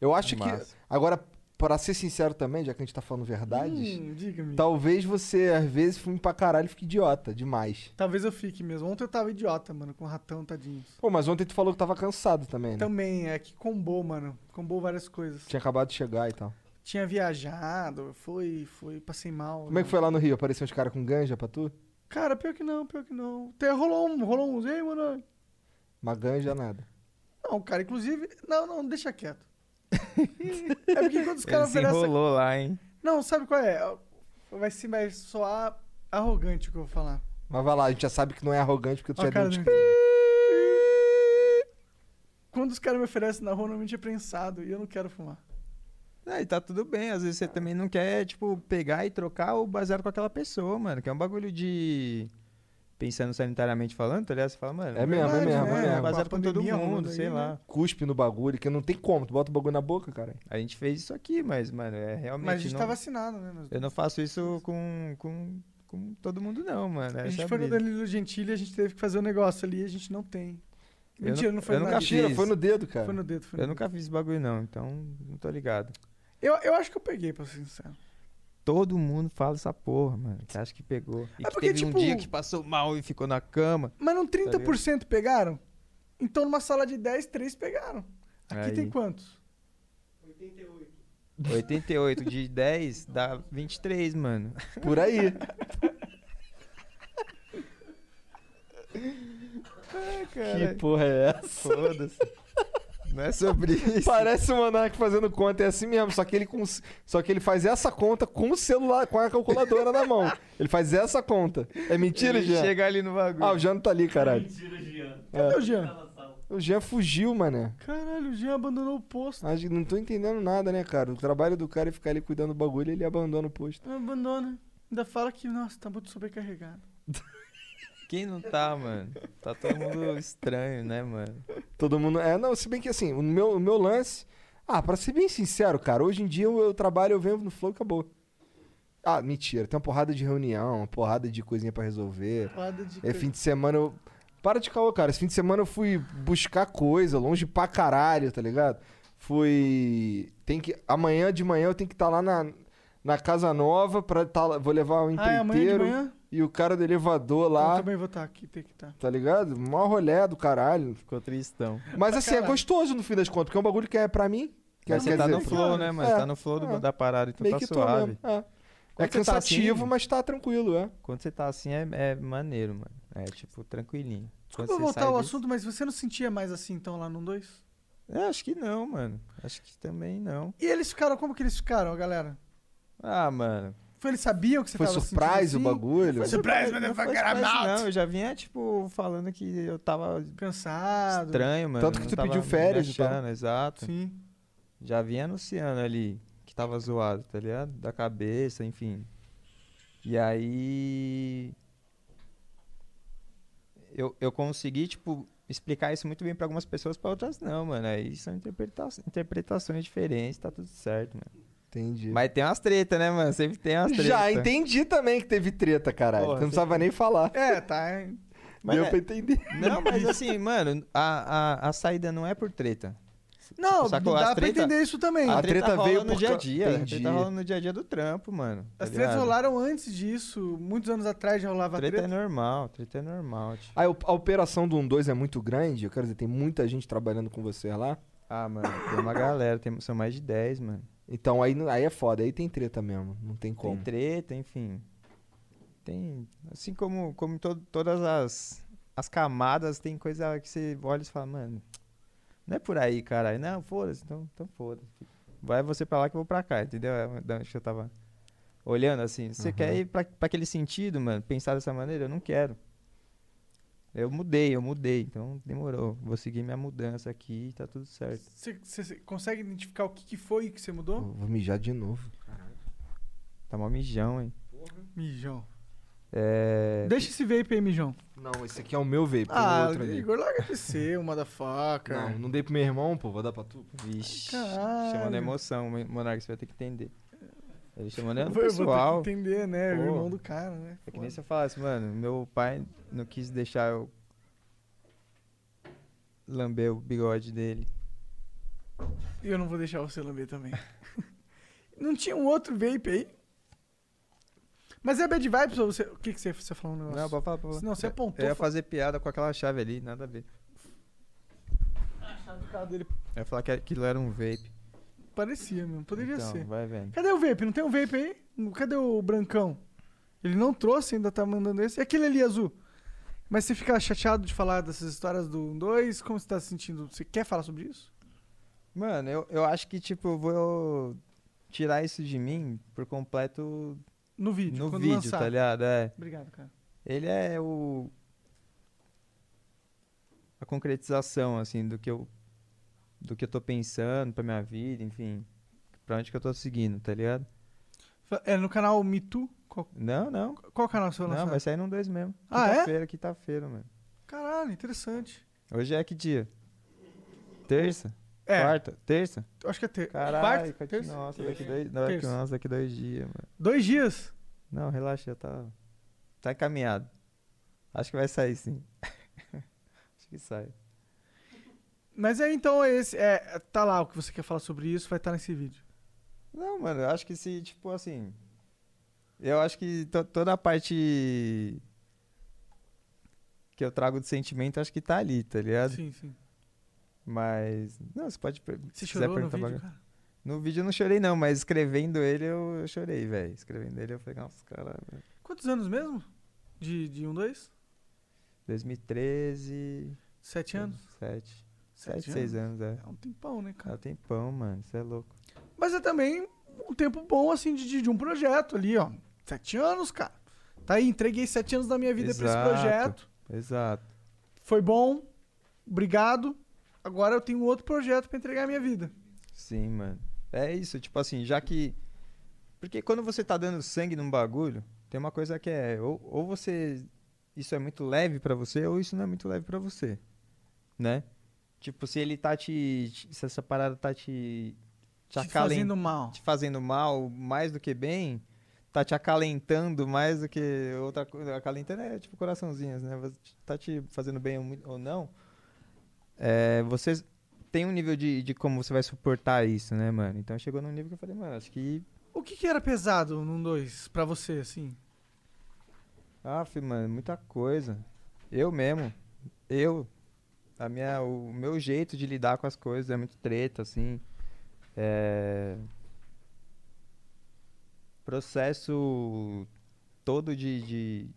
Eu acho que. Máximo. Agora, pra ser sincero também, já que a gente tá falando verdades, Hum, diga-me. talvez você, às vezes, fume pra caralho e fique idiota demais. Talvez eu fique mesmo. Ontem eu tava idiota, mano, com ratão, tadinhos. Pô, mas ontem tu falou que tava cansado também, né? Também, é que combou, mano. Combou várias coisas. Tinha acabado de chegar e tal. Tinha viajado, foi, foi, passei mal. né? Como é que foi lá no Rio? Apareceu uns caras com ganja pra tu? Cara, pior que não, pior que não. Até rolou um, rolou um. Ei, mano. Uma ganja, nada. Não, cara, inclusive. Não, não, deixa quieto. é porque quando os Ele caras se oferecem enrolou lá, hein? Não, sabe qual é? Vai ser mais soar arrogante o que eu vou falar. Mas vai lá, a gente já sabe que não é arrogante porque tu Ó, já a cara né? deu um do- tiro. Quando os caras me oferecem na rua, normalmente é prensado e eu não quero fumar. Ah, e tá tudo bem, às vezes você também não quer, tipo, pegar e trocar o baseado com aquela pessoa, mano. Que é um bagulho de. Pensando sanitariamente falando, tá ligado? Você fala, mano. É mesmo, é Verdade, mesmo, né? é mesmo. Baseado Com a com todo pandemia mundo, rolando sei aí, lá. né? Cuspe no bagulho, que não tem como, tu bota o bagulho na boca, cara. A gente fez isso aqui, mas, mano, é realmente. Mas a gente não... tá vacinado, né? meus- Eu não faço isso com, com com todo mundo, não, mano. A Essa é gente foi no brisa. Danilo Gentili, a gente teve que fazer um negócio ali e a gente não tem. Eu Mentira, não, foi eu nada. é nunca disso. fiz. Foi no dedo, foi eu no nunca fiz esse bagulho, não, então não tô ligado. dedo. Eu, eu acho que eu peguei, pra ser sincero. Todo mundo fala essa porra, mano. Você acha que pegou. E É que porque, teve tipo, um dia que passou mal e ficou na cama. Mas não ligado? 30% pegaram? Então numa sala de 10, 3 pegaram. Aqui Aí. tem quantos? 88 de 10 dá 23, mano. Por aí. Que porra é essa? Foda-se. Não é sobre isso. Parece o Monark fazendo conta, é assim mesmo. Só que, ele com, só que ele faz essa conta com o celular, com a calculadora na mão. Ele faz essa conta. É mentira, Ele Jean? chega ali no bagulho. Ah, o Jean não tá ali, caralho. Mentira, Jean. Cadê o Jean? O Jean fugiu, mané. Caralho, o Jean abandonou o posto. Acho que não tô entendendo nada, né, cara? O trabalho do cara é ficar ali cuidando do bagulho ele abandona o posto. Abandona. Ainda fala que, nossa, tá muito sobrecarregado. Quem não tá, mano? Tá todo mundo estranho, né, mano? Todo mundo. É, não, se bem que assim, o meu, o meu lance. Ah, pra ser bem sincero, cara, hoje em dia eu, eu trabalho, eu venho no flow e acabou. Ah, mentira. Tem uma porrada de reunião, uma porrada de coisinha pra resolver. Porrada de É coisa. fim de semana eu. Para de caô, cara. Esse fim de semana eu fui buscar coisa, longe pra caralho, tá ligado? Fui. Tem que. Amanhã de manhã eu tenho que estar lá na, na Casa Nova pra tá... lá- Vou levar o Ah, é amanhã de empreiteiro manhã? Então, e o cara do elevador Eu lá. também vou estar aqui, tem que estar. Tá ligado? Mó rolé do caralho. Ficou tristão. Mas assim, é gostoso no fim das contas, porque é um bagulho que é pra mim. Que Mas você quer tá dizer- no flow, né, mano? É, tá no flow do- é. da parada, então Meio tá que tô suave. mesmo, é. Quando É você tá cansativo, assim- mas tá tranquilo, é. Quando você tá assim, é, é maneiro, mano. É, tipo, tranquilinho. Quando Desculpa eu você voltar sai ao disso- assunto, mas você não sentia mais assim então lá no 2? É, acho que não, mano. Acho que também não. E eles ficaram, como que eles ficaram, a galera? Ah, mano. Foi, eles sabiam que você Foi tava surprise o sentindo assim? bagulho. Foi surprise, Não foi motherfucker, I'm surprise, não. out! Eu já vinha, tipo, falando que eu tava Cansado. estranho, mano. Tanto que não tu tava pediu me férias e tal. achando, Exato. Sim. Já vinha anunciando ali que tava zoado, tá ligado? Da cabeça, enfim. E aí. Eu, eu consegui, tipo, explicar isso muito bem pra algumas pessoas, pra outras não, mano. Aí são interpreta interpretações diferentes, tá tudo certo, mano. Entendi. Mas tem umas treta, né, mano? Sempre tem umas treta. Já entendi também que teve treta, caralho. Porra, tu não você- precisava nem falar. É, tá. hein? Mas Deu é- pra entender. Não, mas assim, mano, a, a, a saída não é por treta. Não, Sacou? dá As pra treta- entender isso também. A A As treta, treta rola veio no por dia a ca- dia. A Entendi. treta rola no dia a dia do trampo, mano. tá tretas ligado? rolaram antes disso, muitos anos atrás já rolava Treta é treta. normal, treta é normal. Tipo. A, op- a operação do 1-2 é muito grande, eu quero dizer, tem muita gente trabalhando com você lá. Ah, mano, tem uma galera, tem, são mais de 10, mano. Então aí, não- aí é foda, aí tem treta mesmo, não tem como. Tem treta, enfim. Tem. Assim como, como em to- todas as, as camadas, tem coisa que você olha e fala, mano, não é por aí, caralho. Não, foda-se, então, então foda-se. Vai você pra lá que eu vou pra cá, entendeu? É da onde que eu tava olhando assim. Você quer ir pra, pra aquele sentido, mano? Pensar dessa maneira? Eu não quero. Eu mudei, eu mudei, então demorou. Vou seguir minha mudança aqui e tá tudo certo. Você você consegue identificar o que, que foi que você mudou? Hum. Vou vou mijar de novo. Tá mó mijão, hein? Mijão. É. Deixa esse vape aí, mijão. Não, esse aqui é o meu vape, tem Ah, outro ali. Igor, larga de ser, um motherfucker. Não, não dei pro meu irmão, pô, vou dar pra tu. pô. Vixe, Caralho. chamando a emoção, Mon- Monarca, você vai ter que entender. Ele chamando é Eu o vou ter que pessoal. entender, né? O Pô. irmão do cara, né? É que nem se eu falasse, mano, meu pai não quis deixar eu lamber o bigode dele. E eu não vou deixar você lamber também. não tinha um outro vape aí? Mas é bad vibes ou você... O que que você, você falou um negócio? Não, pode falar, pode falar. Não, você Eu- apontou, Eu ia fa- fazer piada com aquela chave ali, nada a ver. O cara dele Eu ia falar que aquilo era um vape. parecia mesmo, poderia então, ser. vai vendo. Cadê o vape? Não tem um vape aí? Cadê o brancão? Ele não trouxe, ainda tá mandando esse. E aquele ali azul? Mas você fica chateado de falar dessas histórias do 1-2? Como você tá se sentindo? Você quer falar sobre isso? Mano, eu, eu acho que, tipo, eu vou tirar isso de mim por completo No vídeo, no quando vídeo, lançar. tá ligado? É. Obrigado, cara. Ele é o. A concretização, assim, do que eu. Do que eu tô pensando pra minha vida, enfim. Pra onde que eu tô seguindo, tá ligado? Fa- É no canal Me Too? Qual, Não, não. qual canal você vai lançar? Não, vai sair num dois mesmo. Ah, é? Quinta-feira, quinta-feira, mano. Caralho, interessante. Hoje é que dia? Terça? É. Quarta? Terça? Eu Acho que é ter... Caralho, quarta, Cati- terça? nossa, daqui dois, não, daqui, Terça. nossa, daqui dois dias, mano. Dois dias. Não, relaxa, já tá. Tá encaminhado. Acho que vai sair sim. Acho que sai. Mas é então esse. É, tá lá o que você quer falar sobre isso, vai estar nesse vídeo. Não, mano, eu acho que se, tipo assim. Eu acho que to- toda a parte que eu trago de sentimento, acho que tá ali, tá ligado? Sim, sim. Mas. Não, você pode. per- Você se quiser chorou no perguntar pra vídeo, cá. No vídeo eu não chorei, não, mas escrevendo ele eu, eu chorei, velho. Escrevendo ele eu falei, nossa, cara. Quantos anos mesmo? De, de um, dois? 2013. Uhum. Sete anos? Sete. Sete Sete, seis anos? anos, é. É um tempão, né, cara? É um tempão, mano. Você é louco. Mas é também um tempo bom, assim, de- de, de um projeto ali, ó. Sete anos, cara. Tá aí, entreguei sete anos da minha vida pra esse projeto. Exato. Foi bom, obrigado. Agora eu tenho outro projeto pra entregar a minha vida. Sim, mano. É isso, tipo assim, já que. Porque quando você tá dando sangue num bagulho, tem uma coisa que é. Ou, ou você. Isso é muito leve pra você, ou isso não é muito leve pra você. Né? Tipo, se ele tá te. te- Se essa parada tá te. Te acalen- fazendo mal. Te fazendo mal mais do que bem. Tá te acalentando mais do que outra coisa. Acalentando é tipo coraçãozinhos, né? Você Tá te fazendo bem ou mu- ou não. É, você tem um nível de, de como você vai suportar isso, né, mano? Então chegou num nível que eu falei, mano, acho que. O que, que era pesado num dois pra você, assim? Aff, mano, muita coisa. Eu mesmo. Eu. A minha, o meu jeito de lidar com as coisas é muito treta, assim. É. Processo todo de, de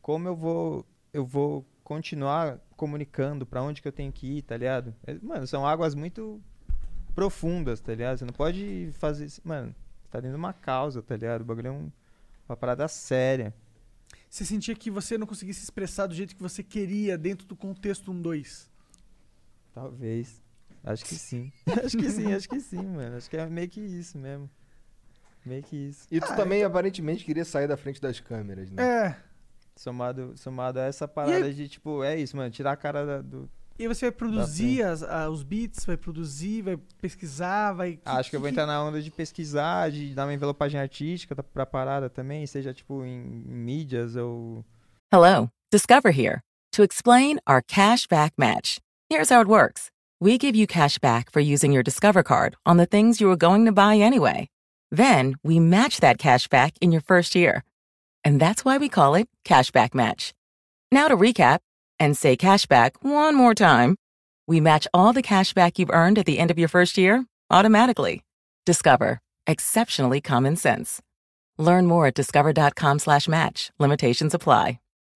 como eu vou eu vou continuar comunicando pra onde que eu tenho que ir, tá ligado? É, Mano, são águas muito profundas, tá ligado? Você não pode fazer isso. Mano, você tá dentro de uma causa, tá ligado? O bagulho é um- uma parada séria. Você sentia que você não conseguia se expressar do jeito que você queria dentro do contexto um dois? Talvez. Acho que sim. acho que sim, acho que sim, mano. Acho que é meio que isso mesmo. Meio que isso. E tu também então- aparentemente queria sair da frente das câmeras, né? É. Somado, somado a essa parada de, tipo, é isso, mano. Tirar a cara da- do. E aí você vai produzir as- a- os beats, vai produzir, vai pesquisar, vai. ah, Acho que eu vou entrar na onda de pesquisar, de dar uma envelopagem artística tá- pra parada também, seja tipo em, em mídias ou. Hello, Discover here to explain our cash back match. Here's how it works we give you cash back for using your Discover card on the things you were going to buy anyway. Then we match that cash back in your first year. And that's why we call it cash back match. Now to recap and say cash back one more time. We match all the cash back you've earned at the end of your first year automatically. Discover. Exceptionally common sense. Learn more at discover.com slash match. Limitations apply.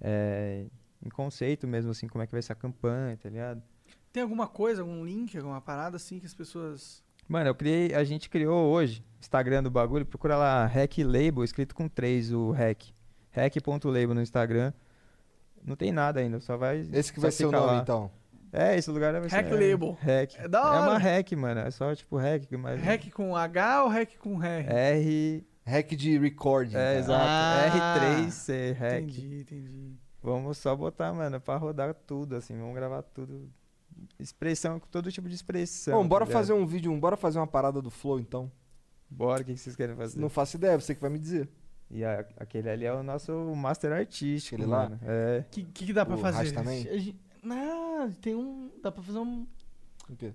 é, em conceito mesmo, assim, como é que vai ser a campanha, tá ligado? Tem alguma coisa, algum link, alguma parada assim que as pessoas. Mano, eu criei, a gente criou hoje o Instagram do bagulho, procura lá Hack Label, escrito com três o hack. Hack.label no Instagram. Não tem nada ainda, só vai. Esse que É, só vai ser o fica nome, lá. então. É, esse lugar vai ser. Hack é, Label. Hack. É da É uma hora. hack, mano. É só tipo hack, mas. Rec com H ou rec com R? R. Hack de recording. cara. É, exato. Ah, R3C É, Hack. Entendi, entendi. Vamos só botar, mano, pra rodar tudo, assim. Vamos gravar tudo. Expressão, com todo tipo de expressão. Bom, bora tá fazer um ligado? vídeo, um, bora fazer uma parada do Flow, então. Bora, o que que vocês querem fazer? Não faço ideia, você que vai me dizer. E a- aquele ali é o nosso master artístico, Aquele lá? mano. É. O que, que, que dá pra O fazer? Rastaman? A gen- Não, tem um. Dá pra fazer um. O quê?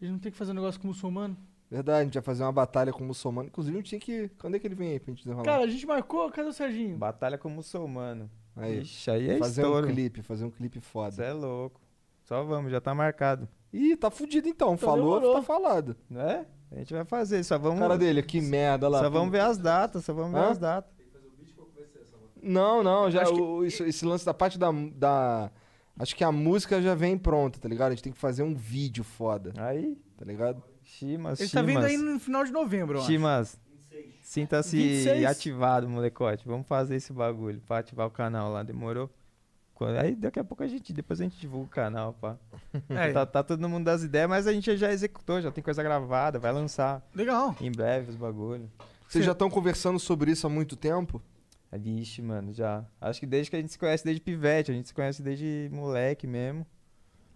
A gente não tem que fazer um negócio com o muçulmano? Verdade, a gente vai fazer uma batalha com o muçulmano. Inclusive, a gente tinha que. Quando é que ele vem aí pra gente desenrolar? Cara, a gente marcou, cadê o Serginho? Batalha com o muçulmano. aí. Ixi, aí é fazer estouro. um clipe, fazer um clipe foda. Cê é louco. Só vamos, já tá marcado. Ih, tá fudido então. Falou, demorou. tá falado. Né? A gente vai fazer, só vamos. Cara dele, que merda lá. Só vamos ver as datas, só vamos ver Hã? as datas. Não, não, já Acho que- o- isso- esse lance da parte da, da. Acho que a música já vem pronta, tá ligado? A gente tem que fazer um vídeo foda, Aí, tá ligado? Chimas, Ele Chimas. tá vindo aí no final de novembro, ó. Chimas, Sinta-se 26. ativado, molecote. Vamos fazer esse bagulho pra ativar o canal lá. Demorou? Quando- Aí daqui a pouco a gente, depois a gente divulga o canal, pá. É. Tá, tá todo mundo das ideias, mas a gente já executou, já tem coisa gravada, vai lançar. Legal. Em breve os bagulho. Vocês já estão conversando sobre isso há muito tempo? Vixe, mano, já. Acho que desde que a gente se conhece desde pivete, a gente se conhece desde moleque mesmo.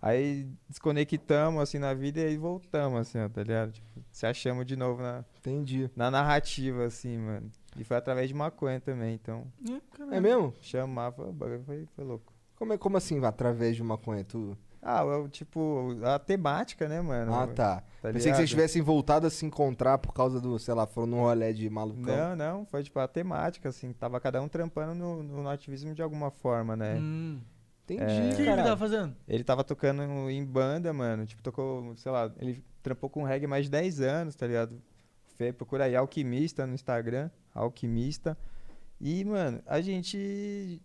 Aí desconectamos, assim, na vida e aí voltamos, assim, ó, tá ligado? Tipo, se achamos de novo na... Entendi. Na narrativa, assim, mano. E foi através de maconha também, então... É mesmo? Chamava, o bagulho foi, foi louco. Como, é, como assim, através de maconha? Tu... Ah, eu, tipo, a temática, né, mano? ah, tá. Pensei que ligado? vocês tivessem voltado a se encontrar por causa do, sei lá, foram num rolê de malucão. Não, não, foi tipo a temática, assim, tava cada um trampando no, no ativismo de alguma forma, né? Hum. Entendi, É, O que ele tava fazendo? Ele tava tocando em banda, mano, tipo, tocou, sei lá, ele trampou com reggae mais de 10 anos, tá ligado? Fê, procura aí Alquimista no Instagram, Alquimista. E, mano, a gente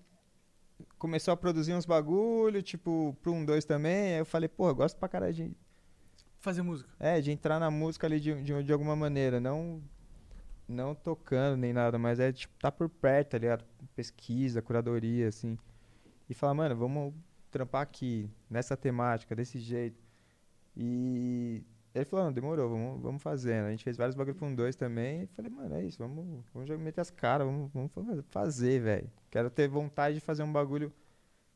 começou a produzir uns bagulho, tipo, pro um dois também, aí eu falei, porra, gosto pra caralho de, Fazer música. é, de entrar na música ali de, de, de alguma maneira, não não tocando nem nada, mas é tipo, tá por perto, tá ligado? Pesquisa, curadoria, assim. E falar, mano, vamos trampar aqui, nessa temática, desse jeito. E ele falou, não, demorou, vamos, vamos fazendo. A gente fez vários bagulho pra um dois também. E falei, mano, é isso, vamos, vamos jogar- meter as caras, vamos, vamos fa- fazer, velho. Quero ter vontade de fazer um bagulho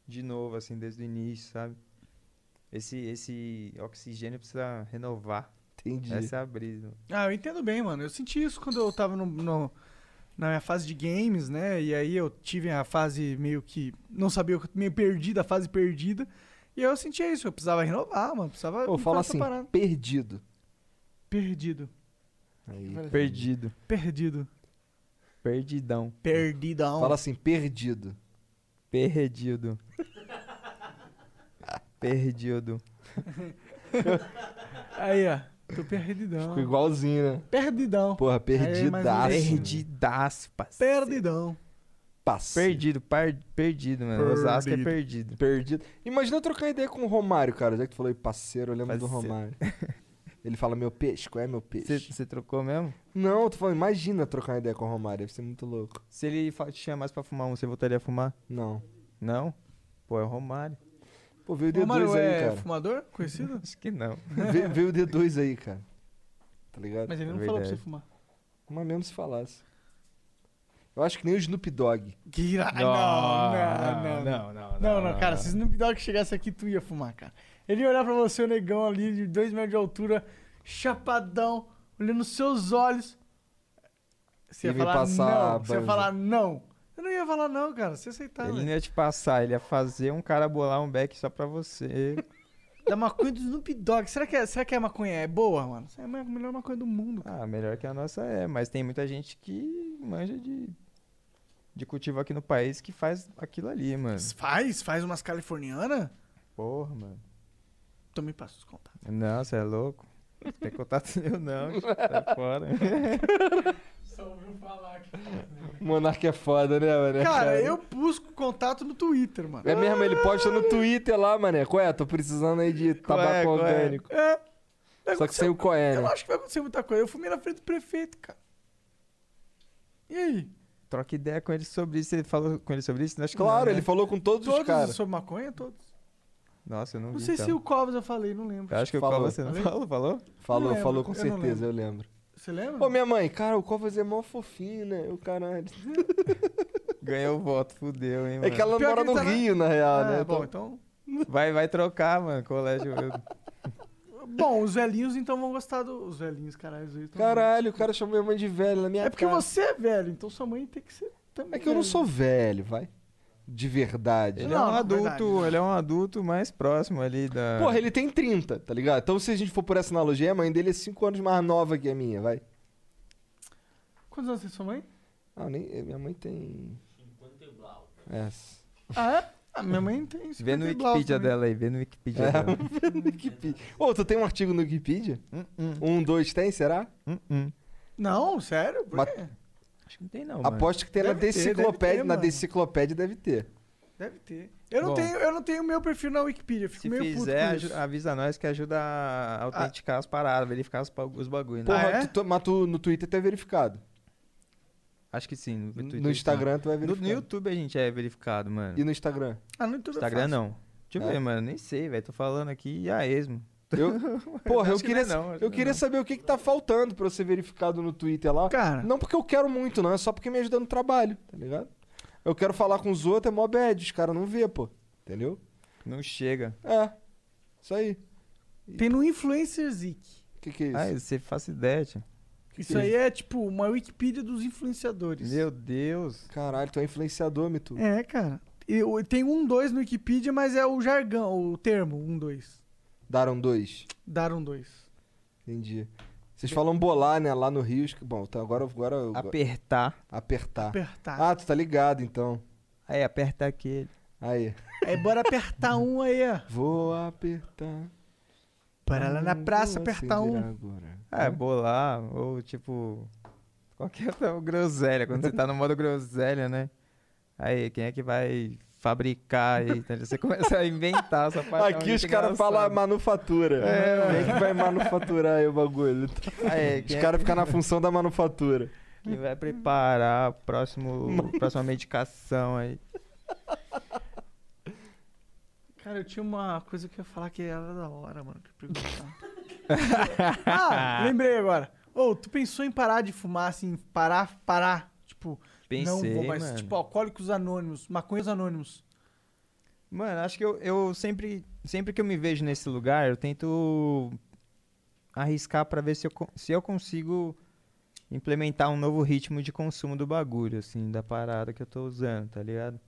de novo, assim, desde o início, sabe? Esse, esse oxigênio precisa renovar. Entendi. Essa é a brisa. mano. Ah, eu entendo bem, mano. Eu senti isso quando eu tava no, no- na minha fase de games, né? E aí eu tive a fase meio que. Não sabia, o que- meio perdida, a fase perdida. E aí eu sentia isso. Eu precisava renovar, mano. Precisava. Pô, fala fazer essa assim, é parada. perdido. Perdido. assim. Perdido. Perdido. Perdidão. Perdidão. Fala assim, perdido. Perdido. Perdido. assim. Aí, ó. Tô perdidão. Ficou igualzinho, né? Perdidão. Porra, Aí, mais um perdidaço. é Perdido. Perdidaço, parceiro. Perdidão. Perdido, par- perdido, mano. Osasco é perdido. Perdido. Imagina eu trocar ideia com o Romário, cara. Já que tu falou aí parceiro, eu lembro do Parceiro. Romário. Ele fala, meu peixe, qual é meu peixe? Você trocou mesmo? Não, eu tô falando, imagina trocar ideia com o Romário, deve ser muito louco. Se ele fa- te chamasse pra fumar um, você voltaria a fumar? Não. Não? Pô, é o Romário. Pô, veio o O Romário D2 aí, é cara. fumador? Conhecido? Acho que não. Veio, veio o D2 aí, cara. Tá ligado? Mas ele não É falou pra você verdade. fumar. Mas mesmo se falasse. Eu acho que nem o Snoop Dogg. Que ira- Ah, não, não, não. não, Não, não, cara, se o Snoop Dogg chegasse aqui, tu ia fumar, cara. Ele ia olhar pra você, o negão ali, de dois metros de altura, chapadão, olhando nos seus olhos. Você ia E me falar passar a não, você ia banza. falar não. Eu não ia falar não, cara, você aceitar, Ele velho. não ia te passar, ele ia fazer um cara bolar um back só pra você. Da maconha do Snoop Dogg, será que, é, será que a maconha é boa, mano? Essa é a ma- melhor maconha do mundo, cara. Ah, melhor que a nossa é, mas tem muita gente que manja de, de cultivo aqui no país que faz aquilo ali, mano. Faz, faz umas californianas, Porra, mano. então me passa os contatos. Não, você é louco. Tem contato meu, não. Tá fora. Monarca é foda, né, mané? Cara, eu busco contato no Twitter, mano. É mesmo, ele posta no Twitter lá, mané. Qual é? Tô precisando aí de tabaco é, qual é? orgânico. É, vai Só que acontecer- sem o coé, Eu não né? acho que vai acontecer muita coisa. Eu fumei na frente do prefeito, cara. E aí? Troca ideia com ele sobre isso. Você falou com ele sobre isso? Acho que Claro, não, ele né? falou com todos, Todos os caras. sobre maconha? Todos? Nossa, eu não, Não vi, sei então. se o Covas eu falei, não lembro. Eu acho que eu falou. falou, você não falou? Falou? Falou, lembro, falou com eu não certeza, eu lembro. Você lembra? Ô, minha mãe, cara, o Covas é mó fofinho, né? O caralho. Ganhou o voto, fudeu, hein, É mano. que ela Pior mora que ele no tá na- Rio, na real, Ah, né? bom, Então- então... Vai, vai trocar, mano, colégio. eu- Bom, os velhinhos então vão gostar do... Os velhinhos, caralho. Os velhos tão- Caralho, o cara chamou minha mãe de velho na minha É porque cara. você é velho, então sua mãe tem que ser também né? É que eu não velha. sou velho, vai. De verdade. Ele Não, é um na adulto, verdade, ele é um adulto mais próximo ali da... Porra, ele tem 30, tá ligado? Então se a gente for por essa analogia, a mãe dele é 5 anos mais nova que a minha, vai. Quantos anos tem sua mãe? Não, nem, eh, minha mãe tem. 50 e blau. É. s- Ah, é? Ah, minha mãe tem... Vê no 50 e blau Wikipedia também. dela aí, vê no Wikipedia É. dela. Wikipedia. Ô, tu tem um artigo no Wikipedia? Hum, Um, dois, tem, será? Hum, hum. Não, sério? Por Mas- quê? Acho que não tem não, Aposto que tem na Deve ter, deciclopédia. deve ter, na mano. deciclopédia deve ter. Deve ter. Eu não, Bom. tenho, eu não tenho meu perfil na Wikipedia, eu fico Se meio puto fizer, com aju- Ah, isso. avisa nós que ajuda a autenticar as paradas, verificar os, pa- os bagulho, né? Porra, Ah, é? tu- tu- mas tu no Twitter tu é verificado. Acho que sim. No, Twitter, tá. no Instagram tu vai No- No, verificando. YouTube a gente é verificado, mano. E no Instagram? Ah, no YouTube é Instagram fácil. não. Deixa eu É? ver, mano. Nem sei, velho. Tô falando aqui a esmo. Eu, porra, eu Acho que não é queria, não, acho que eu não é queria não. saber o que, que tá faltando pra eu ser verificado no Twitter lá. Cara. Não porque eu quero muito, não. É só porque me ajuda no trabalho, tá ligado? Eu quero falar com os outros, é mó bad. Os caras não vê, pô. Entendeu? Não chega. É. Isso aí. Tem no Influencer Zik. O que, que é isso? Ah, você faz ideia, tia. Isso aí é tipo uma Wikipedia dos influenciadores. Meu Deus. Caralho, tu é influenciador, me tu. É, cara. E o- Tem um dois no Wikipedia, mas é o jargão, o termo, um dois. Daram dois. Dar um dois. Entendi. Vocês falam bolar, né? Lá no Rio. acho que- Bom, então agora, agora eu- Apertar. apertar. Apertar. Ah, tu tá ligado, então. Aí, aperta aquele. Aí. Aí bora apertar um aí, ó. Vou apertar. Para lá na Hum, Vou praça, apertar acender um. Agora. Ah, bolar. Ou tipo. Qualquer outra groselha. Quando você tá no modo groselha, né? Aí, quem é que vai fabricar aí? Então, você começa a inventar essa parte. é Aqui muito os caras engraçado. falam manufatura. É, Quem é que vai manufaturar aí o bagulho? Ah, é, os quem é caras que- ficam na função da manufatura. Quem vai preparar o próximo, próxima medicação aí? Cara, eu tinha uma coisa que eu ia falar que era da hora, mano. Que eu ia perguntar. ah, lembrei agora. Ô, tu pensou em parar de fumar, assim, parar, parar? Tipo, não Pensei, vou mais. mano. Tipo, alcoólicos anônimos, maconheiros anônimos. Mano, acho que eu, eu sempre, sempre que eu me vejo nesse lugar, eu tento arriscar pra ver se eu, con- se eu consigo implementar um novo ritmo de consumo do bagulho, assim, da parada que eu tô usando, tá ligado?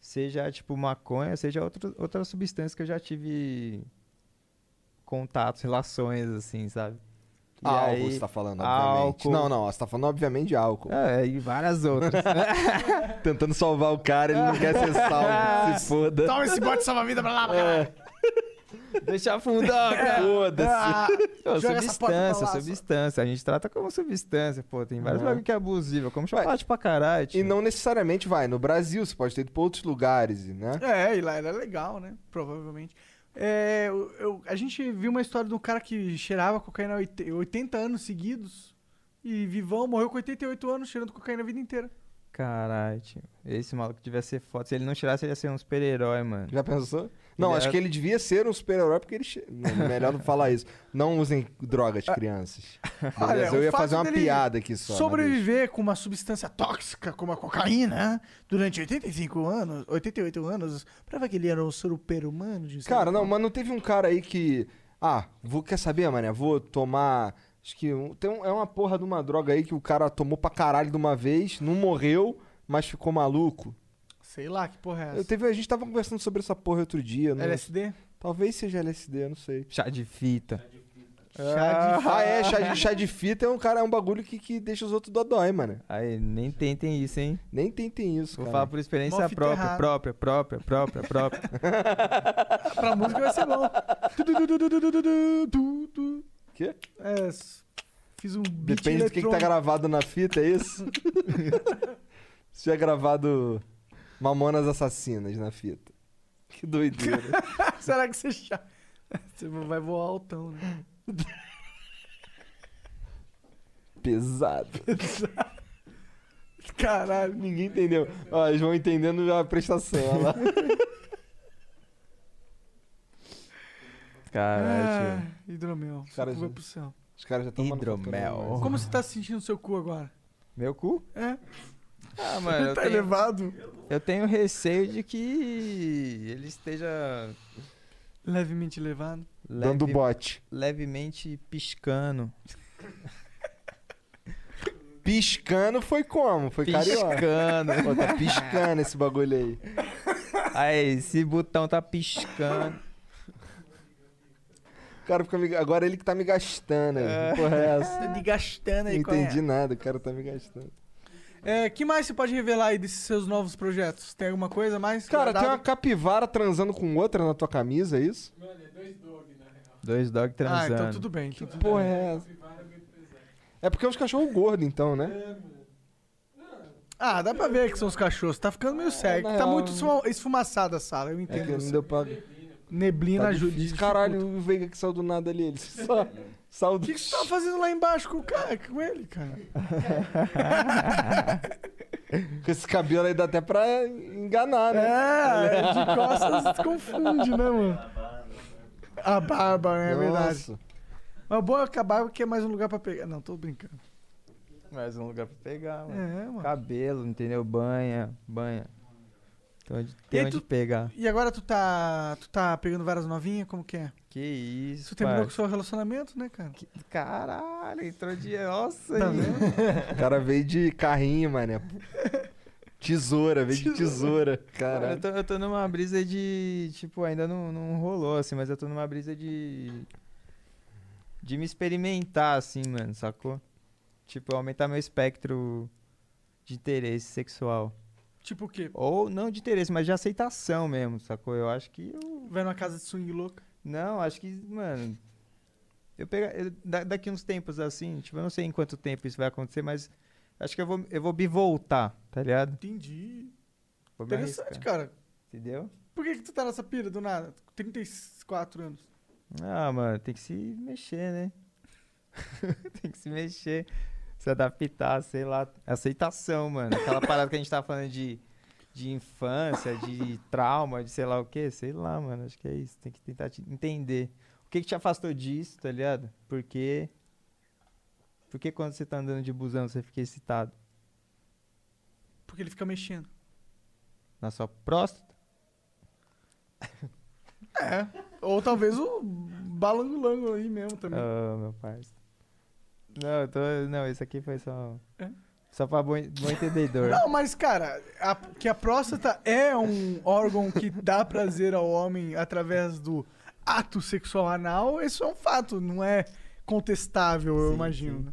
Seja, tipo, maconha, seja outro, outra substância que eu já tive contatos, relações, assim, sabe? E Ah, álcool, aí- você tá falando, obviamente. álcool. Não, não, você tá falando, obviamente, de álcool. É, e várias outras. É. Tentando salvar o cara, ele não quer ser salvo. se foda. É. Toma esse bote de salva-vida pra lá, pra cá. Deixa afundar, cara. Foda-se. Ô, Ah, Joga essa porta pra substância, lá, só. substância. A gente trata como substância, pô. Tem vários bagulho que é abusivo. Como chocolate pra caralho. E tio. não necessariamente vai. No Brasil, você pode ter ido pra outros lugares, né? É, e lá era legal, né? Provavelmente. É, eu- eu- a gente viu uma história de um cara que cheirava cocaína 80, 80 anos seguidos e vivão morreu com 88 anos cheirando cocaína a vida inteira. Caralho, tio. Esse maluco tivesse ser foda. Se ele não tirasse, ele ia ser um super-herói, mano. Já pensou? Não, Ele acho é- que ele devia ser um super-herói porque ele. che- Não, Melhor não falar isso. Não usem drogas, crianças. Beleza? Ah, o Eu ia fato fazer uma dele piada aqui só. né, mas deixa. Sobreviver com uma substância tóxica como a cocaína né, durante 85 anos, 88 anos, prova que ele era um super humano. de um ser Cara, não, humano. mas não teve um cara aí que. Ah, vou, quer saber, mané? Vou tomar. Acho que um- tem um- é uma porra de uma droga aí que o cara tomou pra caralho de uma vez, não morreu, mas ficou maluco. Sei lá que porra é essa. Eu teve, a gente tava conversando sobre essa porra outro dia. não- LSD? Talvez seja LSD, eu não sei. Chá de fita. Chá de Ah, é, chá de, chá de fita é um cara, é um bagulho que, que deixa os outros dodói, mano. Aí, nem tentem isso, hein? Nem tentem isso, Vou cara. falar por experiência Mó fita própria, errada. própria, própria, própria, própria. pra música vai ser bom. Tu, tu, tu, tu, tu, tu, tu, tu, tu. Quê? É, s- fiz um beat Depende do que, que tá eletrônico. gravado na fita, é isso? Se tiver gravado Mamonas Assassinas na fita. Que doideira. Será que você já... Você vai voar altão, né? Pesado. Caralho. Ninguém entendeu. Ó, eles vão entendendo já a prestação. olha lá. É, Caralho, Ah, hidromel. Seu Cara, cu vai gente. pro céu. Os caras já estão Hidromel. Como você tá sentindo o seu cu agora? tio. Meu cu? É? Ah, mano, eu tá tenho, elevado? eu tenho receio de que ele esteja Levemente elevado. Dando leve- bote. levemente piscando. Piscando foi como? Foi carioca. Piscando. Pô, tá piscando esse bagulho aí. Aí, esse botão tá piscando. O cara fica me... Agora ele que tá me gastando. É. Porra é essa? Tá de gastando Não aí, qual é? entendi nada, o cara tá me gastando. É, que mais você pode revelar aí desses seus novos projetos? Tem alguma coisa mais? Cara, tem uma guardada? capivara transando com outra na tua camisa, é isso? Dois dog Ah, transando. então tudo bem. então tudo Porra bem. é essa? É porque é uns cachorros gordos, então, né? Ah, dá pra ver que são os cachorros. Tá ficando meio cego. na Tá real, muito né? esfuma- esfumaçado a sala, eu É entendo. que você. não deu pra. Neblina Tá ajuda. difícil. dificulta. Caralho, o Veiga que saiu do nada ali. Ele só saiu O do... que, que você tá tava fazendo lá embaixo com o cara, com ele, cara? Com esse cabelo aí dá até pra enganar, né? É, de costas confunde, né, mano? A barba, né? É verdade. Nossa. Mas boa que a barba que é mais um lugar pra pegar. Não, tô brincando. Mais um lugar pra pegar, mano. É, mano. Cabelo, entendeu? Banha, banha. Então, onde- E tem aí onde tu- pegar. E agora tu tá. Tu tá pegando várias novinhas? Como que é? Que isso, Tu terminou com o parça. seu relacionamento, né, cara? Caralho, entrou de... Nossa, Tá aí. vendo? O cara veio de carrinho, mané. Tesoura, veio de tesoura. Cara, eu Caralho. tô, eu tô numa brisa de. Tipo, ainda não, não rolou, assim, mas eu tô numa brisa de. De me experimentar, assim, mano, sacou? Tipo, aumentar meu espectro de interesse sexual. Tipo o quê? Ou não de interesse, mas de aceitação mesmo, sacou? Eu acho que eu. Vai numa casa de swing louca. Não, acho que, mano. Eu pega, eu- da- daqui uns tempos assim, tipo, eu não sei em quanto tempo isso vai acontecer, mas acho que eu vou, eu vou bivoltar, tá ligado? Entendi. Vou me Interessante, arriscar, é cara. Entendeu? Por que, que tu tá nessa pira do nada? Com 34 anos. Ah, mano, tem que se mexer, né? tem que se mexer, se adaptar, sei lá. Aceitação, mano. Aquela parada que a gente tava falando de, de infância, de trauma, de sei lá o quê, sei lá, mano. Acho que é isso. Tem que tentar te entender. O que que te afastou disso, tá ligado? Por quê? Por que quando você tá andando de busão você fica excitado? Porque ele fica mexendo. Na sua próstata? É. Ou talvez o balangolango aí mesmo também. Ah, meu parça. Não, eu tô. Não, isso aqui foi só. É? Só pra bom, bom entendedor. Não, mas, cara, a- que a próstata é um órgão que dá prazer ao homem através do ato sexual anal, isso é um fato, não é contestável, eu Sim, imagino. sim. né?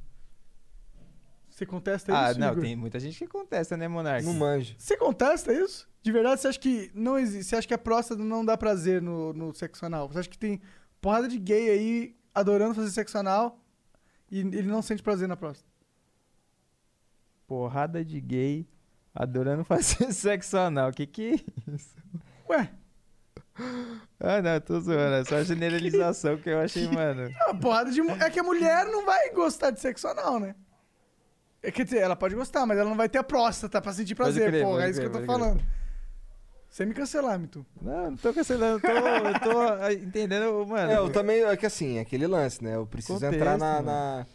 Você contesta Ah, isso? não, Igor? tem muita gente que contesta, né, Monark? Não manjo. Você contesta isso? De verdade, você acha que não existe? Você acha que a próstata não dá prazer no, no sexo anal? Você acha que tem porrada de gay aí adorando fazer sexo anal e ele não sente prazer na próstata? Porrada de gay adorando fazer sexo anal. Que que é isso? Ué, Ah, não, tô zoando. É só a generalização que eu achei, mano. é uma porrada de. mu- É que a mulher não vai gostar de sexo anal, né? É, quer dizer, ela pode gostar, mas ela não vai ter a próstata pra sentir Pode prazer, crer, porra. pode É isso que eu crer, tô pode crer. falando. Você me cancelar, Mitu. Não, não tô cancelando. eu Tô, eu tô ah, entendendo, mano. É, eu também. É que assim, é aquele lance, né? Eu preciso Contexto, entrar na. mano. na-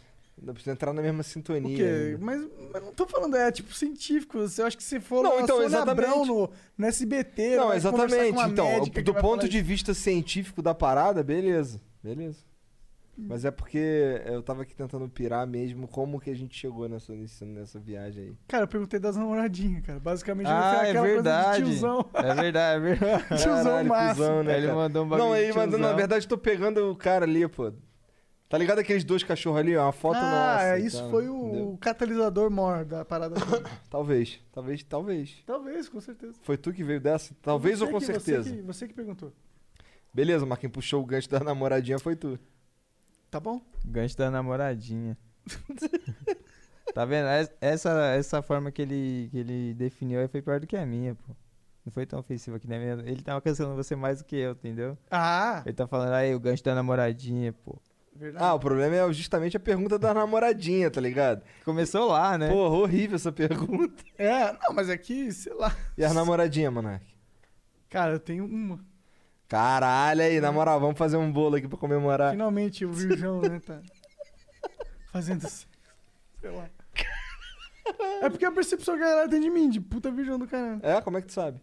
eu preciso entrar na mesma O sintonia. né? quê? ainda. Mas, mas não tô falando, é tipo científico. Você acha que se for Não, na então, Sônia exatamente. Abrão no, no SBT, Não, vai conversar com exatamente. uma Então, médica que do vai ponto falar de vista científico da parada, beleza. Beleza. Mas é porque eu tava aqui tentando pirar mesmo como que a gente chegou nessa, nesse- nessa viagem aí. Cara, eu perguntei das namoradinhas, cara. Basicamente, Ah, foi é aquela verdade. coisa de tiozão. É verdade, é verdade. Tiozão Caralho, massa. cuzão, né, Ele cara? mandou um bagulho Não, de ele mandou, na tiozão. verdade, eu tô pegando o cara ali, pô. Tá ligado aqueles dois cachorros ali? É uma foto ah, nossa. é, isso então, foi o entendeu? catalisador mor da parada. toda. Talvez, talvez, talvez. Talvez, com certeza. Foi tu que veio dessa? Talvez Você ou com que- certeza? Você que, você que perguntou. Beleza, mas quem puxou o gancho da namoradinha foi tu. Tá bom? Gancho da namoradinha. tá vendo? Es- Essa, essa forma que ele, que ele definiu aí foi pior do que a minha, pô. Não foi tão ofensiva que nem a minha. Ele tava cancelando você mais do que eu, entendeu? Ah, Ele tá falando aí o gancho da namoradinha, pô. verdade. Ah, o problema é justamente a pergunta da namoradinha, tá ligado? Começou lá, né? Porra, horrível essa pergunta. É, não, mas aqui, sei lá. E as namoradinhas, Monark? Cara, eu tenho uma. Caralho, aí, na moral, vamos fazer um bolo aqui pra comemorar. Finalmente, o Virgão, né, tá fazendo isso. Sei lá. É porque a percepção que a galera tem de mim, de puta Virgão do caralho. É, como é que tu sabe?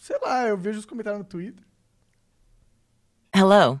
Sei lá, eu vejo os comentários no Twitter. Hello,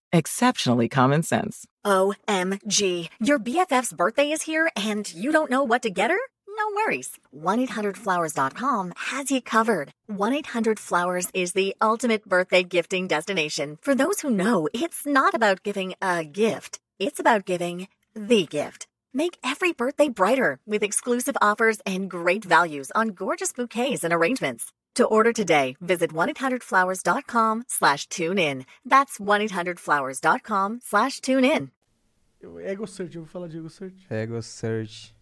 exceptionally common sense. OMG. Your BFF's birthday is here and you don't know what to get her? No no worries. 1-800-Flowers.com has you covered. 1-800-Flowers is the ultimate birthday gifting destination. For those who know, it's not about giving a gift. It's about giving the gift. Make every birthday brighter with exclusive offers and great values on gorgeous bouquets and arrangements. To order today, visit 1-800-Flowers.com slash tune in. That's 1-800-Flowers.com slash tune in. Ego Search, eu vou falar de Ego Search. Ego Search.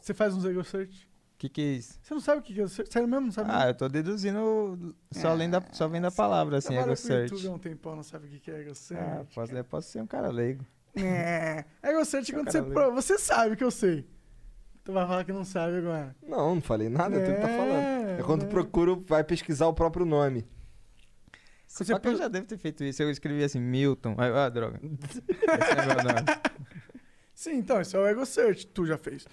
Você faz uns Ego Search? O que, que é isso? Você não sabe o que que é Ego Search? Sério mesmo? Não sabe Ah, eu tô deduzindo só, além da, É. só vem da palavra, assim, Trabalha Ego com Search. YouTube há um tempão, não sabe o que que é Ego Search. Ah, posso, eu posso ser um cara leigo. É. Ego Search é quando você... Cara, Pô, você sabe que eu sei. Tu vai falar que não sabe agora. Não, não falei nada, tu que tá É, falando. É quando né? tu procura, vai pesquisar o próprio nome. Só que eu já devo ter feito isso. Eu escrevi assim, Milton. Aí, Ah, droga. Esse é meu nome. Sim, então, isso é o Ego Search. Tu já fez.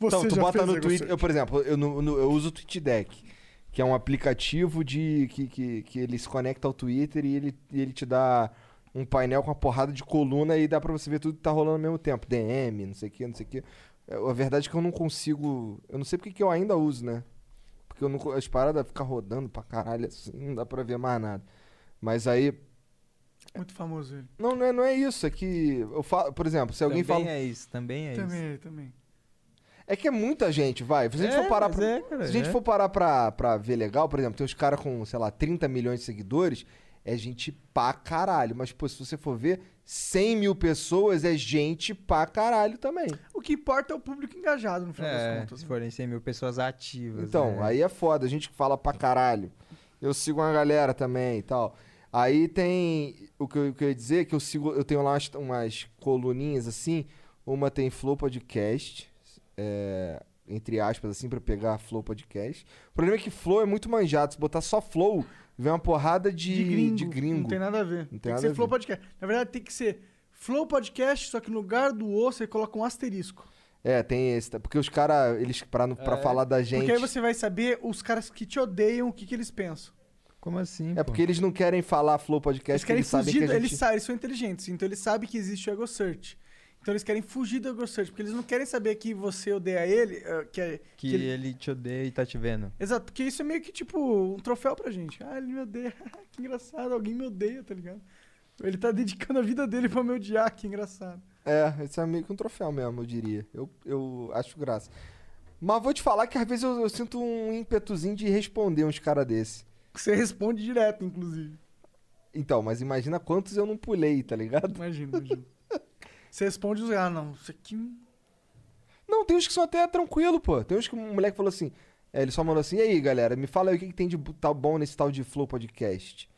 Você Então, tu já bota fez no Ego Twitter. Search. Eu, por exemplo, eu, no- no- eu uso o TweetDeck, que é um aplicativo de que, que, que ele se conecta ao Twitter e ele, e ele te dá um painel com uma porrada de coluna e dá pra você ver tudo que tá rolando ao mesmo tempo. DM, não sei o que, não sei o que. A verdade é que eu não consigo. Eu não sei porque que eu ainda uso, né? Porque eu não, co- as paradas ficam rodando pra caralho, assim, não dá pra ver mais nada. Mas aí. Muito famoso ele. Não, não é, não é isso. É que. Eu falo, por exemplo, se alguém também fala. um é isso, também é isso. Também, também. É que é muita gente, vai. Se a gente É, for parar, mas pra, é, cara, se a gente é. for parar pra, pra ver legal, por exemplo, tem uns caras com, sei lá, 30 milhões de seguidores, é gente pra caralho. Mas, pô, se você for ver, 100 mil pessoas é gente pra caralho também. O que importa é o público engajado, no final das É, contas. né? se forem 100 mil pessoas ativas. Então, né? aí é foda. A gente que fala pra caralho. Eu sigo uma galera também e tal. Aí tem. O que eu, o que eu ia dizer é que eu sigo. Eu tenho lá umas, umas coluninhas assim. Uma tem Flow Podcast. é, entre aspas, assim, pra eu pegar Flow Podcast. O problema é que Flow é muito manjado. Se botar só Flow, vem uma porrada de, de gringo. de gringo. Não tem nada a ver. Não tem tem nada que a ser ver. Flow Podcast. Na verdade, tem que ser Flow Podcast, só que no lugar do O você coloca um asterisco. É, tem esse. tá? Porque os caras, eles, pra, não- pra falar da gente. É, Porque aí você vai saber os caras que te odeiam, o que, que eles pensam. Como assim? É pô? porque eles não querem falar Flow Podcast, Eles porque querem eles sabem fugir, que a gente... eles, sa- eles são inteligentes, então eles sabem que existe o Ego Search. Então eles querem fugir do Ego Search, porque eles não querem saber que você odeia ele, eh, que, é- Que que ele- ele te odeia e tá te vendo. Exato, porque isso é meio que tipo um troféu pra gente. Ah, ele me odeia. que engraçado, alguém me odeia, tá ligado? Ele tá dedicando a vida dele pra me odiar, que engraçado. É, isso é meio que um troféu mesmo, eu diria. Eu, eu acho graça. Mas vou te falar que às vezes eu, eu sinto um ímpetuzinho de responder uns cara desse. Você responde direto, inclusive. Então, mas imagina quantos eu não pulei, tá ligado? Imagina, imagina. Você responde os ah, não, isso aqui. Não, tem uns que são até tranquilo, pô. Tem uns que um moleque falou assim. é, ele só mandou assim: e aí, galera, me fala aí o que, que tem de bu- tal bom nesse tal de Flow Podcast.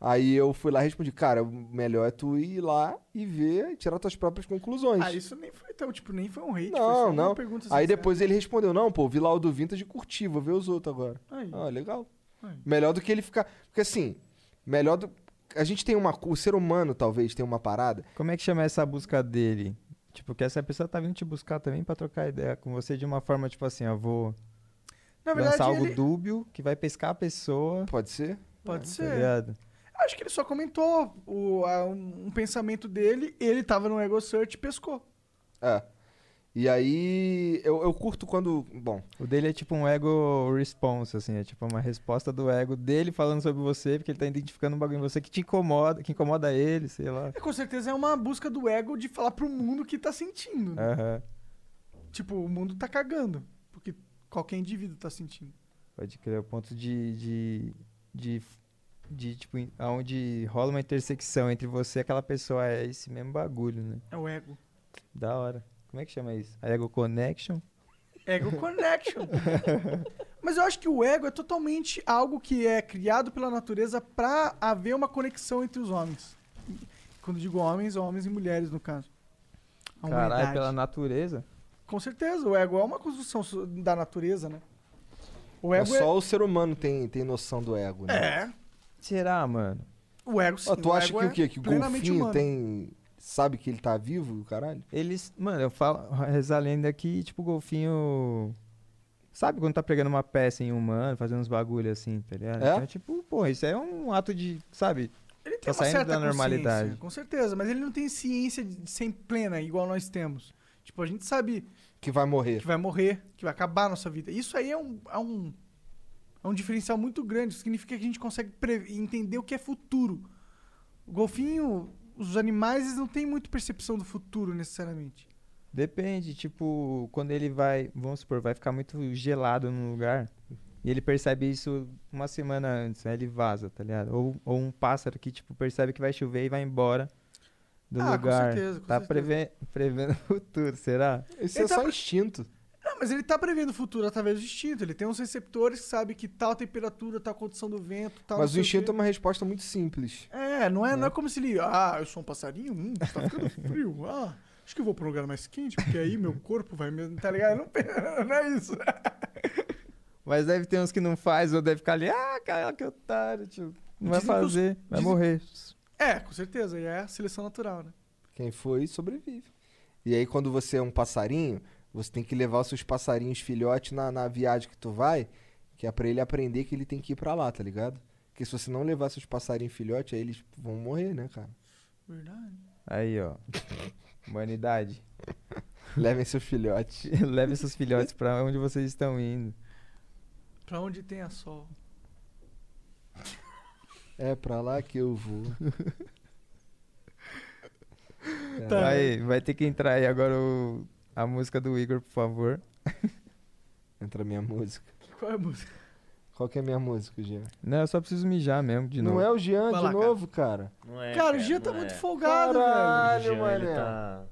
Aí eu fui lá e respondi: cara, o melhor é tu ir lá e ver, tirar tuas próprias conclusões. Ah, isso nem foi então, tipo, nem foi um hate. foi só não, uma não. pergunta assim, Aí sincera. depois ele respondeu: não, pô, vi lá o do Vintage e curti, vou ver os outros agora. Aí. Ah, legal. Aí. Melhor do que ele ficar. Porque assim, melhor do. A gente tem uma. O ser humano talvez tem uma parada. Como é que chama essa busca dele? Tipo, que essa pessoa tá vindo te buscar também pra trocar ideia com você de uma forma, tipo assim, ó, vou Na lançar verdade, algo ele... dúbio que vai pescar a pessoa, Pode ser? pode tá ser. ligado? Acho que ele só comentou o, a- um, um pensamento dele, ele tava no Ego Search e pescou. É. E aí. Eu, eu curto quando. Bom. O dele é tipo um ego response, assim, é tipo uma resposta do ego dele falando sobre você, porque ele tá identificando um bagulho em você que te incomoda, que incomoda ele, sei lá. É, com certeza é uma busca do ego de falar pro mundo o que tá sentindo. né? Aham, Tipo, o mundo tá cagando. Porque qualquer indivíduo tá sentindo. pode crer, o ponto de, de, de, de, tipo, in- aonde rola uma intersecção entre você e aquela pessoa, é esse mesmo bagulho, né? É o ego. Da hora. Como é que chama isso? A ego connection? Ego Connection. Mas eu acho que o ego é totalmente algo que é criado pela natureza pra haver uma conexão entre os homens. Quando digo homens, homens e mulheres, no caso. A Caralho, humanidade. pela natureza. Com certeza, o ego é uma construção so- da natureza, né? O É ego é. só o ser humano tem, tem noção do ego, né? É. Será, mano? O ego sim. Ó, tu o acha ego que é o quê? Que o plenamente golfinho humano. tem. Sabe que ele tá vivo, caralho? Eles. Mano, eu falo. Reza a lenda que, tipo, o golfinho. Sabe quando tá pregando uma peça em um humano, fazendo uns bagulho assim, tá ligado? É? Então, tipo, pô, isso é um ato de. Sabe? Ele Tá tem uma saindo certa da normalidade. consciência, Com certeza, mas ele não tem ciência de sem plena, igual nós temos. Tipo, a gente sabe Que vai morrer. que vai morrer, que vai acabar a nossa vida. Isso aí é um, é um, é um diferencial muito grande. Significa que a gente consegue pre- entender o que é futuro. O golfinho, os animais, eles não têm muita percepção do futuro necessariamente. Depende, tipo, quando ele vai, vamos supor, vai ficar muito gelado num lugar e ele percebe isso uma semana antes, aí ele vaza, tá ligado? Ou, ou um pássaro que, tipo, percebe que vai chover e vai embora do Ah, com lugar. certeza, com tá certeza. prevê- prevendo o futuro, será? Isso Ele é tá só pre- instinto. Não, mas ele tá prevendo o futuro através do instinto. Ele tem uns receptores que sabem que tal temperatura, tal condição do vento, tal. não Mas o sei instinto é quê. uma resposta muito simples. É, não é, não é como se ele. Ah, eu sou um passarinho? Hum, tá ficando frio. Ah, acho que eu vou pra um lugar mais quente, porque aí meu corpo vai mesmo. Tá ligado? Não, pe- não é isso. Mas deve ter uns que não faz, ou deve ficar ali, ah, cara, que otário, tipo, não vai Dizem que os- fazer, vai dizem- morrer. É, com certeza. E é a seleção natural, né? Quem foi, sobrevive. E aí, quando você é um passarinho, você tem que levar os seus passarinhos filhote na, na viagem que tu vai, que é pra ele aprender que ele tem que ir pra lá, tá ligado? Porque se você não levar seus passarinhos filhote, aí eles vão morrer, né, cara? Verdade. Aí, ó, humanidade, Levem seus filhotes. leve seus filhotes pra onde vocês estão indo. Pra onde tem a sol. É pra lá que eu vou. Tá. Vai, vai ter que entrar aí agora o- a música do Igor, por favor. Entra a minha música. Qual é a música? Qual que é a minha música, Jean? Não, eu só preciso mijar mesmo, de não novo. é o Jean Vai de lá, cara. novo, cara. Não é, Cara, o Gia tá não muito é. folgado, velho. Caralho, Jean, ele mané. tá-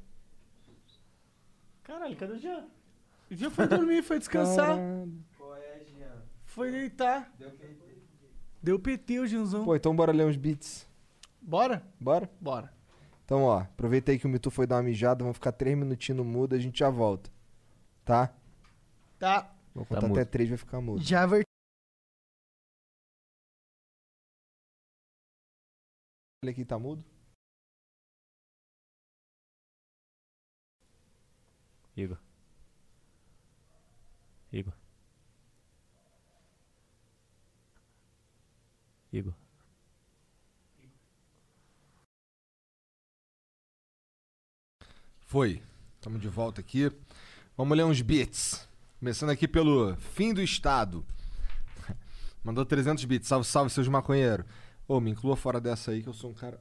Caralho, cadê o Jean? O Gia foi dormir, foi descansar, Caralho. é, foi deitar. Deu PT o Gianzão. Pô, então bora ler uns beats. Bora? Bora? Bora. Então, ó, aproveita aí que o Mitu foi dar uma mijada, vamos ficar três minutinhos no mudo, a gente já volta. Tá? Tá. Vou Tá contar até mudo. três, vai ficar mudo. Já ver... Olha aqui, tá mudo? Igor. Igor. Igor. Foi. Tamo de volta aqui. Vamos ler uns beats. Começando aqui pelo Fim do Estado. Mandou 300 bits. Salve, salve, seus maconheiros. Ô, me inclua fora dessa aí que eu sou um cara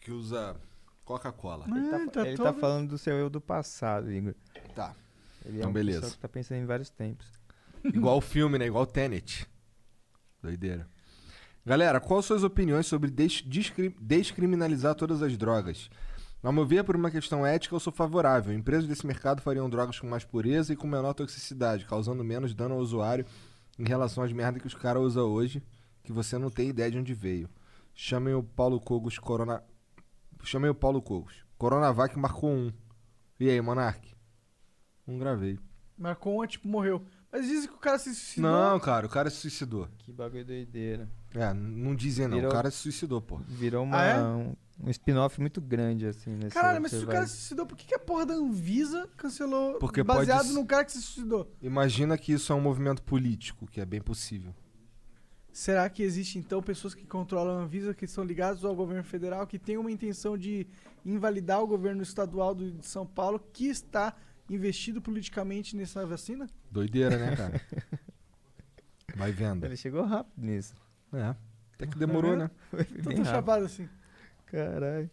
que usa Coca-Cola. Ele, tá, Ah, tá ele todo- tá falando do seu eu do passado, Igor. Tá. Ele é Então, uma beleza. pessoa que tá pensando em vários tempos. Igual o filme, né? Igual o Tenet. Doideira. Galera, quais suas opiniões sobre des- discri- descriminalizar todas as drogas? Ao meu ver, por uma questão ética, eu sou favorável. Empresas desse mercado fariam drogas com mais pureza e com menor toxicidade, causando menos dano ao usuário em relação às merdas que os caras usam hoje, que você não tem ideia de onde veio. Chamem o Paulo Cogos Corona... Chamem o Paulo Cogos. Coronavac marcou um. E aí, Monark? Não gravei. Marcou um, tipo, morreu. Mas dizem que o cara se suicidou. Não, cara, o cara se suicidou. Que bagulho doideira. É, não dizem não. Virou- O cara se suicidou, pô. Virou uma- Ah, é? um, um spin-off muito grande, assim. Nesse Caralho, mas se você o cara vai- se suicidou, por que, que a porra da Anvisa cancelou Porque pode baseado s- num cara que se suicidou? Imagina que isso é um movimento político, que é bem possível. Será que existe então pessoas que controlam a Anvisa, que são ligadas ao governo federal, que tem uma intenção de invalidar o governo estadual do- de São Paulo, que está investido politicamente nessa vacina? Doideira, né, cara? Vai vendo. Ele chegou rápido nisso. É. Até que demorou, né? Foi Então bem tô rápido. chapado assim. Caralho.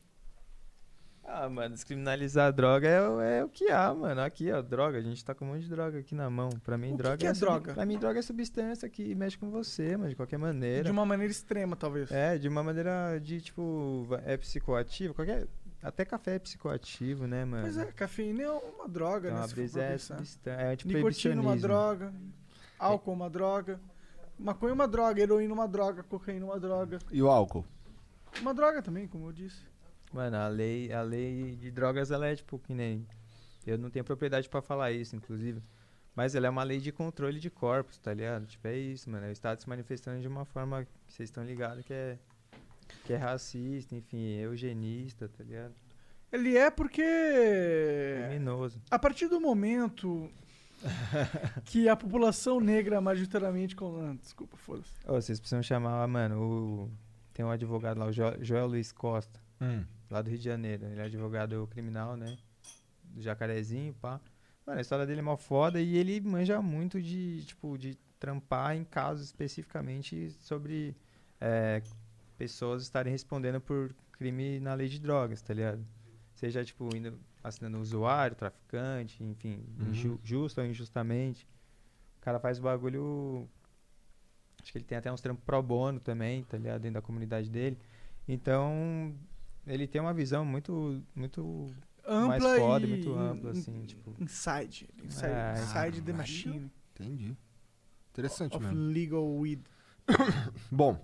Ah, mano, descriminalizar a droga é, o- é o que há, mano. Aqui, ó, droga. A gente tá com um monte de droga aqui na mão. Pra mim, O que droga que é sub- droga? Pra mim, droga é substância que mexe com você, mas de qualquer maneira. De uma maneira extrema, talvez. É, de uma maneira de, tipo, va- é psicoativo. Qualquer... Até café é psicoativo, né, mano? Pois é, cafeína é uma droga, Então, né? a se for brisa pra é pensar. substância. É Nicotina, uma antiproibicionismo. droga. Álcool, é uma droga. Maconha, é uma droga. Heroína, uma droga. Cocaína, é uma droga. E o álcool? Uma droga também, como eu disse. Mano, a lei, a lei de drogas, ela é, tipo, que nem... Eu não tenho propriedade pra falar isso, inclusive. Mas ela é uma lei de controle de corpos, tá ligado? Tipo, é isso, mano. É o Estado se manifestando de uma forma que vocês estão ligados que é... Que é racista, enfim, é eugenista, tá ligado? Ele é porque. É. Criminoso. A partir do momento que a população negra majoritariamente. con- ah, Desculpa, foda-se. Ô, vocês precisam chamar, lá, mano, o... Tem um advogado Hum, lá, o Jo- Joel Luiz Costa. lá do Rio de Janeiro. Ele é advogado criminal, né? do jacarezinho, pá. Mano, a história dele é mó foda e ele manja muito de, tipo, de trampar em casos especificamente sobre é, pessoas estarem respondendo por crime na lei de drogas, tá ligado? Seja, tipo, indo, assinando usuário, traficante, enfim, Uhum. inju- justo ou injustamente. O cara faz o bagulho. Acho que ele tem até uns trampos pro bono também, tá ligado? Dentro da comunidade dele. Então, ele tem uma visão muito, muito mais Ampla foda, e... muito ampla, assim, tipo. Inside. Inside, É, inside the caralho. machine. Entendi. Interessante Of mesmo. legal weed. Bom,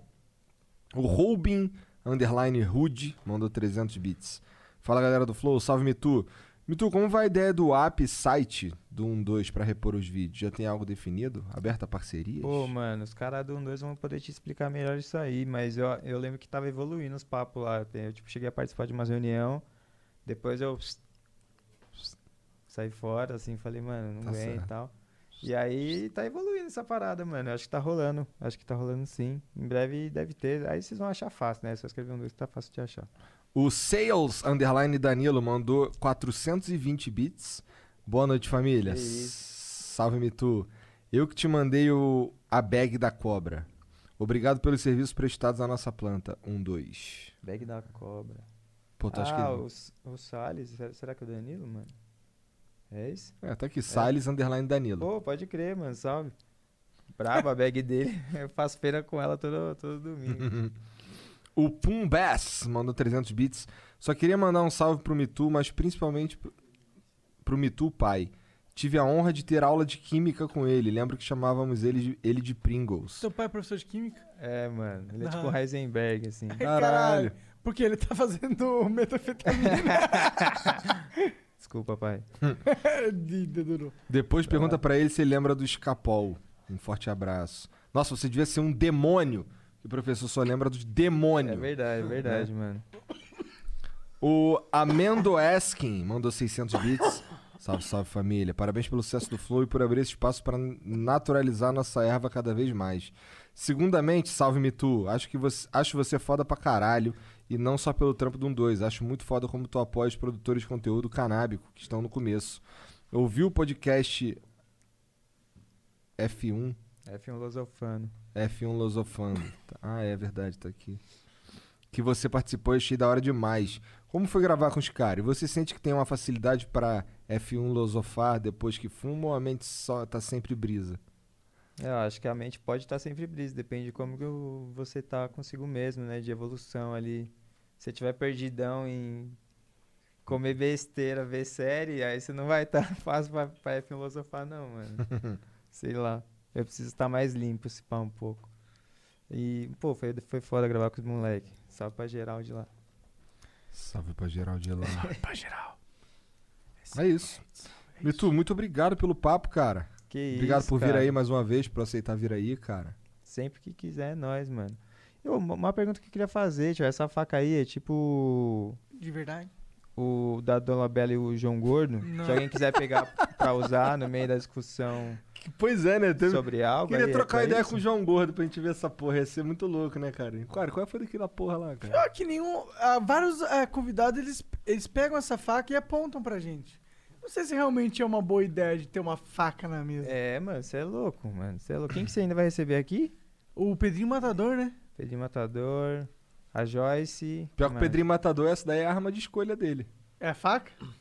o Robin Underline Hood mandou 300 bits. Fala galera do Flow, salve Mitu. Mitu, como vai a ideia do app site do 12 para repor os vídeos? Já tem algo definido? Aberta a parceria? Pô, mano, os caras do 1-2 vão poder te explicar melhor isso aí, mas eu, eu lembro que tava evoluindo os papos lá. Eu, tipo, cheguei a participar de uma reunião, depois eu pss, pss, saí fora, assim, falei, mano, não Tá vem e certo. tal. E aí tá evoluindo essa parada, mano. Eu acho que tá rolando. Acho que tá rolando sim. Em breve deve ter. Aí vocês vão achar fácil, né? Só escrever um 2 que tá fácil de achar. O Sales Underline Danilo mandou 420 bits. Boa noite, família. Que isso. Salve Mitu. Eu que te mandei o a bag da cobra. Obrigado pelos serviços prestados à nossa planta. 1, 2. Bag da cobra. Pô, tu acha que. ah, o, S- o Salles, será- será que é o Danilo, mano? É isso? É, tá aqui, Salles Underline Danilo. Pô, pode crer, mano, salve. Braba a bag dele. Eu faço feira com ela todo, todo domingo. O Pum Bass mandou 300 bits. Só queria mandar um salve pro Mitu, mas principalmente pro- pro Mitu pai. Tive a honra de ter aula de química com ele. Lembro que chamávamos ele de, ele de Pringles. Seu pai é professor de química? É, mano. Ele é tipo Não. um Heisenberg, assim. Caralho. Porque ele tá fazendo metafetamina. Desculpa, pai. de, de, durou. Depois pergunta pra ele se ele lembra do Escapol. Um forte abraço. Nossa, você devia ser um demônio. Que o professor só lembra dos É demônios. verdade, é verdade, mano. O Amendo Eskin mandou 600 bits. Salve, salve família. Parabéns pelo sucesso do Flow e por abrir esse espaço para naturalizar nossa erva cada vez mais. Segundamente, salve Mitu. Acho que você, acho você foda pra caralho e não só pelo trampo de um dois. Acho muito foda como tu apoia os produtores de conteúdo canábico que estão no começo. Ouvi o podcast F1 F1 Losofano. F1 Losofano. Tá. um Ah, é verdade, tá aqui. Que você participou, eu achei da hora demais. Como foi gravar com os caras? E Você sente que tem uma facilidade pra F1 losofar depois que fuma ou a mente só tá sempre brisa? É, Eu acho que a mente pode estar sempre brisa, depende de como que o- você tá consigo mesmo, né? De evolução ali. Se você tiver perdidão em comer besteira, ver série, aí você não vai estar fácil pra, pra filosofar, não, mano. Sei lá. Eu preciso estar mais limpo, se pá um pouco. E, pô, foi, foi foda gravar com os moleques. Salve pra geral de lá. Salve pra geral de lá. pra geral. É isso. Mitu, muito obrigado pelo papo, cara. Que obrigado isso, por vir cara. aí mais uma vez, por aceitar vir aí, cara. Sempre que quiser, é nóis, mano. Eu, uma- uma pergunta que eu queria fazer, tio, essa faca aí é tipo. De verdade. o da Dona Bela e o João Gordo. Não. Se alguém quiser pegar pra usar no meio da discussão Pois é, né? Teve- sobre algo. Queria aí, é trocar pra ideia isso? com o João Gordo pra gente ver essa porra. Ia ser muito louco, né, cara? Cara, qual foi daquela porra lá, cara? Pior que nenhum. ah, vários ah, convidados eles, eles pegam essa faca e apontam pra gente. Não sei se realmente é uma boa ideia de ter uma faca na mesa. É, mano, você é louco, mano. Você é louco. Quem que você ainda vai receber aqui? O Pedrinho Matador, né? Pedrinho Matador, a Joyce. Pior que o Né? mano, Pedrinho Matador, essa daí é a arma de escolha dele. É a faca?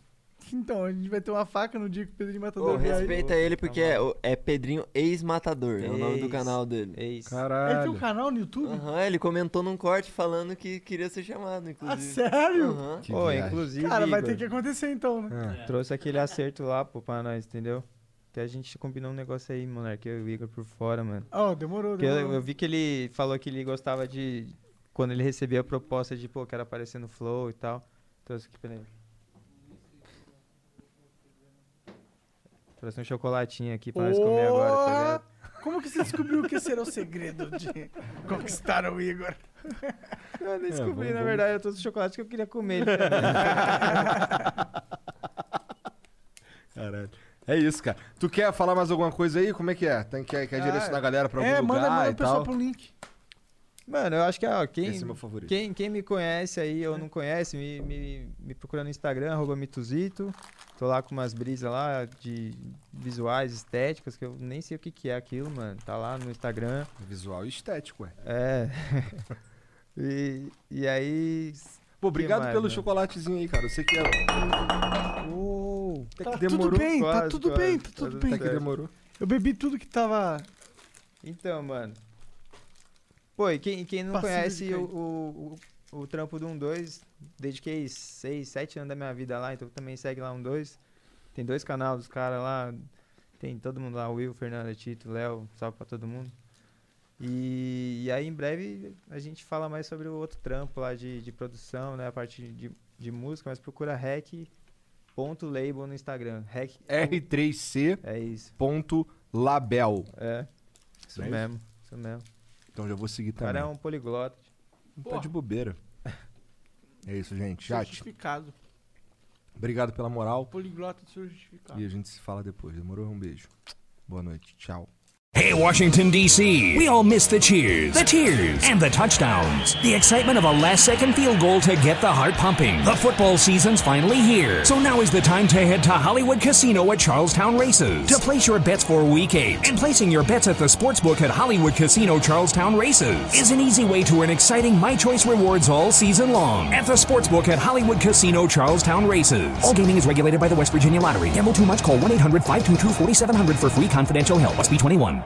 Então, a gente vai ter uma faca no dia que o Pedrinho Ô, Matador vier aí. respeita ele porque é, o- é Pedrinho Ex-Matador, é o nome do Ex. canal dele. É isso. Ele tem Caralho. um canal no YouTube? Aham, ele comentou num corte falando que queria ser chamado, Ah, inclusive. sério? Aham. Que Ô, viagem. inclusive. Cara, vai Igor, ter que acontecer então, né? Ah, Trouxe aquele acerto lá, pô, pra nós, entendeu? Que a gente combinou um negócio aí, moleque. Eu e o Igor por fora, mano. Ó, demorou, Porque eu, demorou. eu vi que ele falou que ele gostava de. Quando ele recebia a proposta de, pô, quero aparecer no Flow e tal. Trouxe aqui pra ele. Trouxe um chocolatinho aqui pra nós comer agora, tá Porra! ligado? Como que você descobriu que esse era o segredo de conquistar o Igor? Eu nem descobri, É, vamos- na vamos- verdade, eu trouxe o chocolate que eu queria comer. ele também. caralho. É isso, cara. Tu quer falar mais alguma coisa aí? Como é que é? Tem, quer, quer direcionar a galera pra algum Ah, é, lugar manda, manda e o pessoal tal? pro link. Mano, eu acho que ó, quem, Esse é meu favorito. quem, quem me conhece aí ou não conhece, me, me, me procura no Instagram, arroba mituzito. Tô lá com umas brisas lá de visuais, estéticas, que eu nem sei o que, que é aquilo, mano. Tá lá no Instagram. Visual e estético, é. É. e, e aí. Pô, obrigado pelo né? chocolatezinho aí, cara. Eu sei que é. Uou. Até Tá que tudo demorou. bem, tá Quase, tudo quase. bem, tá tudo Quase bem. Até que demorou. Eu bebi tudo que tava. Então, mano. Pô, e quem, quem não Passível de conhece o, cair. o, o, o trampo um do 1-2, dediquei 6, 7 anos da minha vida lá, então também segue lá 1-2. Tem dois canais dos caras lá. Tem todo mundo lá, Will, Fernanda, Tito, Léo, salve pra todo mundo. E, e aí em breve a gente fala mais sobre o outro trampo lá de, de produção, né? A parte de, de música, mas procura hack.label no Instagram. Hack. R3C. É isso. Ponto label. É. Isso Não é isso? mesmo. Isso mesmo. Então já vou seguir O cara também. é um poliglota. Não tá de bobeira. É isso, gente. Chat, Justificado. obrigado pela moral. Poliglota do seu justificado. E a gente se fala depois. Demorou? Um beijo. Boa noite. Tchau. Hey, Washington, D.C. We all miss the cheers, the tears, and the touchdowns. The excitement of a last second field goal to get the heart pumping. The football season's finally here. So now is the time to head to Hollywood Casino at Charlestown Races to place your bets for week eight. And placing your bets at the sportsbook at Hollywood Casino Charlestown Races is an easy way to an exciting My Choice rewards all season long at the sportsbook at Hollywood Casino Charlestown Races. All gaming is regulated by the West Virginia Lottery. Gamble too much? Call 1 800 522 4700 for free confidential help. Must be 21.